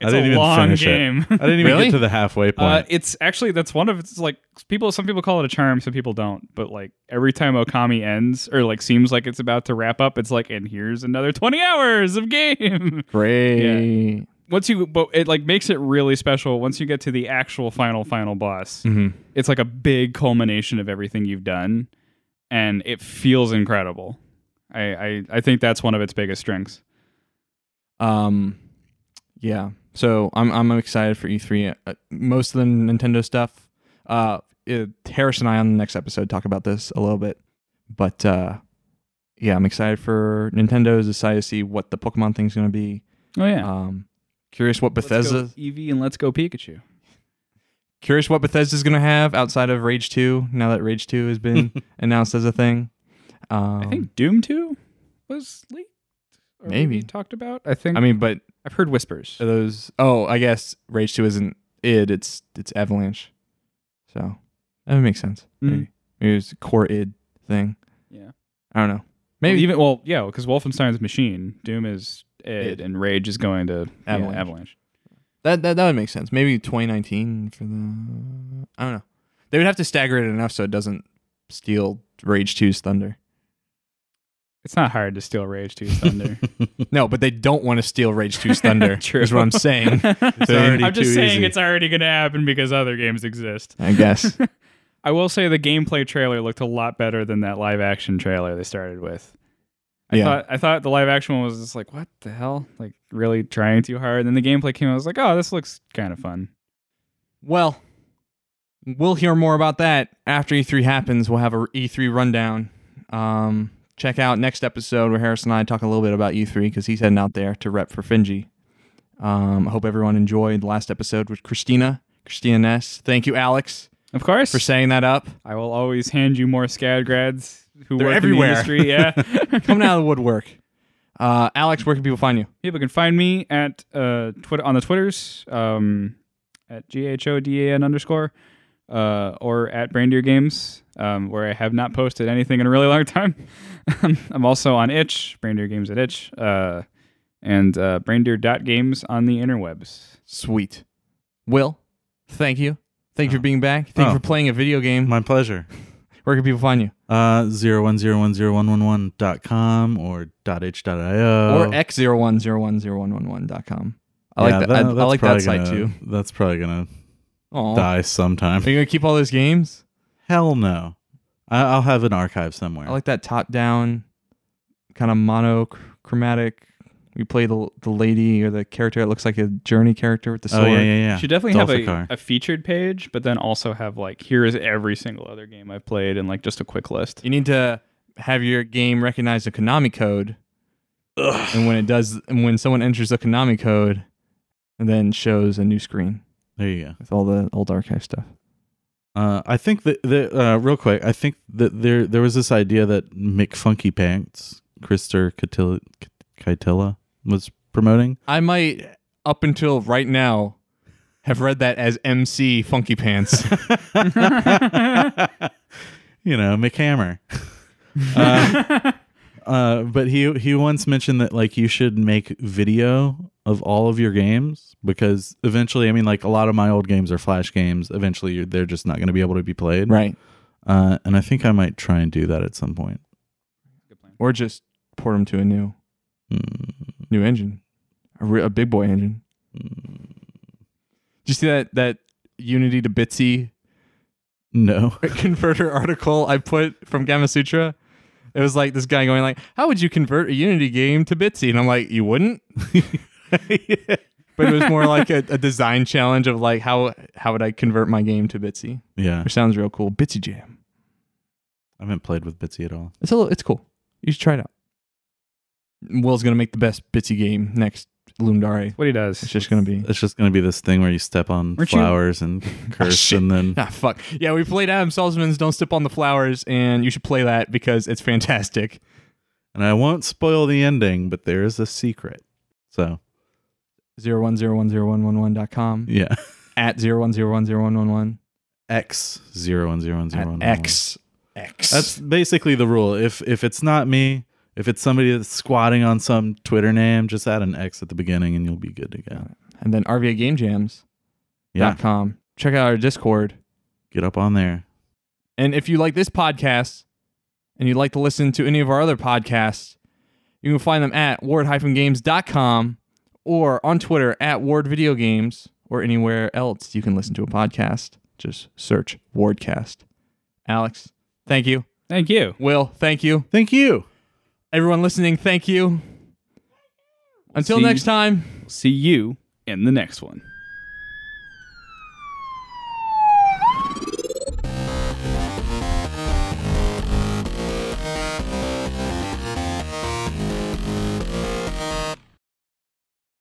It's a long game. it. I didn't even Really? get to the halfway point. Uh, it's actually that's one of it's like people. Some people call it a charm, some people don't. But like every time Okami ends or like seems like it's about to wrap up, it's like and here's another twenty hours of game. Great. once you, but it like makes it really special. Once you get to the actual final final boss, Mm. Mhm. it's like a big culmination of everything you've done, and it feels incredible. I I, I think that's one of its biggest strengths. Um, yeah. So I'm I'm excited for E3. Uh, most of the Nintendo stuff. Uh, it, Harris and I on the next episode talk about this a little bit, but uh, yeah, I'm excited for Nintendo's excited to see what the Pokemon thing's gonna be. Oh yeah, Um, curious what Bethesda. Eevee and Let's Go Pikachu. Curious what Bethesda's gonna have outside of Rage Two. Now that Rage Two has been announced as a thing. Um, I think Doom Two was leaked. Or Maybe. maybe talked about. I think. Um, I mean, but I've heard whispers. are those. Oh, I guess Rage Two isn't id. It's it's Avalanche. So that would make sense. Mm. Maybe. Maybe it's a core id thing. Yeah. I don't know. Maybe Maybe even well, yeah, because Wolfenstein's Machine, Doom is Ed, Id. and Rage is going to yeah, Avalanche. Avalanche. that, that that would make sense. Maybe 2019 for the. I don't know. They would have to stagger it enough so it doesn't steal Rage 2's thunder. It's not hard to steal Rage 2's thunder. No, but they don't want to steal Rage 2's thunder. True. Is what I'm saying. it's already I'm just too saying easy. it's already going to happen because other games exist. I guess. I will say the gameplay trailer looked a lot better than that live action trailer they started with. I Yeah. thought I thought the live action one was just like, what the hell? Like really trying too hard. And then the gameplay came out, I was like, oh, this looks kind of fun. Well, we'll hear more about that after E3 happens. We'll have a E3 rundown. Um, check out next episode where Harris and I talk a little bit about E3 because he's heading out there to rep for Finji. Um, I hope everyone enjoyed the last episode with Christina, Christina Ness. Thank you, Alex, Of course. for saying that up. I will always hand you more SCAD grads who They're work everywhere. in the industry. Yeah. Coming out of the woodwork. Uh, Alex, where can people find you? People can find me at uh, Twitter on the Twitters um, at G H O D A N underscore uh, or at Brandeer Games, um, where I have not posted anything in a really long time. Um, I'm also on itch, Brandeer Games at itch, uh, and uh, Brandeer.games on the interwebs. Sweet. Will, thank you. Thank you for being back. Thank Oh. you for playing a video game. My pleasure. Where can people find you? Uh, zero one zero one zero one one one dot com or dot h dot io or x01010111.com. I like Yeah, that. I, I that's like that probably site gonna- too. Oh. That's probably gonna Aw. Are die sometime. you gonna keep all those games? Hell no. I- I'll have an archive somewhere. I like that top-down, kind of monochromatic. We play the the lady or the character. It looks like a journey character with the oh sword. yeah, yeah, yeah. Should definitely have Dulficar. a, a featured page, but then also have like here is every single other game I've played and like just a quick list. You need to have your game recognize the Konami code, and when it does, and when someone enters the Konami code, and then shows a new screen There you go. with all the old archive stuff. Uh, I think that the uh, real quick. I think that there there was this idea that McFunky Pants, Krister Katilla, Kitilla was promoting. I might, up until right now, have read that as MC Funky Pants. you know, McHammer. uh, uh, but he he once mentioned that like you should make video of all of your games because eventually, I mean, like a lot of my old games are flash games. Eventually, you're, they're just not going to be able to be played. right. Uh, and I think I might try and do that at some point. Good plan. Or just port them to a new Mm, new engine, a, re- a big boy engine. mm. Did you see that that Unity to Bitsy No. converter article I put from Gamma Sutra? It was like this guy going like, "How would you convert a Unity game to Bitsy?" And I'm like, "You wouldn't." but it was more like a, a design challenge of like how how would I convert my game to Bitsy, Yeah. which sounds real cool. Bitsy Jam. I haven't played with Bitsy at all. It's a little, it's cool. You should try it out. Will's gonna make the best Bitsy game next Lundare. what he does. It's just gonna be It's just going to be this thing where you step on Weren't you- flowers and curse shit. and then ah fuck yeah. We played Adam Salzman's Don't Step on the Flowers, and you should play that because it's fantastic. and I won't spoil the ending, but there is a secret. So, Zero one zero one zero one one one dot com yeah. at zero one zero one zero one one one X zero one zero one zero one at one. x x. That's basically the rule. If if it's not me, if it's somebody that's squatting on some Twitter name, just add an X at the beginning and you'll be good to go. and then RVA Game Jams. Yeah, com. Check out our Discord. get up on there. And if you like this podcast and you'd like to listen to any of our other podcasts, you can find them at ward-games.com or on Twitter at Ward Video Games or anywhere else you can listen to a podcast. Just search Wardcast. Alex, thank you. Thank you. Will, thank you. Thank you. Everyone listening, thank you. Until See- next time. See you in the next one.